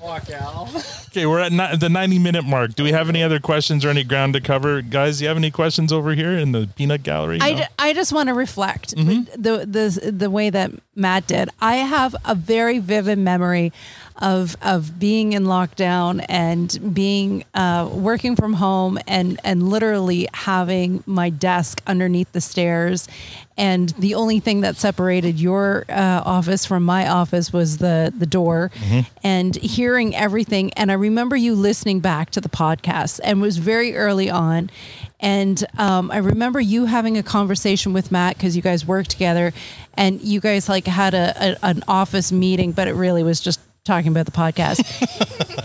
Speaker 1: Walk out.
Speaker 2: okay, we're at ni- the ninety-minute mark. Do we have any other questions or any ground to cover, guys? You have any questions over here in the peanut gallery?
Speaker 10: I,
Speaker 2: No?
Speaker 10: ju- I just want to reflect the, the the way that Matt did. I have a very vivid memory of of being in lockdown and being uh, working from home and and literally having my desk underneath the stairs, and the only thing that separated your uh, office from my office was the the door, and hearing everything. And I remember you listening back to the podcast, and it was very early on. And um, I remember you having a conversation with Matt because you guys worked together, and you guys like had a, a an office meeting, but it really was just talking about the
Speaker 2: (laughs)
Speaker 10: podcast.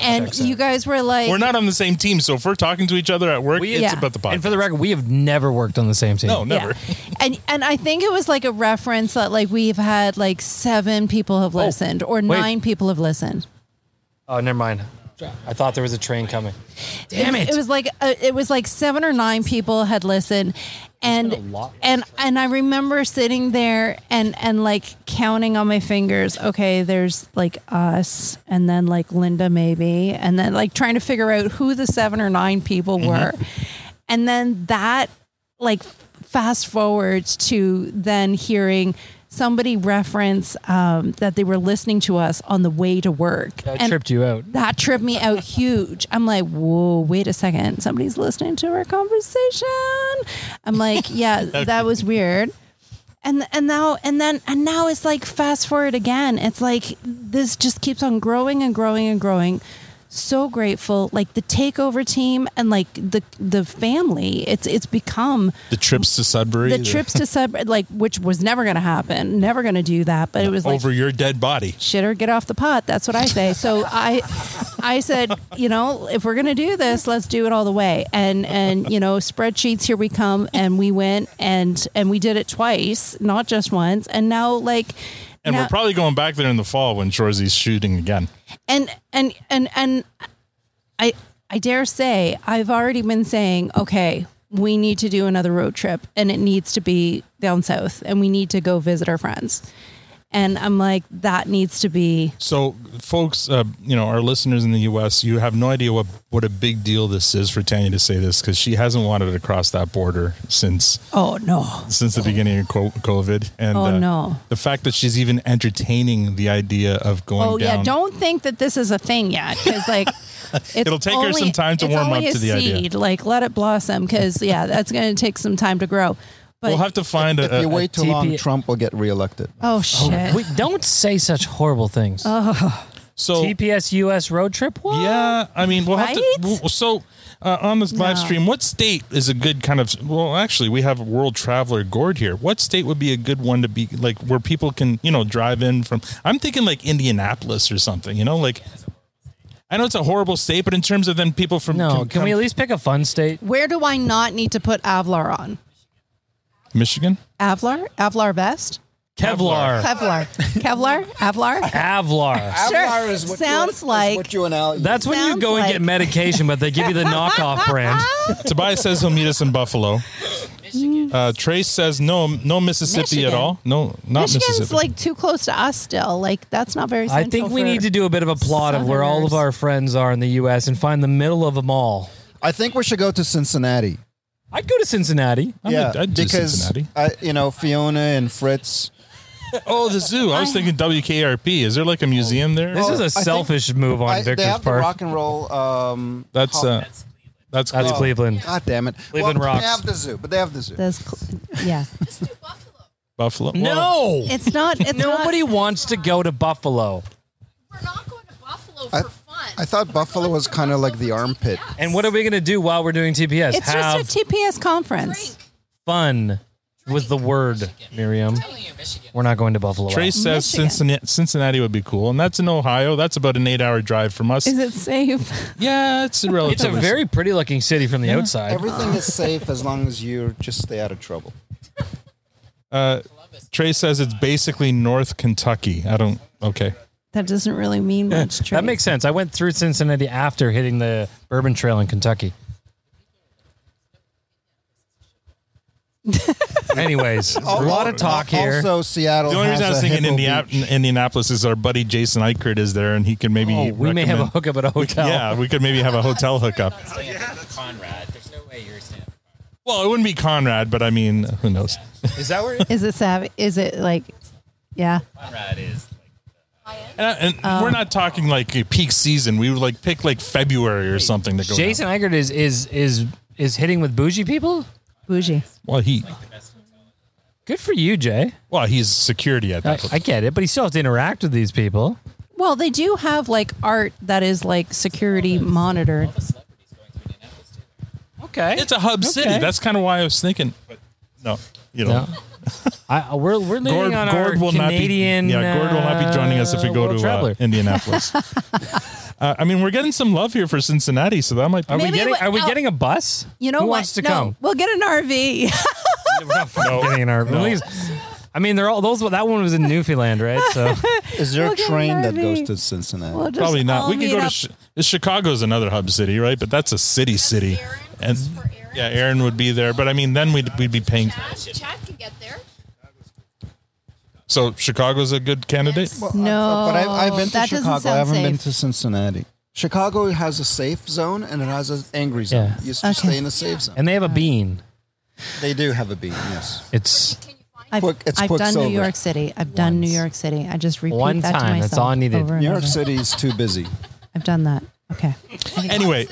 Speaker 10: and you guys were like,
Speaker 2: we're not on the same team, so if we're talking to each other at work, it's
Speaker 10: Yeah.
Speaker 2: about the podcast.
Speaker 1: And for the record, we have never worked on the same team.
Speaker 2: no, never.
Speaker 10: and and I think it was like a reference that like we've had like seven people
Speaker 2: Oh.
Speaker 10: have listened or
Speaker 1: wait.
Speaker 10: nine people have listened.
Speaker 1: Oh, never mind. I thought there was a train coming. Damn
Speaker 10: It was like uh, it was like seven or nine people had listened, and and and I remember sitting there and and like counting on my fingers. Okay, there's like us, and then like Linda maybe, and then like trying to figure out who the seven or nine people were, and then that like fast forward to then hearing. Somebody reference um, that they were listening to us on the way to work.
Speaker 1: That
Speaker 10: And-
Speaker 1: tripped you out.
Speaker 10: that tripped me out huge. I'm like, whoa, wait a second. Somebody's listening to our conversation. I'm like, yeah, that was weird. And and now and then and now it's like fast forward again. It's like this just keeps on growing and growing and growing. So grateful. Like the takeover team and like the the family. It's it's become
Speaker 2: The trips to Sudbury.
Speaker 10: the trips to sub like which was never gonna happen. Never gonna do that. But it was like
Speaker 2: over your dead body.
Speaker 10: shit or get off the pot. That's what I say. So I, I said, you know, if we're gonna do this, let's do it all the way. And and you know, spreadsheets here we come, and we went and and we did it twice, not just once. And now like,
Speaker 2: And
Speaker 10: now,
Speaker 2: we're probably going back there in the fall when Shorzy's shooting again.
Speaker 10: and and and and I I dare say I've already been saying, okay, we need to do another road trip, and it needs to be down south, and we need to go visit our friends. And I'm like, that needs to be
Speaker 2: So, folks, uh, you know, our listeners in the U.S., you have no idea what, what a big deal this is for Tanya to say this because she hasn't wanted to cross that border since
Speaker 10: oh no.
Speaker 2: since the beginning of co- COVID. And uh,
Speaker 10: Oh, no.
Speaker 2: the fact that she's even entertaining the idea of going
Speaker 10: Oh
Speaker 2: down.
Speaker 10: yeah, don't think that this is a thing yet because like
Speaker 2: (laughs)
Speaker 10: it's
Speaker 2: It'll take her
Speaker 10: only-
Speaker 2: some time to
Speaker 10: it's
Speaker 2: warm up
Speaker 10: only a
Speaker 2: to the idea.
Speaker 10: seed. Like let it blossom because yeah, that's going to take some time to grow. But
Speaker 2: we'll have to find
Speaker 5: If
Speaker 2: a, a,
Speaker 5: you wait too long,
Speaker 1: TP
Speaker 5: Trump will get reelected.
Speaker 10: oh shit,
Speaker 1: Wait, don't say such horrible things.
Speaker 10: oh,
Speaker 2: so
Speaker 1: TPS US road trip? What?
Speaker 2: yeah. I mean, we'll have to.
Speaker 10: Right?
Speaker 2: we'll- so uh, on this live
Speaker 10: No.
Speaker 2: stream, what state is a good kind of? Well, actually, we have World Traveler Gourd here. What state would be a good one to be like where people can you know drive in from? I'm thinking like Indianapolis or something. You know, like I know it's a horrible state, but in terms of then people from
Speaker 1: No, can
Speaker 2: come
Speaker 1: we at least pick a fun state?
Speaker 10: where do I not need to put Avlar on?
Speaker 2: Michigan?
Speaker 10: Avlar, Avlar best,
Speaker 1: Kevlar.
Speaker 10: Kevlar, Kevlar,
Speaker 1: (laughs)
Speaker 10: Avlar.
Speaker 1: Avlar.
Speaker 10: Sure.
Speaker 6: Avatar is what you
Speaker 10: Sounds
Speaker 6: is
Speaker 10: like-
Speaker 6: what you and Al.
Speaker 1: That's when you
Speaker 10: Sounds
Speaker 1: go and get
Speaker 10: like-
Speaker 1: medication, but they
Speaker 10: (laughs)
Speaker 1: give you the knockoff brand.
Speaker 2: (laughs) Tobias says he'll meet us in Buffalo. Uh, Trace says no, no Mississippi at
Speaker 10: Michigan.
Speaker 2: all. No, not
Speaker 10: Michigan's
Speaker 2: Mississippi.
Speaker 10: like too close to us still. Like that's not very.
Speaker 1: I think
Speaker 10: central
Speaker 1: we
Speaker 10: for-
Speaker 1: need to do a bit of a plot of where all of our friends are in the US and find the middle of them all.
Speaker 5: I think we should go to Cincinnati.
Speaker 1: I'd go to Cincinnati.
Speaker 2: I'm
Speaker 5: yeah,
Speaker 2: a- I'd do
Speaker 5: because
Speaker 2: Cincinnati.
Speaker 5: I, you know Fiona and Fritz.
Speaker 2: Oh, the zoo. I was thinking WKRP. Is there like a museum there?
Speaker 1: This is a
Speaker 5: think-
Speaker 1: selfish move on
Speaker 5: I, they
Speaker 1: Victor's
Speaker 5: have the
Speaker 1: part.
Speaker 5: rock and roll. Um,
Speaker 2: That's
Speaker 5: hall-
Speaker 2: uh,
Speaker 1: That's
Speaker 2: that's
Speaker 1: Cleveland.
Speaker 2: Cleveland.
Speaker 5: God damn it!
Speaker 1: Cleveland
Speaker 5: well,
Speaker 1: rocks.
Speaker 5: They have the zoo, but they have the zoo.
Speaker 10: That's cl- (laughs) yeah.
Speaker 2: Buffalo.
Speaker 1: No.
Speaker 10: It's not. It's
Speaker 1: Nobody wants to go to Buffalo.
Speaker 9: We're not going to Buffalo for
Speaker 5: I I thought Buffalo was kind of like the armpit.
Speaker 1: And what are we going to do while we're doing TPS?
Speaker 10: It's
Speaker 1: Have
Speaker 10: just a TPS conference.
Speaker 1: fun was the word, Miriam. We're not going to Buffalo.
Speaker 2: Trey says Cincinnati, Cincinnati would be cool, and that's in Ohio. That's about an eight-hour drive from us.
Speaker 10: Is it (laughs) safe?
Speaker 2: Yeah, it's relatively.
Speaker 1: It's a very pretty looking city from the outside.
Speaker 5: Everything is safe as long as you just stay out of trouble.
Speaker 2: (laughs) Uh, Trey says it's basically North Kentucky. I don't. Okay.
Speaker 10: That doesn't really mean much. Trey.
Speaker 1: That makes sense. I went through Cincinnati after hitting the Bourbon Trail in Kentucky.
Speaker 5: (laughs)
Speaker 1: Anyways, a lot of talk here.
Speaker 5: Also, Seattle.
Speaker 2: The only reason I
Speaker 5: has
Speaker 2: was
Speaker 5: a
Speaker 2: thinking
Speaker 5: hippo
Speaker 2: Indiana-
Speaker 5: beach.
Speaker 2: Indianapolis is our buddy Jason Eichert is there, and he can maybe
Speaker 1: Oh, we may have a
Speaker 2: recommend-
Speaker 1: hookup at a
Speaker 2: We-
Speaker 1: hotel.
Speaker 2: yeah, we could maybe have a hotel hookup.
Speaker 13: Conrad, there's no way you're staying.
Speaker 2: Well, it wouldn't be Conrad, but I mean, who knows?
Speaker 1: Is that where?
Speaker 10: Is it savvy? Is it like, yeah?
Speaker 13: Conrad is.
Speaker 2: And, I- and
Speaker 1: Oh.
Speaker 2: we're not talking like a peak season. We would like pick like February or something to go.
Speaker 1: Jason Eichert is is is is hitting with bougie people.
Speaker 10: Bougie.
Speaker 2: Well, he.
Speaker 1: Good for you, Jay.
Speaker 2: Well, he's security at
Speaker 1: that. I, I get it, but he still has to interact with these people.
Speaker 10: Well, they do have like art that is like security monitored.
Speaker 1: Okay,
Speaker 2: it's a hub city.
Speaker 1: Okay.
Speaker 2: That's kind of why I was thinking. But no, you know.
Speaker 1: I, uh, we're we're leaning
Speaker 2: Gord,
Speaker 1: on
Speaker 2: Gord
Speaker 1: our
Speaker 2: will
Speaker 1: Canadian.
Speaker 2: not be, yeah, Gord will not be joining us if we
Speaker 1: uh,
Speaker 2: go
Speaker 1: world
Speaker 2: to uh,
Speaker 1: traveler. (laughs)
Speaker 2: Indianapolis. uh, I mean, we're getting some love here for Cincinnati, so that might.
Speaker 1: Are we
Speaker 10: Maybe
Speaker 1: getting?
Speaker 10: we-
Speaker 1: Are we
Speaker 10: I'll-
Speaker 1: getting a bus?
Speaker 10: You know
Speaker 1: Who
Speaker 10: what?
Speaker 1: wants to
Speaker 10: no,
Speaker 1: come?
Speaker 10: we'll get an (laughs) RV.
Speaker 1: We're not fucking getting in our. at least- I mean, they're all those. That one was in Newfoundland, right?
Speaker 10: (laughs)
Speaker 1: So
Speaker 5: Is there a
Speaker 10: Look at
Speaker 5: train that
Speaker 10: Harvey.
Speaker 5: goes to Cincinnati?
Speaker 10: We'll just
Speaker 2: Probably not.
Speaker 10: all
Speaker 2: We could
Speaker 10: meet
Speaker 2: go to
Speaker 10: up.
Speaker 2: Chi- Chicago's another hub city, right? But that's a city city, and yeah, Aaron would be there. But I mean, then we'd we'd be paying.
Speaker 9: Chad can get there.
Speaker 2: So Chicago's a good candidate.
Speaker 10: no,
Speaker 5: But I,
Speaker 1: Oh,
Speaker 5: I've been to
Speaker 10: that doesn't
Speaker 5: Chicago. I
Speaker 10: sound
Speaker 5: haven't
Speaker 10: safe.
Speaker 5: been to Cincinnati. Chicago has a safe zone and it has an angry zone.
Speaker 1: Yeah.
Speaker 5: You just stay in the safe zone.
Speaker 1: and they have a bean.
Speaker 5: They do have a beat, yes.
Speaker 1: It's
Speaker 10: I've,
Speaker 5: Quick- it's
Speaker 10: I've done
Speaker 5: Quicksilver.
Speaker 10: New York City. I've done New York City. I just repeat
Speaker 1: One
Speaker 10: that to
Speaker 1: time,
Speaker 10: myself.
Speaker 1: that's all I needed.
Speaker 10: over and
Speaker 5: New York
Speaker 10: over.
Speaker 5: City is too busy.
Speaker 10: I've done that. Okay.
Speaker 2: Anyway,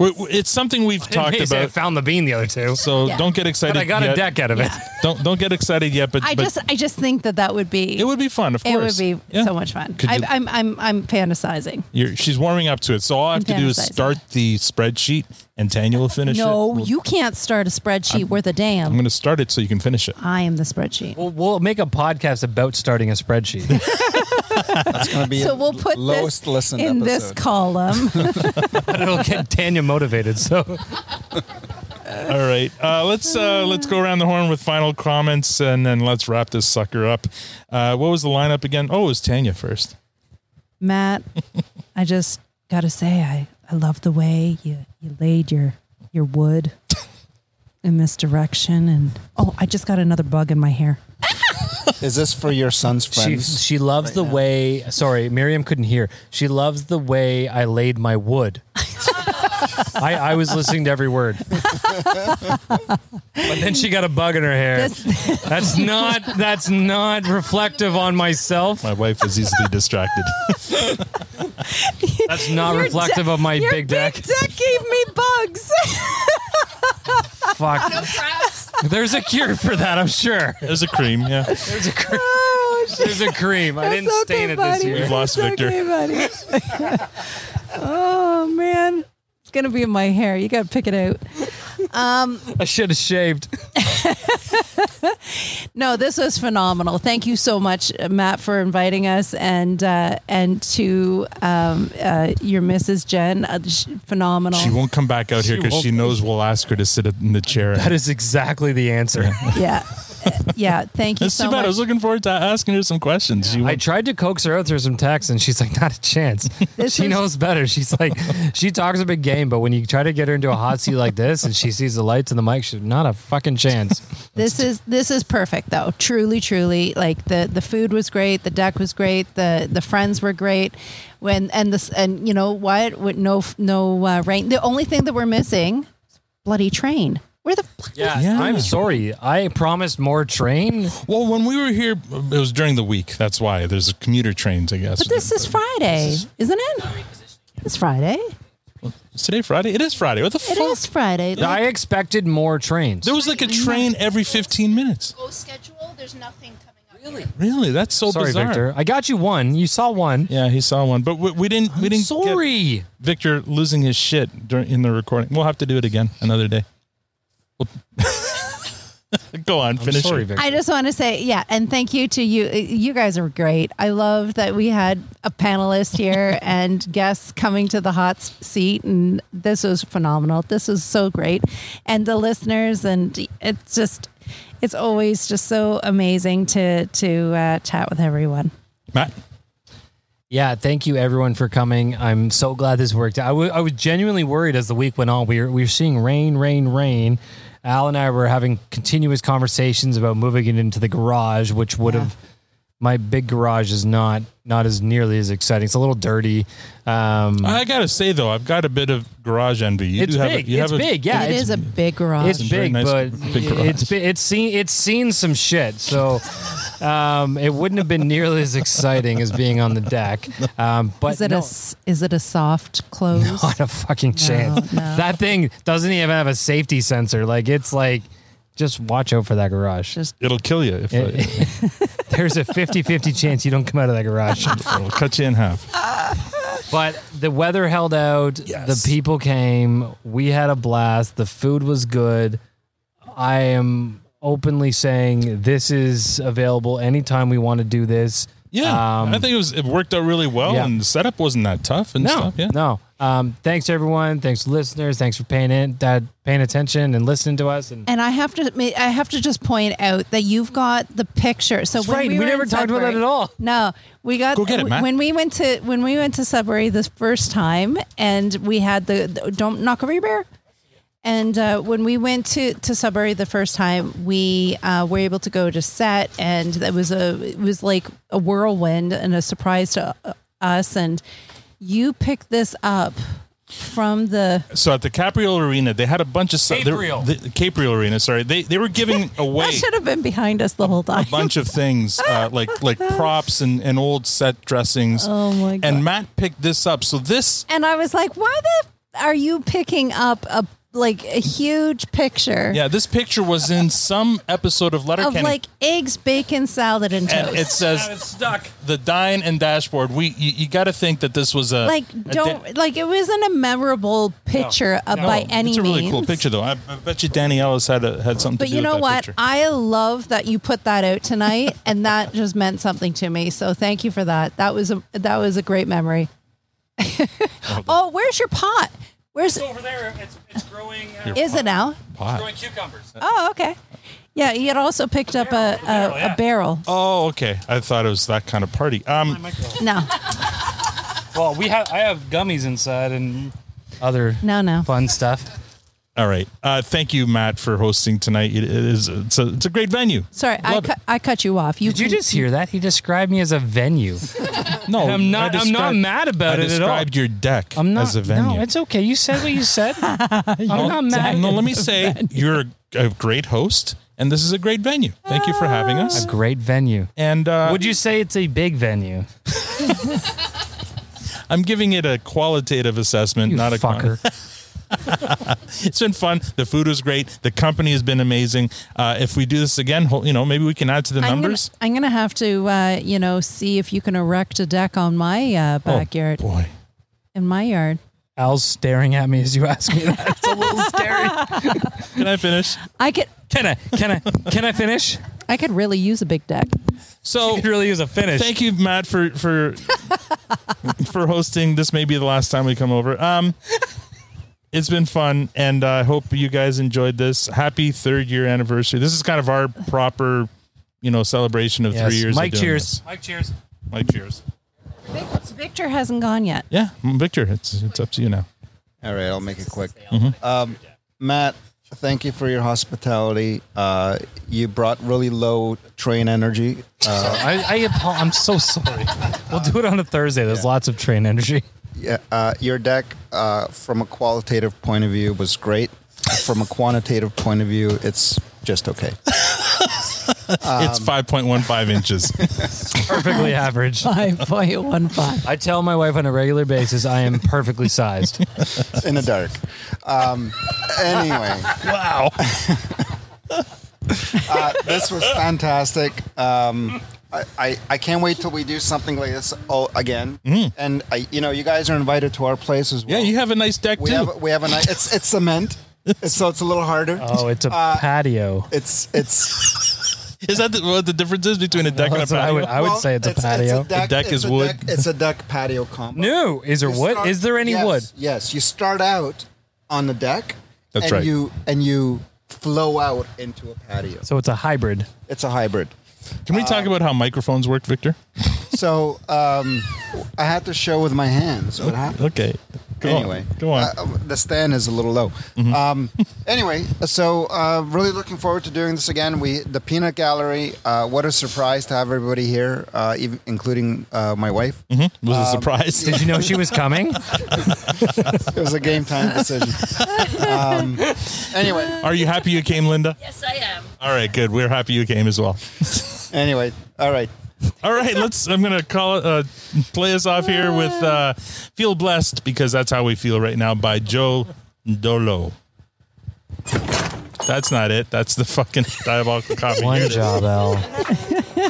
Speaker 2: we- we- it's something we've talked
Speaker 1: Amazing, I
Speaker 2: about.
Speaker 1: found the bean the other two.
Speaker 2: So
Speaker 10: Yeah.
Speaker 2: don't get excited.
Speaker 1: But I got a
Speaker 2: yet.
Speaker 1: deck out of it.
Speaker 2: Don't don't get excited yet. But,
Speaker 10: I
Speaker 2: but
Speaker 10: just I just think that that would be
Speaker 2: it would be fun. Of
Speaker 10: it
Speaker 2: course,
Speaker 10: would be so much fun.
Speaker 2: Could
Speaker 10: I,
Speaker 2: you-
Speaker 10: I'm I'm I'm fantasizing.
Speaker 2: You're, she's warming up to it. So all I have to do is
Speaker 10: Fantasizing.
Speaker 2: start the spreadsheet, and Tanya will finish it.
Speaker 10: No,
Speaker 2: We'll-
Speaker 10: you can't start a spreadsheet worth a
Speaker 2: I'm
Speaker 10: damn.
Speaker 2: going to start it so you can finish it.
Speaker 10: I am the spreadsheet.
Speaker 1: We'll, we'll make a podcast about starting a spreadsheet.
Speaker 5: (laughs) That's going to be
Speaker 10: So we'll put
Speaker 5: lowest
Speaker 10: this
Speaker 5: listen
Speaker 10: in
Speaker 5: episode.
Speaker 10: this
Speaker 5: (laughs)
Speaker 10: column.
Speaker 1: but (laughs) it'll get Tanya motivated. So
Speaker 2: (laughs) All right, uh, let's uh, let's go around the horn with final comments, and then let's wrap this sucker up. Uh, what was the lineup again? Oh, it was Tanya first.
Speaker 10: Matt, I just gotta say I, I love the way you, you laid your your wood in this direction and oh I just got another bug in my hair.
Speaker 5: Is this for your son's
Speaker 1: she
Speaker 5: friends?
Speaker 1: she loves the way. Sorry, Miriam couldn't hear. She loves the way I laid my wood. I, I was listening to every word, but then she got a bug in her hair. That's not that's not reflective on myself.
Speaker 2: My wife is easily distracted.
Speaker 1: That's not
Speaker 10: Your
Speaker 1: reflective
Speaker 10: de-
Speaker 1: of my
Speaker 10: your
Speaker 1: big deck.
Speaker 10: gave me bugs.
Speaker 1: Fuck.
Speaker 9: Perhaps.
Speaker 1: There's a cure for that, I'm sure.
Speaker 2: There's a cream, yeah.
Speaker 1: There's a cre-
Speaker 10: oh, shit.
Speaker 1: (laughs) there's a cream. I didn't
Speaker 10: It's okay,
Speaker 1: stain it this
Speaker 10: buddy.
Speaker 2: We've
Speaker 1: year.
Speaker 2: lost
Speaker 10: It's
Speaker 2: Victor.
Speaker 10: okay, buddy. (laughs) oh man. It's gonna be in my hair. You gotta pick it out. Um,
Speaker 1: I should have shaved.
Speaker 10: (laughs) No, this was phenomenal. Thank you so much, uh, Matt, for inviting us, and uh, and to um, uh, your Mrs. Jen, uh, sh- phenomenal.
Speaker 2: She won't come back out
Speaker 1: She
Speaker 2: here because
Speaker 1: won't.
Speaker 2: she knows we'll ask her to sit in the chair.
Speaker 1: That is exactly the answer.
Speaker 10: yeah, Uh, yeah. Thank you
Speaker 2: That's
Speaker 10: so
Speaker 2: too bad. I
Speaker 10: much.
Speaker 2: was looking forward to asking her some questions. She
Speaker 1: I
Speaker 2: won't-
Speaker 1: tried to coax her out through some texts, and she's like, (laughs) "Not a chance."
Speaker 10: (laughs) This
Speaker 1: she
Speaker 10: is-
Speaker 1: knows better. She's
Speaker 2: (laughs)
Speaker 1: like, she talks a big game, but when you try to get her into a hot seat like this, and she sees the lights and the mic, she's not a fucking
Speaker 2: (laughs)
Speaker 1: chance.
Speaker 10: this is this is perfect, though. Truly, truly, like the the food was great, the deck was great, the the friends were great. When and this and you know what? With no no uh, rain. The only thing that we're missing, bloody train. Where the fuck is
Speaker 2: Yeah.
Speaker 1: I'm sorry. I promised more train.
Speaker 2: well, when we were here, it was during the week. That's why there's commuter trains, I guess.
Speaker 10: But this is Friday, isn't it? It's Friday.
Speaker 2: Is today Friday. It is Friday. What the
Speaker 10: It
Speaker 2: fuck?
Speaker 10: is Friday.
Speaker 1: I expected more trains.
Speaker 2: There was like a train every 15 minutes.
Speaker 9: Go schedule. there's nothing coming up.
Speaker 2: Really? That's so
Speaker 1: Sorry,
Speaker 2: bizarre.
Speaker 1: Victor. I got you one. You saw one.
Speaker 2: Yeah, he saw one, but we, we didn't. We didn't.
Speaker 1: Sorry,
Speaker 2: Victor, losing his shit during in the recording. We'll have to do it again another day. We'll- (laughs) Go on, finish.
Speaker 1: sorry,
Speaker 2: it.
Speaker 10: I just want to say, yeah, and thank you to you. You guys are great. I love that we had a panelist
Speaker 1: (laughs)
Speaker 10: here and guests coming to the hot s- seat, and this was phenomenal. This was so great, and the listeners, and it's just, it's always just so amazing to to uh, chat with everyone.
Speaker 2: Matt.
Speaker 1: Yeah, thank you everyone for coming. I'm so glad this worked. out. I wa- I was genuinely worried as the week went on. We were, we were seeing rain, rain, rain. Al and I were having continuous conversations about moving it into the garage, which would have my big garage is not not as nearly as exciting. It's a little dirty. Um,
Speaker 2: I gotta say though, I've got a bit of garage envy. Uh, You
Speaker 1: It's
Speaker 2: do have
Speaker 1: big.
Speaker 2: A, you
Speaker 1: It's
Speaker 2: have
Speaker 1: big, yeah.
Speaker 10: it
Speaker 1: it's-
Speaker 10: is a big garage.
Speaker 1: It's big,
Speaker 2: nice
Speaker 1: but
Speaker 2: big garage.
Speaker 1: it's been- it's seen it's seen some shit.
Speaker 2: (laughs)
Speaker 1: So um, it wouldn't have been nearly as exciting as being on the
Speaker 2: (laughs)
Speaker 1: deck. Um, but
Speaker 10: is it a
Speaker 1: no,
Speaker 10: s- is it a
Speaker 1: (laughs)
Speaker 10: soft close?
Speaker 1: not a fucking chance.
Speaker 10: no.
Speaker 1: That thing doesn't even have a safety sensor. Like it's like just watch out for that garage.
Speaker 2: It'll kill you if
Speaker 1: (laughs)
Speaker 2: uh,
Speaker 1: there's a 50-50 chance you don't come out of that garage.
Speaker 2: (laughs) It'll cut you in half.
Speaker 1: But the weather held out. The people came. We had a blast. The food was good. I am openly saying this is available anytime we want to do this.
Speaker 2: Yeah,
Speaker 1: Um,
Speaker 2: I think it was. It worked out really well,
Speaker 1: yeah.
Speaker 2: and the setup wasn't that tough and
Speaker 1: no,
Speaker 2: stuff. Yeah.
Speaker 1: no. Um, thanks everyone. Thanks listeners. Thanks for paying in, uh, paying attention and listening to us. And
Speaker 10: And I have to, ma- I have to just point out that you've got the picture. So
Speaker 1: That's
Speaker 10: when
Speaker 1: right.
Speaker 10: we,
Speaker 1: We
Speaker 10: were
Speaker 1: never
Speaker 10: in
Speaker 1: talked about that
Speaker 10: Sudbury-
Speaker 1: at all.
Speaker 10: No, we got
Speaker 1: Go get it, Matt.
Speaker 10: when we went to when we went to Sudbury the first time, and we had the, the don't knock over your beer. And uh, when we went to, to Sudbury the first time, we uh, were able to go to set, and that was a it was like a whirlwind and a surprise to uh, us. And you picked this up from the
Speaker 2: So at the Caprio Arena, they had a bunch of stuff. Caprio, the Caprio Arena. Sorry, they they were
Speaker 1: (laughs)
Speaker 2: giving
Speaker 10: (laughs)
Speaker 2: away.
Speaker 10: that should have been behind us the whole time.
Speaker 2: a bunch of things uh, like like props and, and old set
Speaker 10: (laughs)
Speaker 2: dressings.
Speaker 10: Oh my God.
Speaker 2: And Matt picked this up. So this
Speaker 10: and I was like, "Why the f- are you picking up a like a huge picture
Speaker 2: yeah, this picture was in some episode of
Speaker 10: of
Speaker 2: Letterkenny.
Speaker 10: like eggs, bacon, salad, and toast?"
Speaker 2: and it says it's stuck. The dine and dashboard. We you, you got to think that this was a
Speaker 10: like
Speaker 2: a da-
Speaker 10: don't like it wasn't a memorable picture uh,
Speaker 2: No,
Speaker 10: by any
Speaker 2: It's a really
Speaker 10: means.
Speaker 2: cool picture though. I, I bet you Danny Ellis had a, had something.
Speaker 10: But
Speaker 2: to do
Speaker 10: you
Speaker 2: with
Speaker 10: know
Speaker 2: that
Speaker 10: what?
Speaker 2: picture.
Speaker 10: I love that you put that out
Speaker 2: (laughs)
Speaker 10: tonight, and that just meant something to me. So thank you for that. That was a that was a great memory. oh, where's your pot? Where's
Speaker 9: over there. It's, it's growing. uh,
Speaker 10: Your Is it pot. now? Pot.
Speaker 9: growing cucumbers.
Speaker 10: Oh, okay. Yeah, he had also picked up a a, a barrel.
Speaker 2: Oh, okay. I thought it was that kind of party. Um,
Speaker 10: No,
Speaker 1: well, we have I have gummies inside and other
Speaker 10: no, no.
Speaker 1: fun stuff.
Speaker 2: all right. Uh, thank you, Matt, for hosting tonight. It is it's a, it's a great venue.
Speaker 10: Sorry, I,
Speaker 2: Love
Speaker 10: cu- I cut you off. You
Speaker 1: Did you just hear that? He described me as a
Speaker 2: (laughs)
Speaker 1: venue.
Speaker 2: No,
Speaker 1: And I'm not.
Speaker 2: I
Speaker 1: I'm not
Speaker 2: described-
Speaker 1: mad about
Speaker 2: I
Speaker 1: it at all.
Speaker 2: described your deck as a venue.
Speaker 1: No, it's okay. You said what you
Speaker 2: (laughs)
Speaker 1: said. I'm not mad.
Speaker 2: No, let me say you're a great host, and this is a great venue. Thank you for having us.
Speaker 1: A great venue.
Speaker 2: And uh,
Speaker 1: Would you say it's a big venue?
Speaker 2: (laughs) I'm giving it a qualitative assessment,
Speaker 1: You
Speaker 2: not a
Speaker 1: fucker.
Speaker 2: (laughs) it's been fun. The food was great. The company has been amazing. Uh, if we do this again, ho- you know, maybe we can add to the
Speaker 10: I'm
Speaker 2: numbers.
Speaker 10: Gonna, I'm gonna have to, uh, you know, see if you can erect a deck on my uh, backyard.
Speaker 2: Oh, boy.
Speaker 10: In my yard,
Speaker 1: Al's staring at me as you ask me that. It's a little scary.
Speaker 2: (laughs) Can I finish?
Speaker 10: I could,
Speaker 1: Can I? Can I? Can I finish?
Speaker 10: I could really use a big deck.
Speaker 2: So
Speaker 1: It really is a finish.
Speaker 2: Thank you, Matt, for (laughs) for for hosting. This may be the last time we come over. Um, it's been fun, and uh, I hope you guys enjoyed this. Happy third year anniversary. This is kind of our proper, you know, celebration of
Speaker 1: Yes.
Speaker 2: three years.
Speaker 1: Mike,
Speaker 2: of doing
Speaker 1: cheers.
Speaker 2: this.
Speaker 1: Mike, cheers.
Speaker 2: Mike, cheers.
Speaker 10: Victor hasn't gone yet.
Speaker 2: Yeah, Victor, it's it's up to you now.
Speaker 5: All right, I'll make it quick.
Speaker 2: Mhm.
Speaker 5: Um, Matt, thank you for your hospitality. Uh, you brought really low train energy. Uh,
Speaker 1: I, I apo- I'm so sorry. We'll do it on a Thursday. There's lots of train energy.
Speaker 5: yeah, uh, your deck, uh, from a qualitative point of view, was great. From a quantitative point of view, it's just okay.
Speaker 2: it's five point one (laughs) five inches.
Speaker 10: (laughs)
Speaker 1: Perfectly average.
Speaker 10: Five point one five.
Speaker 1: I tell my wife on a regular basis I am perfectly
Speaker 2: (laughs)
Speaker 1: sized.
Speaker 5: In the dark. Um, anyway.
Speaker 2: Wow.
Speaker 6: (laughs) Uh, this was fantastic. Um, I, I, I can't wait till we do something like this all, again. And I, you know, you guys are invited to our place as well. Yeah, you
Speaker 2: Mm-hmm. have a nice deck
Speaker 6: we
Speaker 2: too.
Speaker 6: Have, we have a nice. It's it's
Speaker 2: (laughs)
Speaker 6: cement, It's- so it's a little harder. Uh,
Speaker 1: Oh, it's a patio.
Speaker 6: It's it's.
Speaker 2: Is that the, what the difference is between a deck and a
Speaker 1: That's what
Speaker 2: patio?
Speaker 1: I would- I would
Speaker 6: Well,
Speaker 1: say it's a patio.
Speaker 6: It's a deck,
Speaker 2: the deck
Speaker 6: it's
Speaker 2: is
Speaker 6: a
Speaker 2: wood.
Speaker 6: deck- it's a deck patio combo.
Speaker 1: No, is there
Speaker 6: You
Speaker 1: wood? Is there any
Speaker 6: yes,
Speaker 1: wood?
Speaker 6: Yes, you start out on the deck.
Speaker 1: That's
Speaker 6: and
Speaker 1: right.
Speaker 6: You and you flow out into a patio.
Speaker 1: So it's a hybrid.
Speaker 6: It's a hybrid. Uh,
Speaker 2: Can we talk about how microphones work, Victor?
Speaker 6: So um, I had to show with my hands what
Speaker 1: Oh,
Speaker 6: happened.
Speaker 2: Okay. Go on.
Speaker 6: anyway,
Speaker 2: Go on. Mm-hmm.
Speaker 6: uh, the stand is a little low. Um, anyway, so uh, really looking forward to doing this again. We the Peanut Gallery. Uh, what a surprise to have everybody here, uh, even, including uh, my wife.
Speaker 2: Mm-hmm. Was it a
Speaker 6: Um,
Speaker 2: surprise?
Speaker 6: Did you know she was
Speaker 1: coming?
Speaker 6: (laughs) it was a game time decision. (laughs) Um, anyway,
Speaker 2: Are you happy you came, Linda?
Speaker 19: Yes, I am.
Speaker 2: All right, good. We're happy you came as well.
Speaker 6: anyway, all right.
Speaker 2: All right, let's. I'm gonna call it. Uh, play us off here with uh, "Feel Blessed" because that's how we feel right now by Joe Dolo. That's not it. That's the fucking (laughs) diabolical copy.
Speaker 1: One
Speaker 2: Here it is.
Speaker 1: job, Al.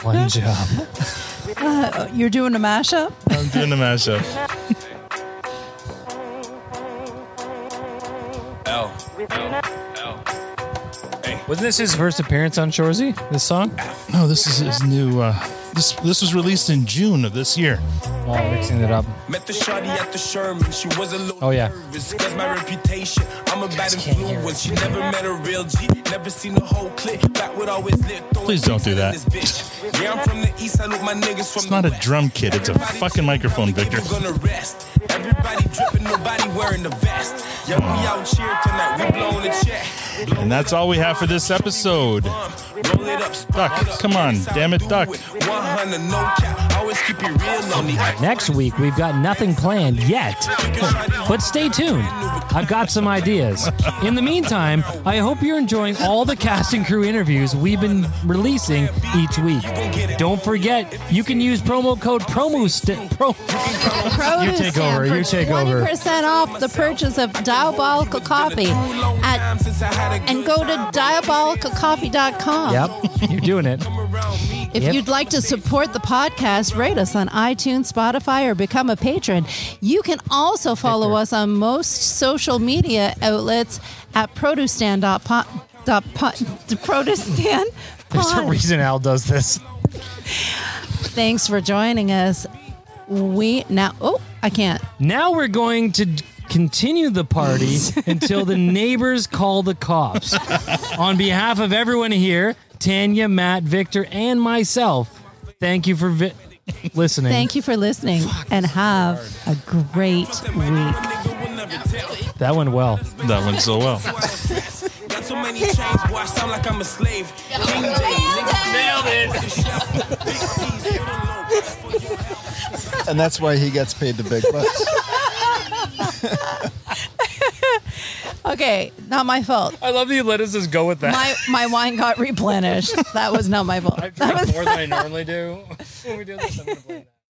Speaker 1: One job.
Speaker 10: Uh, you're doing a mashup?
Speaker 2: I'm doing the mashup.
Speaker 20: L. L.
Speaker 1: Wasn't this his first appearance on Shorzy? This song?
Speaker 2: No, this is his new. Uh, this this was released in June of this year.
Speaker 1: Oh, mixing it up.
Speaker 20: Met the shawty at the Sherman. She was a little
Speaker 2: Oh, yeah.
Speaker 20: nervous. That's my reputation. I'm a bad influence. She never met a real G. Never seen the whole clique. Back would always lit. throwing
Speaker 2: Please don't do
Speaker 20: in
Speaker 2: that.
Speaker 20: this bitch. Yeah, I'm from the east. I look my niggas from
Speaker 2: It's not a drum kit. It's a fucking microphone, Victor.
Speaker 20: the gonna rest. Everybody dripping, nobody wearing the vest. Yeah, we out here tonight. We blowing the check.
Speaker 2: And that's all we have for this episode.
Speaker 20: Roll it up.
Speaker 2: Duck, come on, damn it, duck.
Speaker 20: 100 no cap. Always keep it real on the
Speaker 1: Next week, we've got nothing planned yet. But stay tuned. I've got some ideas. In the meantime, I hope you're enjoying all the cast and crew interviews we've been releasing each week. Don't forget, you can use promo code PROMO. St- pro- you
Speaker 10: produce
Speaker 1: take over. You
Speaker 10: stand
Speaker 1: take
Speaker 10: for
Speaker 1: over.
Speaker 10: 20% off the purchase of Diabolical Coffee at, and go to diabolicalcoffee.com.
Speaker 1: Yep, you're doing it.
Speaker 10: If
Speaker 1: Yep.
Speaker 10: you'd like to support the podcast, rate us on iTunes, Spotify, or become a patron. You can also follow us on most social media outlets at producestand.pod. Dot pod, the produce
Speaker 1: (laughs)
Speaker 10: stand.
Speaker 1: There's a
Speaker 10: pod.
Speaker 1: reason Al does this.
Speaker 10: Thanks for joining us. We now, oh, I can't.
Speaker 1: Now we're going to d- continue the party until the neighbors call the cops. On behalf of everyone here, Tanya, Matt, Victor, and myself, thank you for vi- listening.
Speaker 10: Thank you for listening and have a great week. (laughs)
Speaker 1: That went well.
Speaker 2: That went so well.
Speaker 20: Got so many chains, boy, I sound like I'm a slave. King James, nigga, nailed it.
Speaker 6: And that's why he gets paid the big bucks.
Speaker 10: Okay, not my fault.
Speaker 1: I love that you let us just go with that.
Speaker 10: My my wine
Speaker 1: (laughs)
Speaker 10: got replenished. That was not my fault.
Speaker 1: I drink more than I normally do (laughs) when we do this. I'm gonna blame